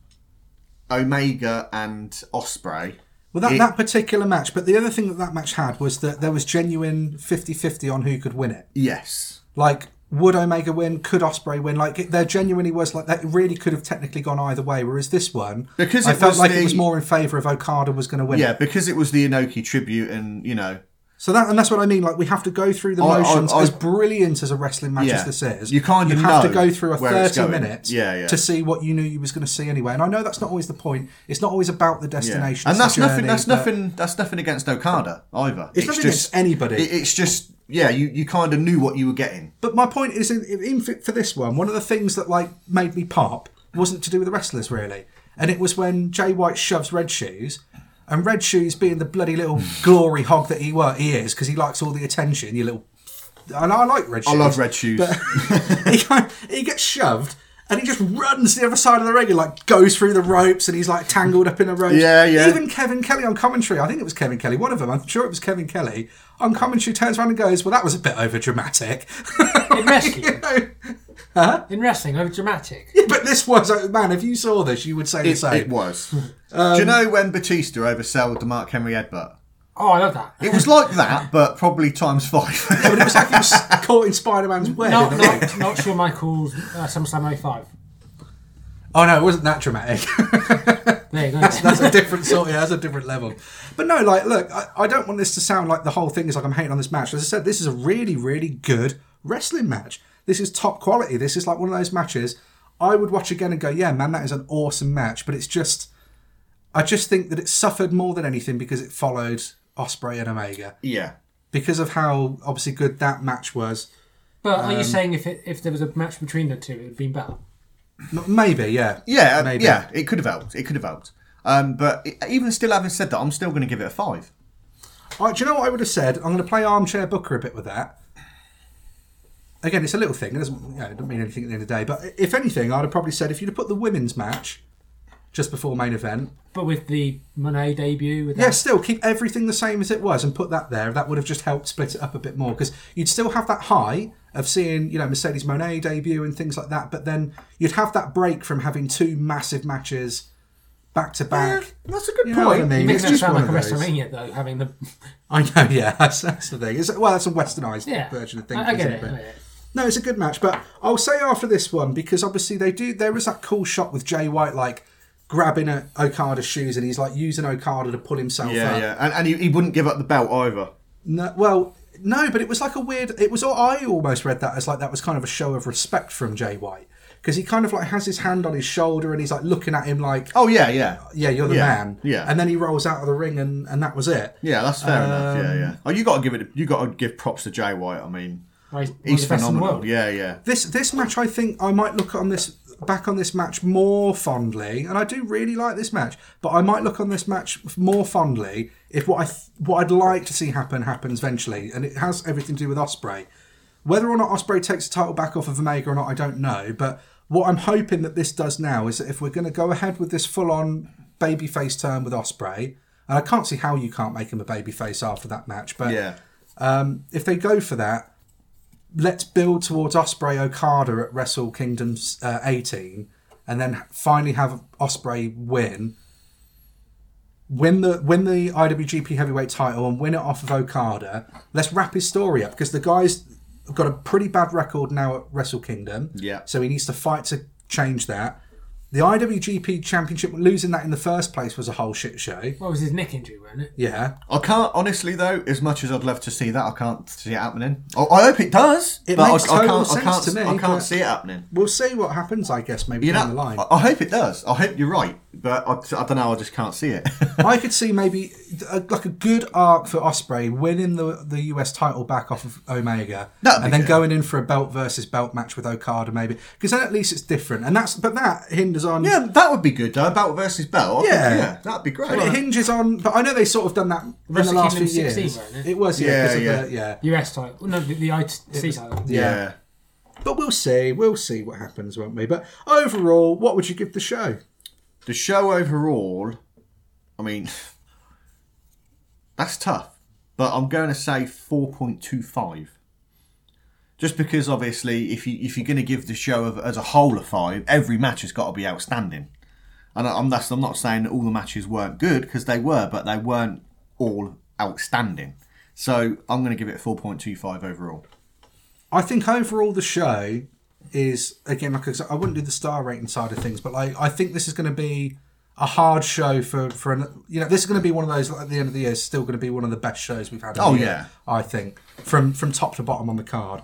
Speaker 1: Omega and Osprey.
Speaker 2: Well, that,
Speaker 1: It-
Speaker 2: that particular match, but the other thing that that match had was that there was genuine 50 50 on who could win it.
Speaker 1: Yes.
Speaker 2: like would Omega win? Could Osprey win? Like it, there genuinely was like that. Really could have technically gone either way. Whereas this one,
Speaker 1: Because
Speaker 2: I
Speaker 1: it
Speaker 2: felt
Speaker 1: was
Speaker 2: like
Speaker 1: the-
Speaker 2: it was more in favour of Okada was going to win.
Speaker 1: Yeah, because it was the Inoki tribute, and you know,
Speaker 2: So that and that's what I mean. Like we have to go through the
Speaker 1: I- I-
Speaker 2: motions
Speaker 1: I-
Speaker 2: as brilliant as a wrestling match
Speaker 1: Yeah.
Speaker 2: as this is.
Speaker 1: You kind of
Speaker 2: have
Speaker 1: know
Speaker 2: to go through a
Speaker 1: where it's
Speaker 2: thirty
Speaker 1: going.
Speaker 2: minutes
Speaker 1: Yeah, yeah.
Speaker 2: to see what you knew you was going to see anyway. And I know that's not always the point. It's not always about the
Speaker 1: yeah.
Speaker 2: destination.
Speaker 1: and
Speaker 2: it's the
Speaker 1: that's nothing.
Speaker 2: journey,
Speaker 1: That's
Speaker 2: but-
Speaker 1: nothing. That's nothing against Okada either.
Speaker 2: It's nothing against anybody.
Speaker 1: It, it's just yeah, you you kind of knew what you were getting.
Speaker 2: But my point is, in, in fit for this one, one of the things that like made me pop wasn't to do with the wrestlers really, and it was when Jay White shoves Red Shoes, and Red Shoes being the bloody little glory hog that he were he is because he likes all the attention. You little, and I like Red Shoes.
Speaker 1: I love red shoes.
Speaker 2: he, go- he gets shoved and he just runs to the other side of the ring and like goes through the ropes and he's like tangled up in the ropes.
Speaker 1: Yeah, yeah.
Speaker 2: Even Kevin Kelly on commentary, I think it was Kevin Kelly, one of them, I'm sure it was Kevin Kelly, on commentary turns around and goes, Well, that was a bit over dramatic.
Speaker 3: In wrestling,
Speaker 2: You know?
Speaker 3: in wrestling, over dramatic.
Speaker 2: but this was, uh, man, if you saw this, you would say the
Speaker 1: It,
Speaker 2: same.
Speaker 1: it was.
Speaker 2: Um,
Speaker 1: Do you know when Batista oversold the Mark Henry headbutt?
Speaker 3: Oh, I love that.
Speaker 1: It was like that, but probably times five.
Speaker 2: but it was like he was caught in Spider Man's web. in
Speaker 3: Not,
Speaker 2: the ring.
Speaker 3: not, not sure Michael's uh, SummerSlam 05.
Speaker 2: Oh, no, it wasn't that dramatic.
Speaker 3: There you go.
Speaker 2: that's a different sort. Yeah, that's a different level. But no, like, look, I, I don't want this to sound like the whole thing is like I'm hating on this match. As I said, this is a really, really good wrestling match. This is top quality. This is like one of those matches I would watch again and go, yeah, man, that is an awesome match. But it's just, I just think that it suffered more than anything because it followed Osprey and Omega
Speaker 1: yeah.
Speaker 2: because of how obviously good that match was.
Speaker 3: But
Speaker 2: um,
Speaker 3: are you saying if it, if there was a match between the two, it would have been better?
Speaker 2: M- Maybe, yeah,
Speaker 1: Yeah, uh,
Speaker 2: Maybe.
Speaker 1: yeah, it could have helped. It could have helped. Um, but e- even still having said that, I'm still going to give it a five.
Speaker 2: All right, do you know what I would have said? I'm going to play armchair booker a bit with that. Again, it's a little thing. It doesn't, you know, it doesn't mean anything at the end of the day. But if anything, I'd have probably said if you'd have put the women's match just before main event,
Speaker 3: But with the Monet debut, with
Speaker 2: yeah, still keep everything the same as it was and put that there. That would have just helped split it up a bit more because you'd still have that high of seeing, you know, Mercedes Monet debut and things like that. But then you'd have that break from having two massive matches back to back.
Speaker 1: That's a good
Speaker 2: You know what I
Speaker 1: point.
Speaker 2: mean?
Speaker 3: That, makes
Speaker 2: It's
Speaker 3: it
Speaker 2: just
Speaker 3: sound
Speaker 2: one
Speaker 3: like a
Speaker 2: of those.
Speaker 3: WrestleMania though, having the
Speaker 2: I know, yeah, that's, that's the thing. It's, well, that's a westernised
Speaker 3: yeah
Speaker 2: version of things.
Speaker 3: I, I get
Speaker 2: isn't
Speaker 3: it.
Speaker 2: But-
Speaker 3: I get it.
Speaker 2: No, it's a good match, but I'll say after this one because obviously they do. There is that cool shot with Jay White like grabbing at Okada's shoes and he's like using Okada to pull himself
Speaker 1: Yeah,
Speaker 2: up.
Speaker 1: yeah, and, and he, he wouldn't give up the belt either.
Speaker 2: No, well, no, but it was like a weird. It was. I almost read that as like that was kind of a show of respect from Jay White because he kind of like has his hand on his shoulder and he's like looking at him like,
Speaker 1: Oh yeah, yeah,
Speaker 2: yeah, you're the
Speaker 1: yeah,
Speaker 2: man.
Speaker 1: yeah.
Speaker 2: and then he rolls out of the ring and and that was it.
Speaker 1: yeah. That's fair enough. Yeah, yeah. Oh, you got to give it. You got to give props to Jay White. I mean,
Speaker 3: Right, one
Speaker 1: he's
Speaker 3: of the best in the
Speaker 1: phenomenal.
Speaker 3: world.
Speaker 1: Yeah, yeah.
Speaker 2: This this match, I think I might look on this back on this match more fondly, and I do really like this match. But I might look on this match more fondly if what I th- what I'd like to see happen happens eventually, and it has everything to do with Osprey. Whether or not Osprey takes the title back off of Omega or not, I don't know. But what I'm hoping that this does now is that if we're going to go ahead with this full on babyface turn with Osprey, and I can't see how you can't make him a babyface after that match, but
Speaker 1: Yeah.
Speaker 2: um, if they go for that, let's build towards Osprey Okada at Wrestle Kingdom uh, 18, and then finally have Osprey win, win the win the IWGP Heavyweight title and win it off of Okada. Let's wrap his story up because the guy's got a pretty bad record now at Wrestle Kingdom.
Speaker 1: Yeah.
Speaker 2: so he needs to fight to change that. The IWGP Championship losing that in the first place was a whole shit show.
Speaker 3: What was his neck injury, wasn't it?
Speaker 2: Yeah,
Speaker 1: I can't honestly though. As much as I'd love to see that, I can't see it happening. I, I hope it does.
Speaker 2: It
Speaker 1: but
Speaker 2: makes
Speaker 1: I, I
Speaker 2: total
Speaker 1: can't,
Speaker 2: sense
Speaker 1: I can't,
Speaker 2: to me,
Speaker 1: I can't
Speaker 2: but-
Speaker 1: see it happening.
Speaker 2: we'll see what happens. I guess maybe
Speaker 1: You
Speaker 2: down
Speaker 1: know,
Speaker 2: the line.
Speaker 1: I, I hope it does. I hope you're right, but I, I don't know. I just can't see it.
Speaker 2: I could see maybe a, like a good arc for Osprey winning the the US title back off of Omega,
Speaker 1: That'd be
Speaker 2: and then
Speaker 1: good.
Speaker 2: going in for a belt versus belt match with Okada maybe, because then at least it's different. And that's but that hinders on.
Speaker 1: yeah, that would be good though. Belt versus belt. I think-
Speaker 2: Yeah.
Speaker 1: yeah, that'd be great.
Speaker 2: But it hinges on. But I know they sort of done that in the
Speaker 3: Wrestle
Speaker 2: last few
Speaker 3: Kingdom 16,
Speaker 2: years.
Speaker 3: wasn't it?
Speaker 2: It was yeah,
Speaker 1: Yeah,
Speaker 2: 'cause of
Speaker 1: yeah.
Speaker 2: the- yeah.
Speaker 3: US title, no, the, the IC title.
Speaker 1: yeah.
Speaker 2: But we'll see. We'll see what happens, won't we? But overall, what would you give the show?
Speaker 1: The show overall, I mean, that's tough, but I'm going to say 4.25. Just because, obviously, if you if you're going to give the show of, as a whole a five, every match has got to be outstanding. And I- I'm that's, I'm not saying that all the matches weren't good because they were, but they weren't all outstanding. So I'm going to give it a 4.25 overall.
Speaker 2: I think overall the show is again like I said, I wouldn't do the star rating side of things, but like I think this is going to be a hard show for for an, you know this is going to be one of those like, at the end of the year is still going to be one of the best shows we've had. of
Speaker 1: Oh,
Speaker 2: the year,
Speaker 1: yeah.
Speaker 2: I think from from top to bottom on the card.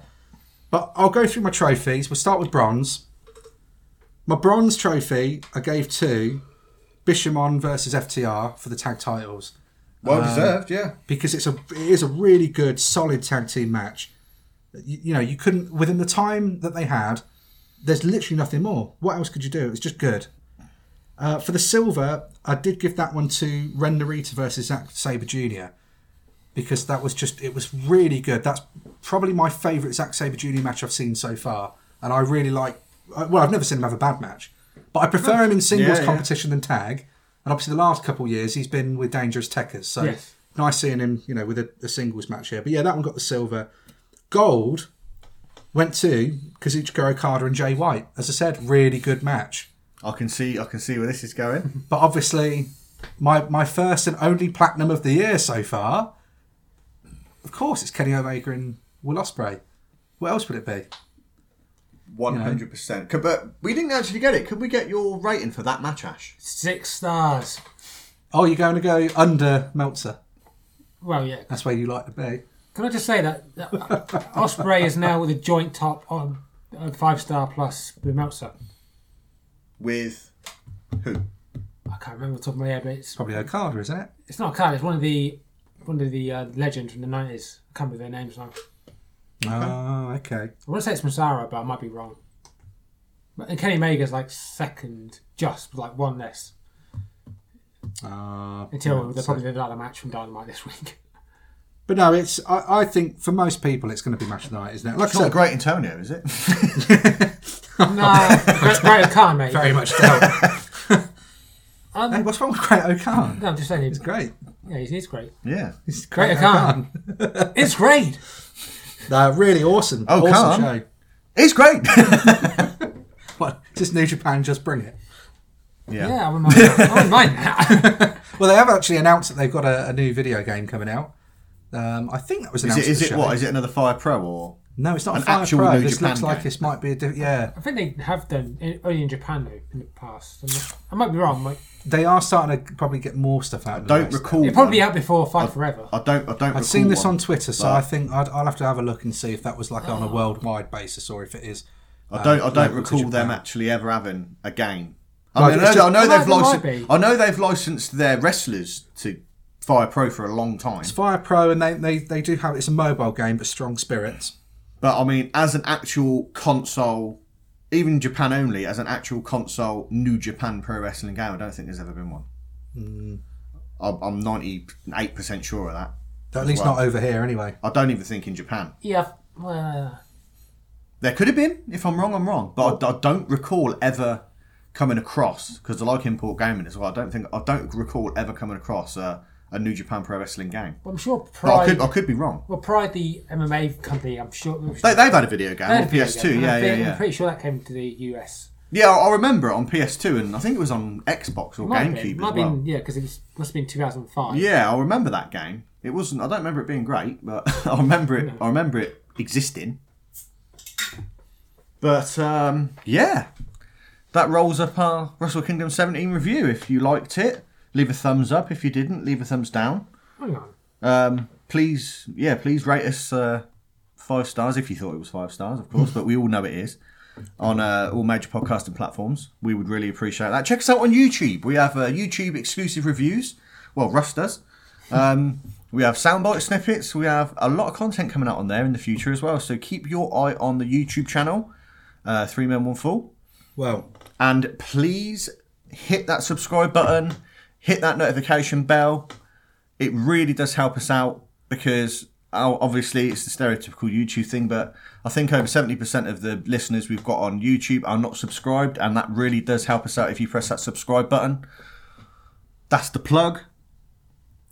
Speaker 2: But I'll go through my trophies. We'll start with bronze. My bronze trophy I gave to Bishamon versus FTR for the tag titles
Speaker 1: Well deserved, yeah.
Speaker 2: because it's a it is a really good solid tag team match. You, you know, you couldn't within the time that they had. There's literally nothing more. What else could you do? It was just good. Uh, for the silver, I did give that one to Ren Narita versus Zack Saber Jr. because that was just it was really good. That's probably my favourite Zack Saber Jr. match I've seen so far, and I really like uh, well, I've never seen him have a bad match, but I prefer him in
Speaker 1: Yeah,
Speaker 2: singles
Speaker 1: yeah.
Speaker 2: competition than tag. And obviously, the last couple of years he's been with Dangerous Techers, so
Speaker 3: Yes.
Speaker 2: nice seeing him, you know, with a, a singles match here. But yeah, that one got the silver. Gold went to Kazuchika Okada and Jay White. As I said, really good match.
Speaker 1: I can see, I can see where this is going.
Speaker 2: But obviously, my my first and only platinum of the year so far. Of course, it's Kenny Omega and Will Ospreay. What else would it be?
Speaker 1: One hundred percent. But we didn't actually get it. Could we get your rating for that match, Ash?
Speaker 3: Six stars.
Speaker 2: Oh, you're going to go under Meltzer.
Speaker 3: Well, yeah.
Speaker 2: That's where you like to be.
Speaker 3: Can I just say that, that Osprey is now with a joint top on uh, five star plus with Meltzer.
Speaker 1: With who?
Speaker 3: I can't remember the top of my head, but it's,
Speaker 2: Probably Okada, isn't it?
Speaker 3: it's not a card. It's one of the one of the uh, legends from the nineties. I can't remember their names now. I
Speaker 2: Oh, okay.
Speaker 3: want to say it's Masara, but I might be wrong. But and Kenny Omega's like second, just like one less
Speaker 2: Uh,
Speaker 3: until
Speaker 2: yeah,
Speaker 3: they're
Speaker 2: so-
Speaker 3: probably doing another match from Dynamite this week.
Speaker 2: But no, it's. I, I think for most people, it's going to be match of the night, isn't it? Like
Speaker 1: It's not
Speaker 2: I
Speaker 1: the
Speaker 2: said,
Speaker 1: Great Antonio, is it?
Speaker 3: no, great, great card, mate.
Speaker 2: very much. doubt.
Speaker 3: Um,
Speaker 2: hey, what's wrong with Great O'Khan?
Speaker 3: no, I'm just saying, he's,
Speaker 2: It's great.
Speaker 3: yeah, he's, he's great.
Speaker 1: yeah.
Speaker 2: It's
Speaker 3: Great O'Khan. It's great.
Speaker 2: No, really awesome.
Speaker 1: Oh,
Speaker 2: awesome
Speaker 1: Khan.
Speaker 2: show.
Speaker 1: It's great.
Speaker 2: What? Just New Japan, just bring it.
Speaker 3: Yeah, I wouldn't mind that. I wouldn't mind that.
Speaker 2: Well, they have actually announced that they've got a, a new video game coming out. Um, I think that was
Speaker 1: Is
Speaker 2: announced.
Speaker 1: it, is
Speaker 2: at
Speaker 1: it
Speaker 2: the
Speaker 1: what?
Speaker 2: show.
Speaker 1: Is it another Fire Pro or?
Speaker 2: No, it's not
Speaker 1: an
Speaker 2: a Fire
Speaker 1: actual
Speaker 2: Pro.
Speaker 1: New
Speaker 2: This
Speaker 1: Japan
Speaker 2: looks like
Speaker 1: game?
Speaker 2: this might be a di- yeah.
Speaker 3: I think they have done in, only in Japan though in the past. I'm not- I might be wrong. Like,
Speaker 2: They are starting to probably get more stuff out. of
Speaker 1: Don't
Speaker 2: this.
Speaker 1: recall.
Speaker 3: it'll probably be
Speaker 1: one.
Speaker 3: out before Fight Forever.
Speaker 1: I don't. I don't.
Speaker 2: I'd seen this
Speaker 1: one.
Speaker 2: on Twitter, so I think I'd, I'll have to have a look and see if that was like on a worldwide basis or if it is.
Speaker 1: I don't.
Speaker 2: uh,
Speaker 1: I
Speaker 2: local
Speaker 1: don't
Speaker 2: to
Speaker 1: recall them
Speaker 2: Japan.
Speaker 1: actually ever having a game.
Speaker 2: No,
Speaker 1: I mean, I know,
Speaker 2: it's just-
Speaker 1: I know
Speaker 3: Well,
Speaker 1: they've
Speaker 3: there might
Speaker 1: licensed.
Speaker 3: be.
Speaker 1: I know they've licensed their wrestlers to Fire Pro for a long time.
Speaker 2: Fire Pro, and they, they, they do have it's a mobile game, but strong spirits.
Speaker 1: But I mean, as an actual console, even Japan only, as an actual console New Japan Pro Wrestling game, I don't think there's ever been one.
Speaker 3: Hmm.
Speaker 1: I'm- I'm ninety eight percent sure of that.
Speaker 2: At least
Speaker 1: well.
Speaker 2: not over here, anyway.
Speaker 1: I don't even think in Japan
Speaker 3: yeah. Well,
Speaker 1: there could have been. If I'm wrong, I'm wrong. But I, I don't recall ever coming across because I like import gaming as well. I don't think I don't recall ever coming across a, a New Japan Pro Wrestling game.
Speaker 3: I'm sure
Speaker 1: But I
Speaker 3: Pride.
Speaker 1: could I could be wrong.
Speaker 3: well, Pride, the MMA company. I'm sure. I'm sure
Speaker 1: They, they've had a video game
Speaker 3: they had
Speaker 1: on
Speaker 3: a video
Speaker 1: PS2.
Speaker 3: game, and
Speaker 1: Yeah,
Speaker 3: I
Speaker 1: yeah,
Speaker 3: think- I'm
Speaker 1: yeah.
Speaker 3: pretty sure that came to the US.
Speaker 1: Yeah, I I remember it on PS2, and I think it was on Xbox or
Speaker 3: Might have
Speaker 1: GameCube
Speaker 3: been, might
Speaker 1: as
Speaker 3: have
Speaker 1: well.
Speaker 3: been, yeah, because it was, must have been 2005.
Speaker 1: Yeah, I remember that game. It wasn't. I don't remember it being great, but I remember it. I remember it existing. But um, yeah, that rolls up our Wrestle Kingdom 17 review. If you liked it, leave a thumbs up. If you didn't, leave a thumbs down.
Speaker 3: Hang on.
Speaker 1: Um, please, yeah, please rate us uh, five stars if you thought it was five stars, of course, but we all know it is on uh, all major podcasting platforms. We would really appreciate that. Check us out on YouTube. We have uh, YouTube exclusive reviews. Well, Russ does. Um, we have soundbite snippets. We have a lot of content coming out on there in the future as well. So keep your eye on the YouTube channel, uh, Three Men One Fool
Speaker 2: Well,
Speaker 1: and please hit that subscribe button, hit that notification bell. It really does help us out because oh, obviously it's the stereotypical YouTube thing, but I think over 70% of the listeners we've got on YouTube are not subscribed, and that really does help us out if you press that subscribe button. That's the plug.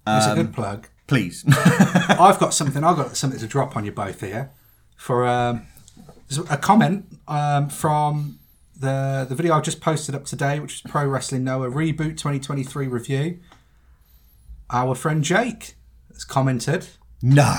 Speaker 2: it's a good plug.
Speaker 1: Please.
Speaker 2: I've got something. I've got something to drop on you both here for um, there's a comment um, from the the video I've just posted up today, which is Pro Wrestling Noah Reboot 2023 review. Our friend Jake has commented,
Speaker 1: no,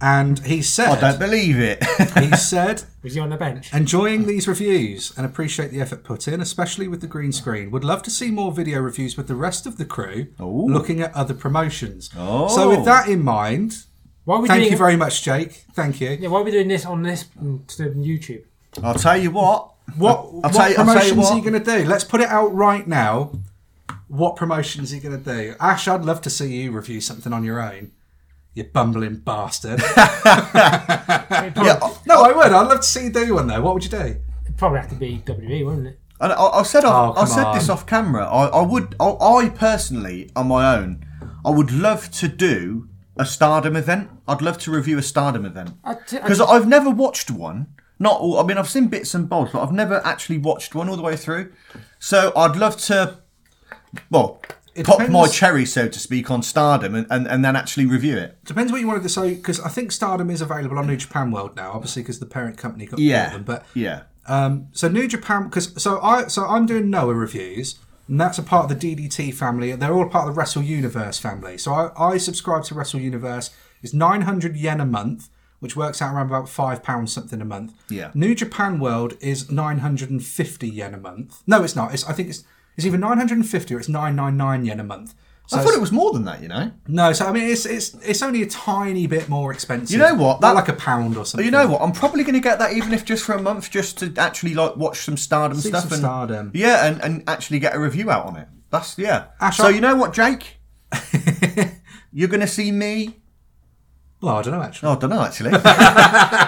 Speaker 2: and he
Speaker 1: I don't
Speaker 2: said
Speaker 1: believe it.
Speaker 2: he said
Speaker 3: Was he on the bench?
Speaker 2: enjoying these reviews and appreciate the effort put in, especially with the green screen. Would love to see more video reviews with the rest of the crew
Speaker 1: Ooh.
Speaker 2: looking at other promotions.
Speaker 1: Oh.
Speaker 2: So with that in mind.
Speaker 3: Why are we
Speaker 2: Thank
Speaker 3: doing?
Speaker 2: you very much, Jake. Thank you.
Speaker 3: yeah, why are we doing this on this instead of YouTube?
Speaker 1: I'll tell you what.
Speaker 2: What,
Speaker 1: I'll
Speaker 2: what
Speaker 1: tell you- I'll tell you
Speaker 2: promotions are you
Speaker 1: what.
Speaker 2: going to do? Let's put it out right now. What promotions are you going to do? Ash, I'd love to see you review something on your own. You bumbling bastard.
Speaker 1: Yeah, I,
Speaker 2: no, I would. I'd love to see you do one, though. What would you do?
Speaker 3: It'd probably have to be WWE, wouldn't it?
Speaker 1: And I, I said off,
Speaker 2: Oh,
Speaker 1: I
Speaker 2: come
Speaker 1: said this
Speaker 2: on.
Speaker 1: off camera. I, I would I, I personally on my own, I would love to do a Stardom event. I'd love to review a Stardom event
Speaker 3: I t- I-
Speaker 1: because I've never watched one. Not all. I mean, I've seen bits and bobs, but I've never actually watched one all the way through. So I'd love to, well,
Speaker 2: It
Speaker 1: pop my
Speaker 2: depends-
Speaker 1: cherry, so to speak, on Stardom and, and, and then actually review it.
Speaker 2: Depends what you wanted to say, because I think Stardom is available on New Japan World now, obviously, because the parent company got
Speaker 1: Yeah.
Speaker 2: them. But
Speaker 1: yeah.
Speaker 2: um, so New Japan, because so I so I'm doing Noah reviews, and that's a part of the DDT family. and They're all part of the Wrestle Universe family. So I, I subscribe to Wrestle Universe. It's 900 yen a month, which works out around about five pounds something a month.
Speaker 1: Yeah.
Speaker 2: New Japan World is 950 yen a month. No, it's not. It's I think it's it's either 950 or it's 999 yen a month. So
Speaker 1: I thought it was more than that, you know.
Speaker 2: no, so I mean it's it's it's only a tiny bit more expensive.
Speaker 1: You know what?
Speaker 2: By
Speaker 1: That-
Speaker 2: like a pound or
Speaker 1: But
Speaker 2: something.
Speaker 1: you know what? I'm probably going to get that even if just for a month, just to actually like watch some Stardom
Speaker 2: See
Speaker 1: stuff
Speaker 2: some
Speaker 1: and
Speaker 2: Stardom.
Speaker 1: yeah, and, and actually get a review out on it. That's yeah.
Speaker 2: Ash,
Speaker 1: so
Speaker 2: I-
Speaker 1: you know what, Jake? You're going to see me.
Speaker 2: Well, I don't know actually.
Speaker 1: Oh, I don't know actually.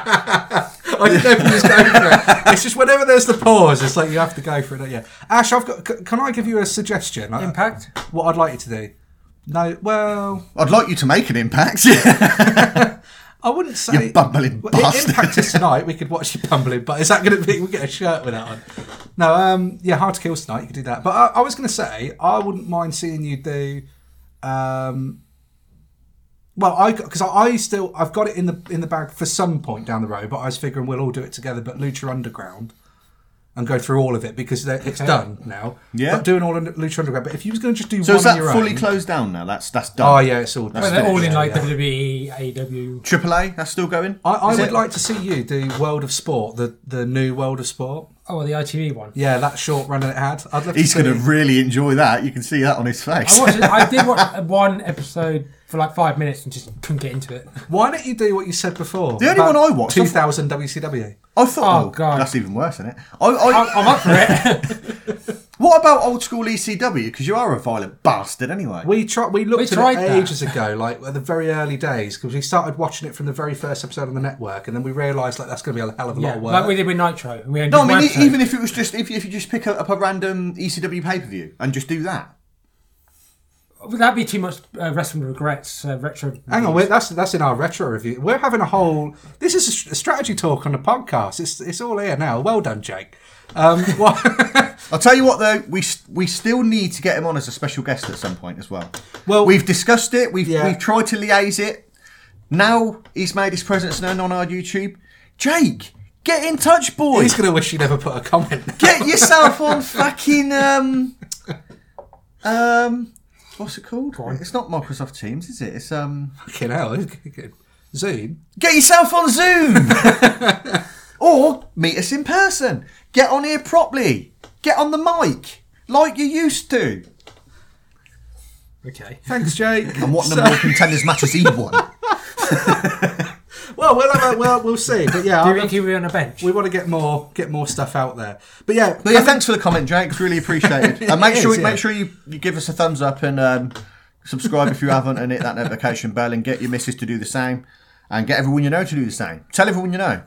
Speaker 2: I didn't open this go for it. It's just whenever there's the pause, it's like you have to go for it. don't you? Ash, I've got. c- Can I give you a suggestion? I-
Speaker 3: Impact.
Speaker 2: What I'd like you to do? No, well,
Speaker 1: I'd like you to make an impact. Yeah,
Speaker 2: I wouldn't say.
Speaker 1: You bumbling
Speaker 2: i-
Speaker 1: bastard.
Speaker 2: Impact is tonight. We could watch you bumbling, but is that going to be? We get a shirt with that on. No, um, yeah, hard to kill tonight. You could do that, but I, I was going to say I wouldn't mind seeing you do. Um, well, I because I, I still I've got it in the in the bag for some point down the road, but I was figuring we'll all do it together. But Lucha Underground and go through all of it because they're- it's done now.
Speaker 1: Yeah.
Speaker 2: but doing all of Lucha Underground. But if you was going to just do
Speaker 1: so
Speaker 2: one
Speaker 1: is
Speaker 2: on
Speaker 1: that
Speaker 2: your
Speaker 1: fully
Speaker 2: own,
Speaker 1: closed down now? That's that's done.
Speaker 2: oh yeah, it's all done.
Speaker 3: Well, they're all in
Speaker 2: Yeah,
Speaker 3: like E,
Speaker 2: yeah.
Speaker 3: WWE, AEW.
Speaker 1: Triple A, that's still going.
Speaker 2: I, I
Speaker 1: Is
Speaker 2: would
Speaker 1: it?
Speaker 2: like to see you do World of Sport, the the new World of Sport.
Speaker 3: Oh, the ITV one.
Speaker 2: Yeah, that short run that it had. I'd love
Speaker 1: He's
Speaker 2: to
Speaker 1: going to
Speaker 2: see.
Speaker 1: really enjoy that. You can see that on his face.
Speaker 3: I watched. It, I did watch one episode for like five minutes and just couldn't get into it.
Speaker 2: Why don't you do what you said before?
Speaker 1: The only
Speaker 2: about
Speaker 1: one I watched-
Speaker 2: 2000 WCW.
Speaker 1: I thought,
Speaker 3: Oh,
Speaker 1: oh,
Speaker 3: God.
Speaker 1: that's even worse, isn't it? I, I,
Speaker 3: I'm, I'm up for it.
Speaker 1: what about old school E ECW? Because you are a violent bastard anyway.
Speaker 2: We tried. We looked
Speaker 3: We
Speaker 2: at
Speaker 3: tried
Speaker 2: it
Speaker 3: that.
Speaker 2: ages ago, like at the very early days, because we started watching it from the very first episode on the network, and then we realised like that's going to be a hell of a
Speaker 3: yeah,
Speaker 2: lot of work.
Speaker 3: like we did with Nitro. We only
Speaker 1: no, I
Speaker 3: did
Speaker 1: mean,
Speaker 3: one
Speaker 1: e-
Speaker 3: episode.
Speaker 1: even if it was just, if, if you just pick up a random E ECW pay per view and just do that.
Speaker 3: Would that be too much uh, wrestling regrets uh, retro?
Speaker 2: Hang on, wait, that's that's in our retro review. We're having a whole. This is a, str- strategy talk on the podcast. It's it's all here now. Well done, Jake. Um, what,
Speaker 1: I'll tell you what, though, we s- we still need to get him on as a special guest at some point as well.
Speaker 2: Well-
Speaker 1: we've discussed it. We've
Speaker 2: Yeah.
Speaker 1: we've tried to liaise it. Now he's made his presence known on our YouTube. Jake, get in touch, boy.
Speaker 2: he's going to wish he never put a comment.
Speaker 1: Get yourself on fucking um um what's it called? It's not Microsoft Teams, is it? It's um
Speaker 2: Fucking hell. Zoom.
Speaker 1: get yourself on Zoom or meet us in person. Get on here properly. Get on the mic like you used to.
Speaker 3: Okay.
Speaker 2: Thanks, Jake.
Speaker 1: And what number of contenders matches he won?
Speaker 2: well, we'll, have a, well, we'll see. But yeah, I
Speaker 3: Do you think
Speaker 2: reckon
Speaker 3: he'll be on a bench?
Speaker 2: we want to get more get more stuff out there. But yeah,
Speaker 1: But yeah, thanks for the comment, Jake. It's really appreciated. And make
Speaker 2: It
Speaker 1: sure
Speaker 2: is, yeah.
Speaker 1: make sure you, you give us a thumbs up and um, subscribe if you haven't, and hit that notification bell, and get your missus to do the same, and get everyone you know to do the same. Tell everyone you know.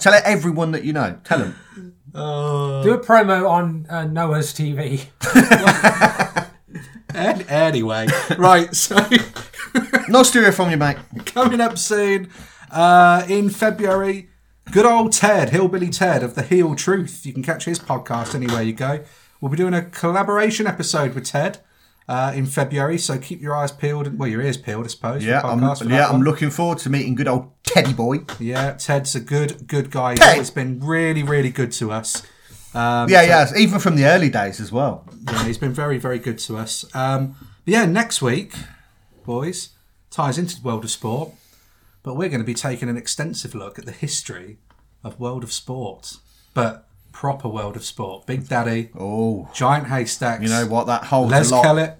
Speaker 1: Tell everyone that you know. Tell them.
Speaker 3: Do a promo on uh, Noah's TV.
Speaker 2: an- anyway, right. So
Speaker 1: No stereo from you, mate.
Speaker 2: coming up soon uh, in February. Good old Ted, Hillbilly Ted of the Heel Truth. You can catch his podcast anywhere you go. We'll be doing a collaboration episode with Ted uh, in February, so keep your eyes peeled. and Well, your ears peeled, I suppose. for
Speaker 1: Yeah,
Speaker 2: the
Speaker 1: I'm,
Speaker 2: podcast for that
Speaker 1: yeah, I'm
Speaker 2: one.
Speaker 1: looking forward to meeting good old Teddy Boy.
Speaker 2: Yeah, Ted's a good, good guy. He's
Speaker 1: Ted!
Speaker 2: always been really, really good to us. Um,
Speaker 1: Yeah,
Speaker 2: so-
Speaker 1: yeah, even from the early days as well.
Speaker 2: Yeah, he's been very, very good to us. Um, but yeah, next week, boys, ties into the world of sport, but we're going to be taking an extensive look at the history of world of sport, but proper world of sport. Big Daddy,
Speaker 1: Oh,
Speaker 2: giant haystacks.
Speaker 1: you know what? That holds
Speaker 2: Les
Speaker 1: a lot.
Speaker 2: Kellett.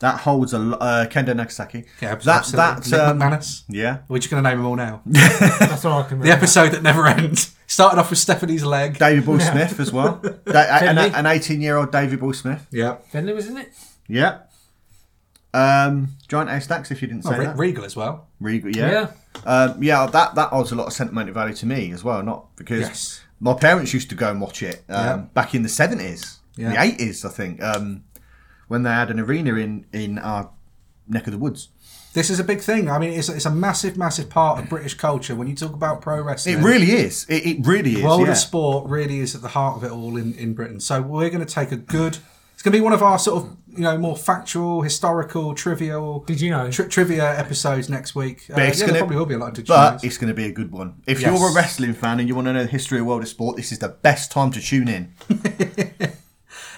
Speaker 1: That holds a lot. Uh, Kendo Nagasaki.
Speaker 2: Yeah,
Speaker 1: that that
Speaker 2: absolutely. Nick
Speaker 1: um,
Speaker 2: McManus.
Speaker 1: yeah.
Speaker 2: We're just going to name them all now.
Speaker 3: That's all I can
Speaker 2: the
Speaker 3: remember.
Speaker 2: episode that never ends. Started off with Stephanie's leg.
Speaker 1: David Boy Smith as well. Da- an, an 18 year old David Boy Smith.
Speaker 2: Yeah.
Speaker 3: Finley was in it.
Speaker 1: Yeah. Um, Giant A Stacks, if you didn't
Speaker 2: Oh,
Speaker 1: say
Speaker 2: Re-
Speaker 1: that.
Speaker 2: Regal as well.
Speaker 1: Regal,
Speaker 3: Yeah.
Speaker 1: yeah. Um, yeah, that, that holds a lot of sentimental value to me as well, not because
Speaker 2: Yes.
Speaker 1: my parents used to go and watch it um,
Speaker 2: Yeah.
Speaker 1: back in the 70s,
Speaker 2: Yeah.
Speaker 1: the 80s, I think, um, when they had an arena in, in our neck of the woods.
Speaker 2: This is a big thing. I mean, it's, it's a massive, massive part of British culture. When you talk about pro wrestling,
Speaker 1: It really is. It, it really is.
Speaker 2: the world
Speaker 1: yeah.
Speaker 2: of sport really is at the heart of it all in, in Britain. So we're going to take a good. It's going to be one of our sort of you know more factual, historical, trivial.
Speaker 3: Did you know?
Speaker 2: Tri- trivia episodes next week. Uh,
Speaker 1: But
Speaker 2: yeah,
Speaker 1: it's
Speaker 2: there
Speaker 1: gonna-
Speaker 2: probably will be a lot of did you
Speaker 1: But
Speaker 2: knows.
Speaker 1: it's going to be a good one. If
Speaker 2: Yes.
Speaker 1: you're a wrestling fan and you want to know the history of world of sport, this is the best time to tune in.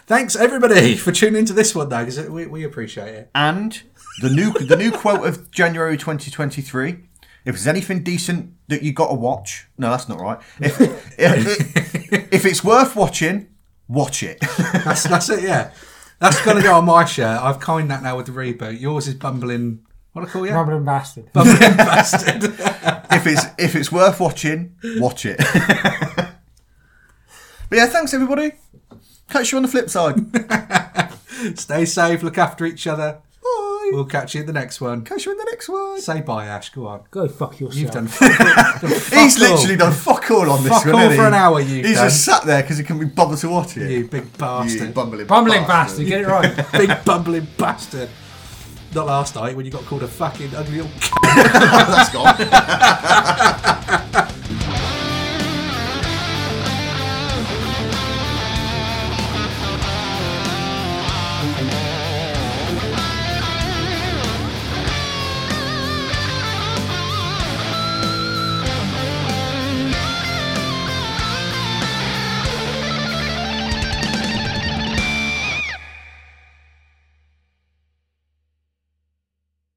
Speaker 2: Thanks everybody for tuning into this one though, because we, we appreciate it.
Speaker 1: And the new the new quote of January 2023. If there's anything decent that you got to watch, no, that's not right. If, if, if it's worth watching, watch it.
Speaker 2: That's that's it. Yeah, that's going to go on my shirt. I've coined that now with the reboot. Yours is bumbling. What do I call you?
Speaker 3: Robert and Bastard.
Speaker 2: Bumbling bastard.
Speaker 1: if it's if it's worth watching, watch it. but yeah, thanks everybody. Catch you on the flip side.
Speaker 2: Stay safe. Look after each other.
Speaker 1: Bye.
Speaker 2: We'll catch you in the next one.
Speaker 1: Catch you in the next one.
Speaker 2: Say bye, Ash. Go on.
Speaker 3: Go fuck yourself.
Speaker 2: You've done.
Speaker 1: He's literally done fuck all on this
Speaker 2: Fuck
Speaker 1: one.
Speaker 2: all
Speaker 1: hasn't
Speaker 2: for
Speaker 1: he?
Speaker 2: an hour you've
Speaker 1: He's
Speaker 2: done.
Speaker 1: just sat there because he can be bothered to watch it.
Speaker 2: you big
Speaker 1: You
Speaker 2: bastard.
Speaker 1: bumbling,
Speaker 3: Bumbling bastard, get it right.
Speaker 2: big bumbling bastard. Not last night when you got called a fucking ugly old. c-
Speaker 1: That's gone.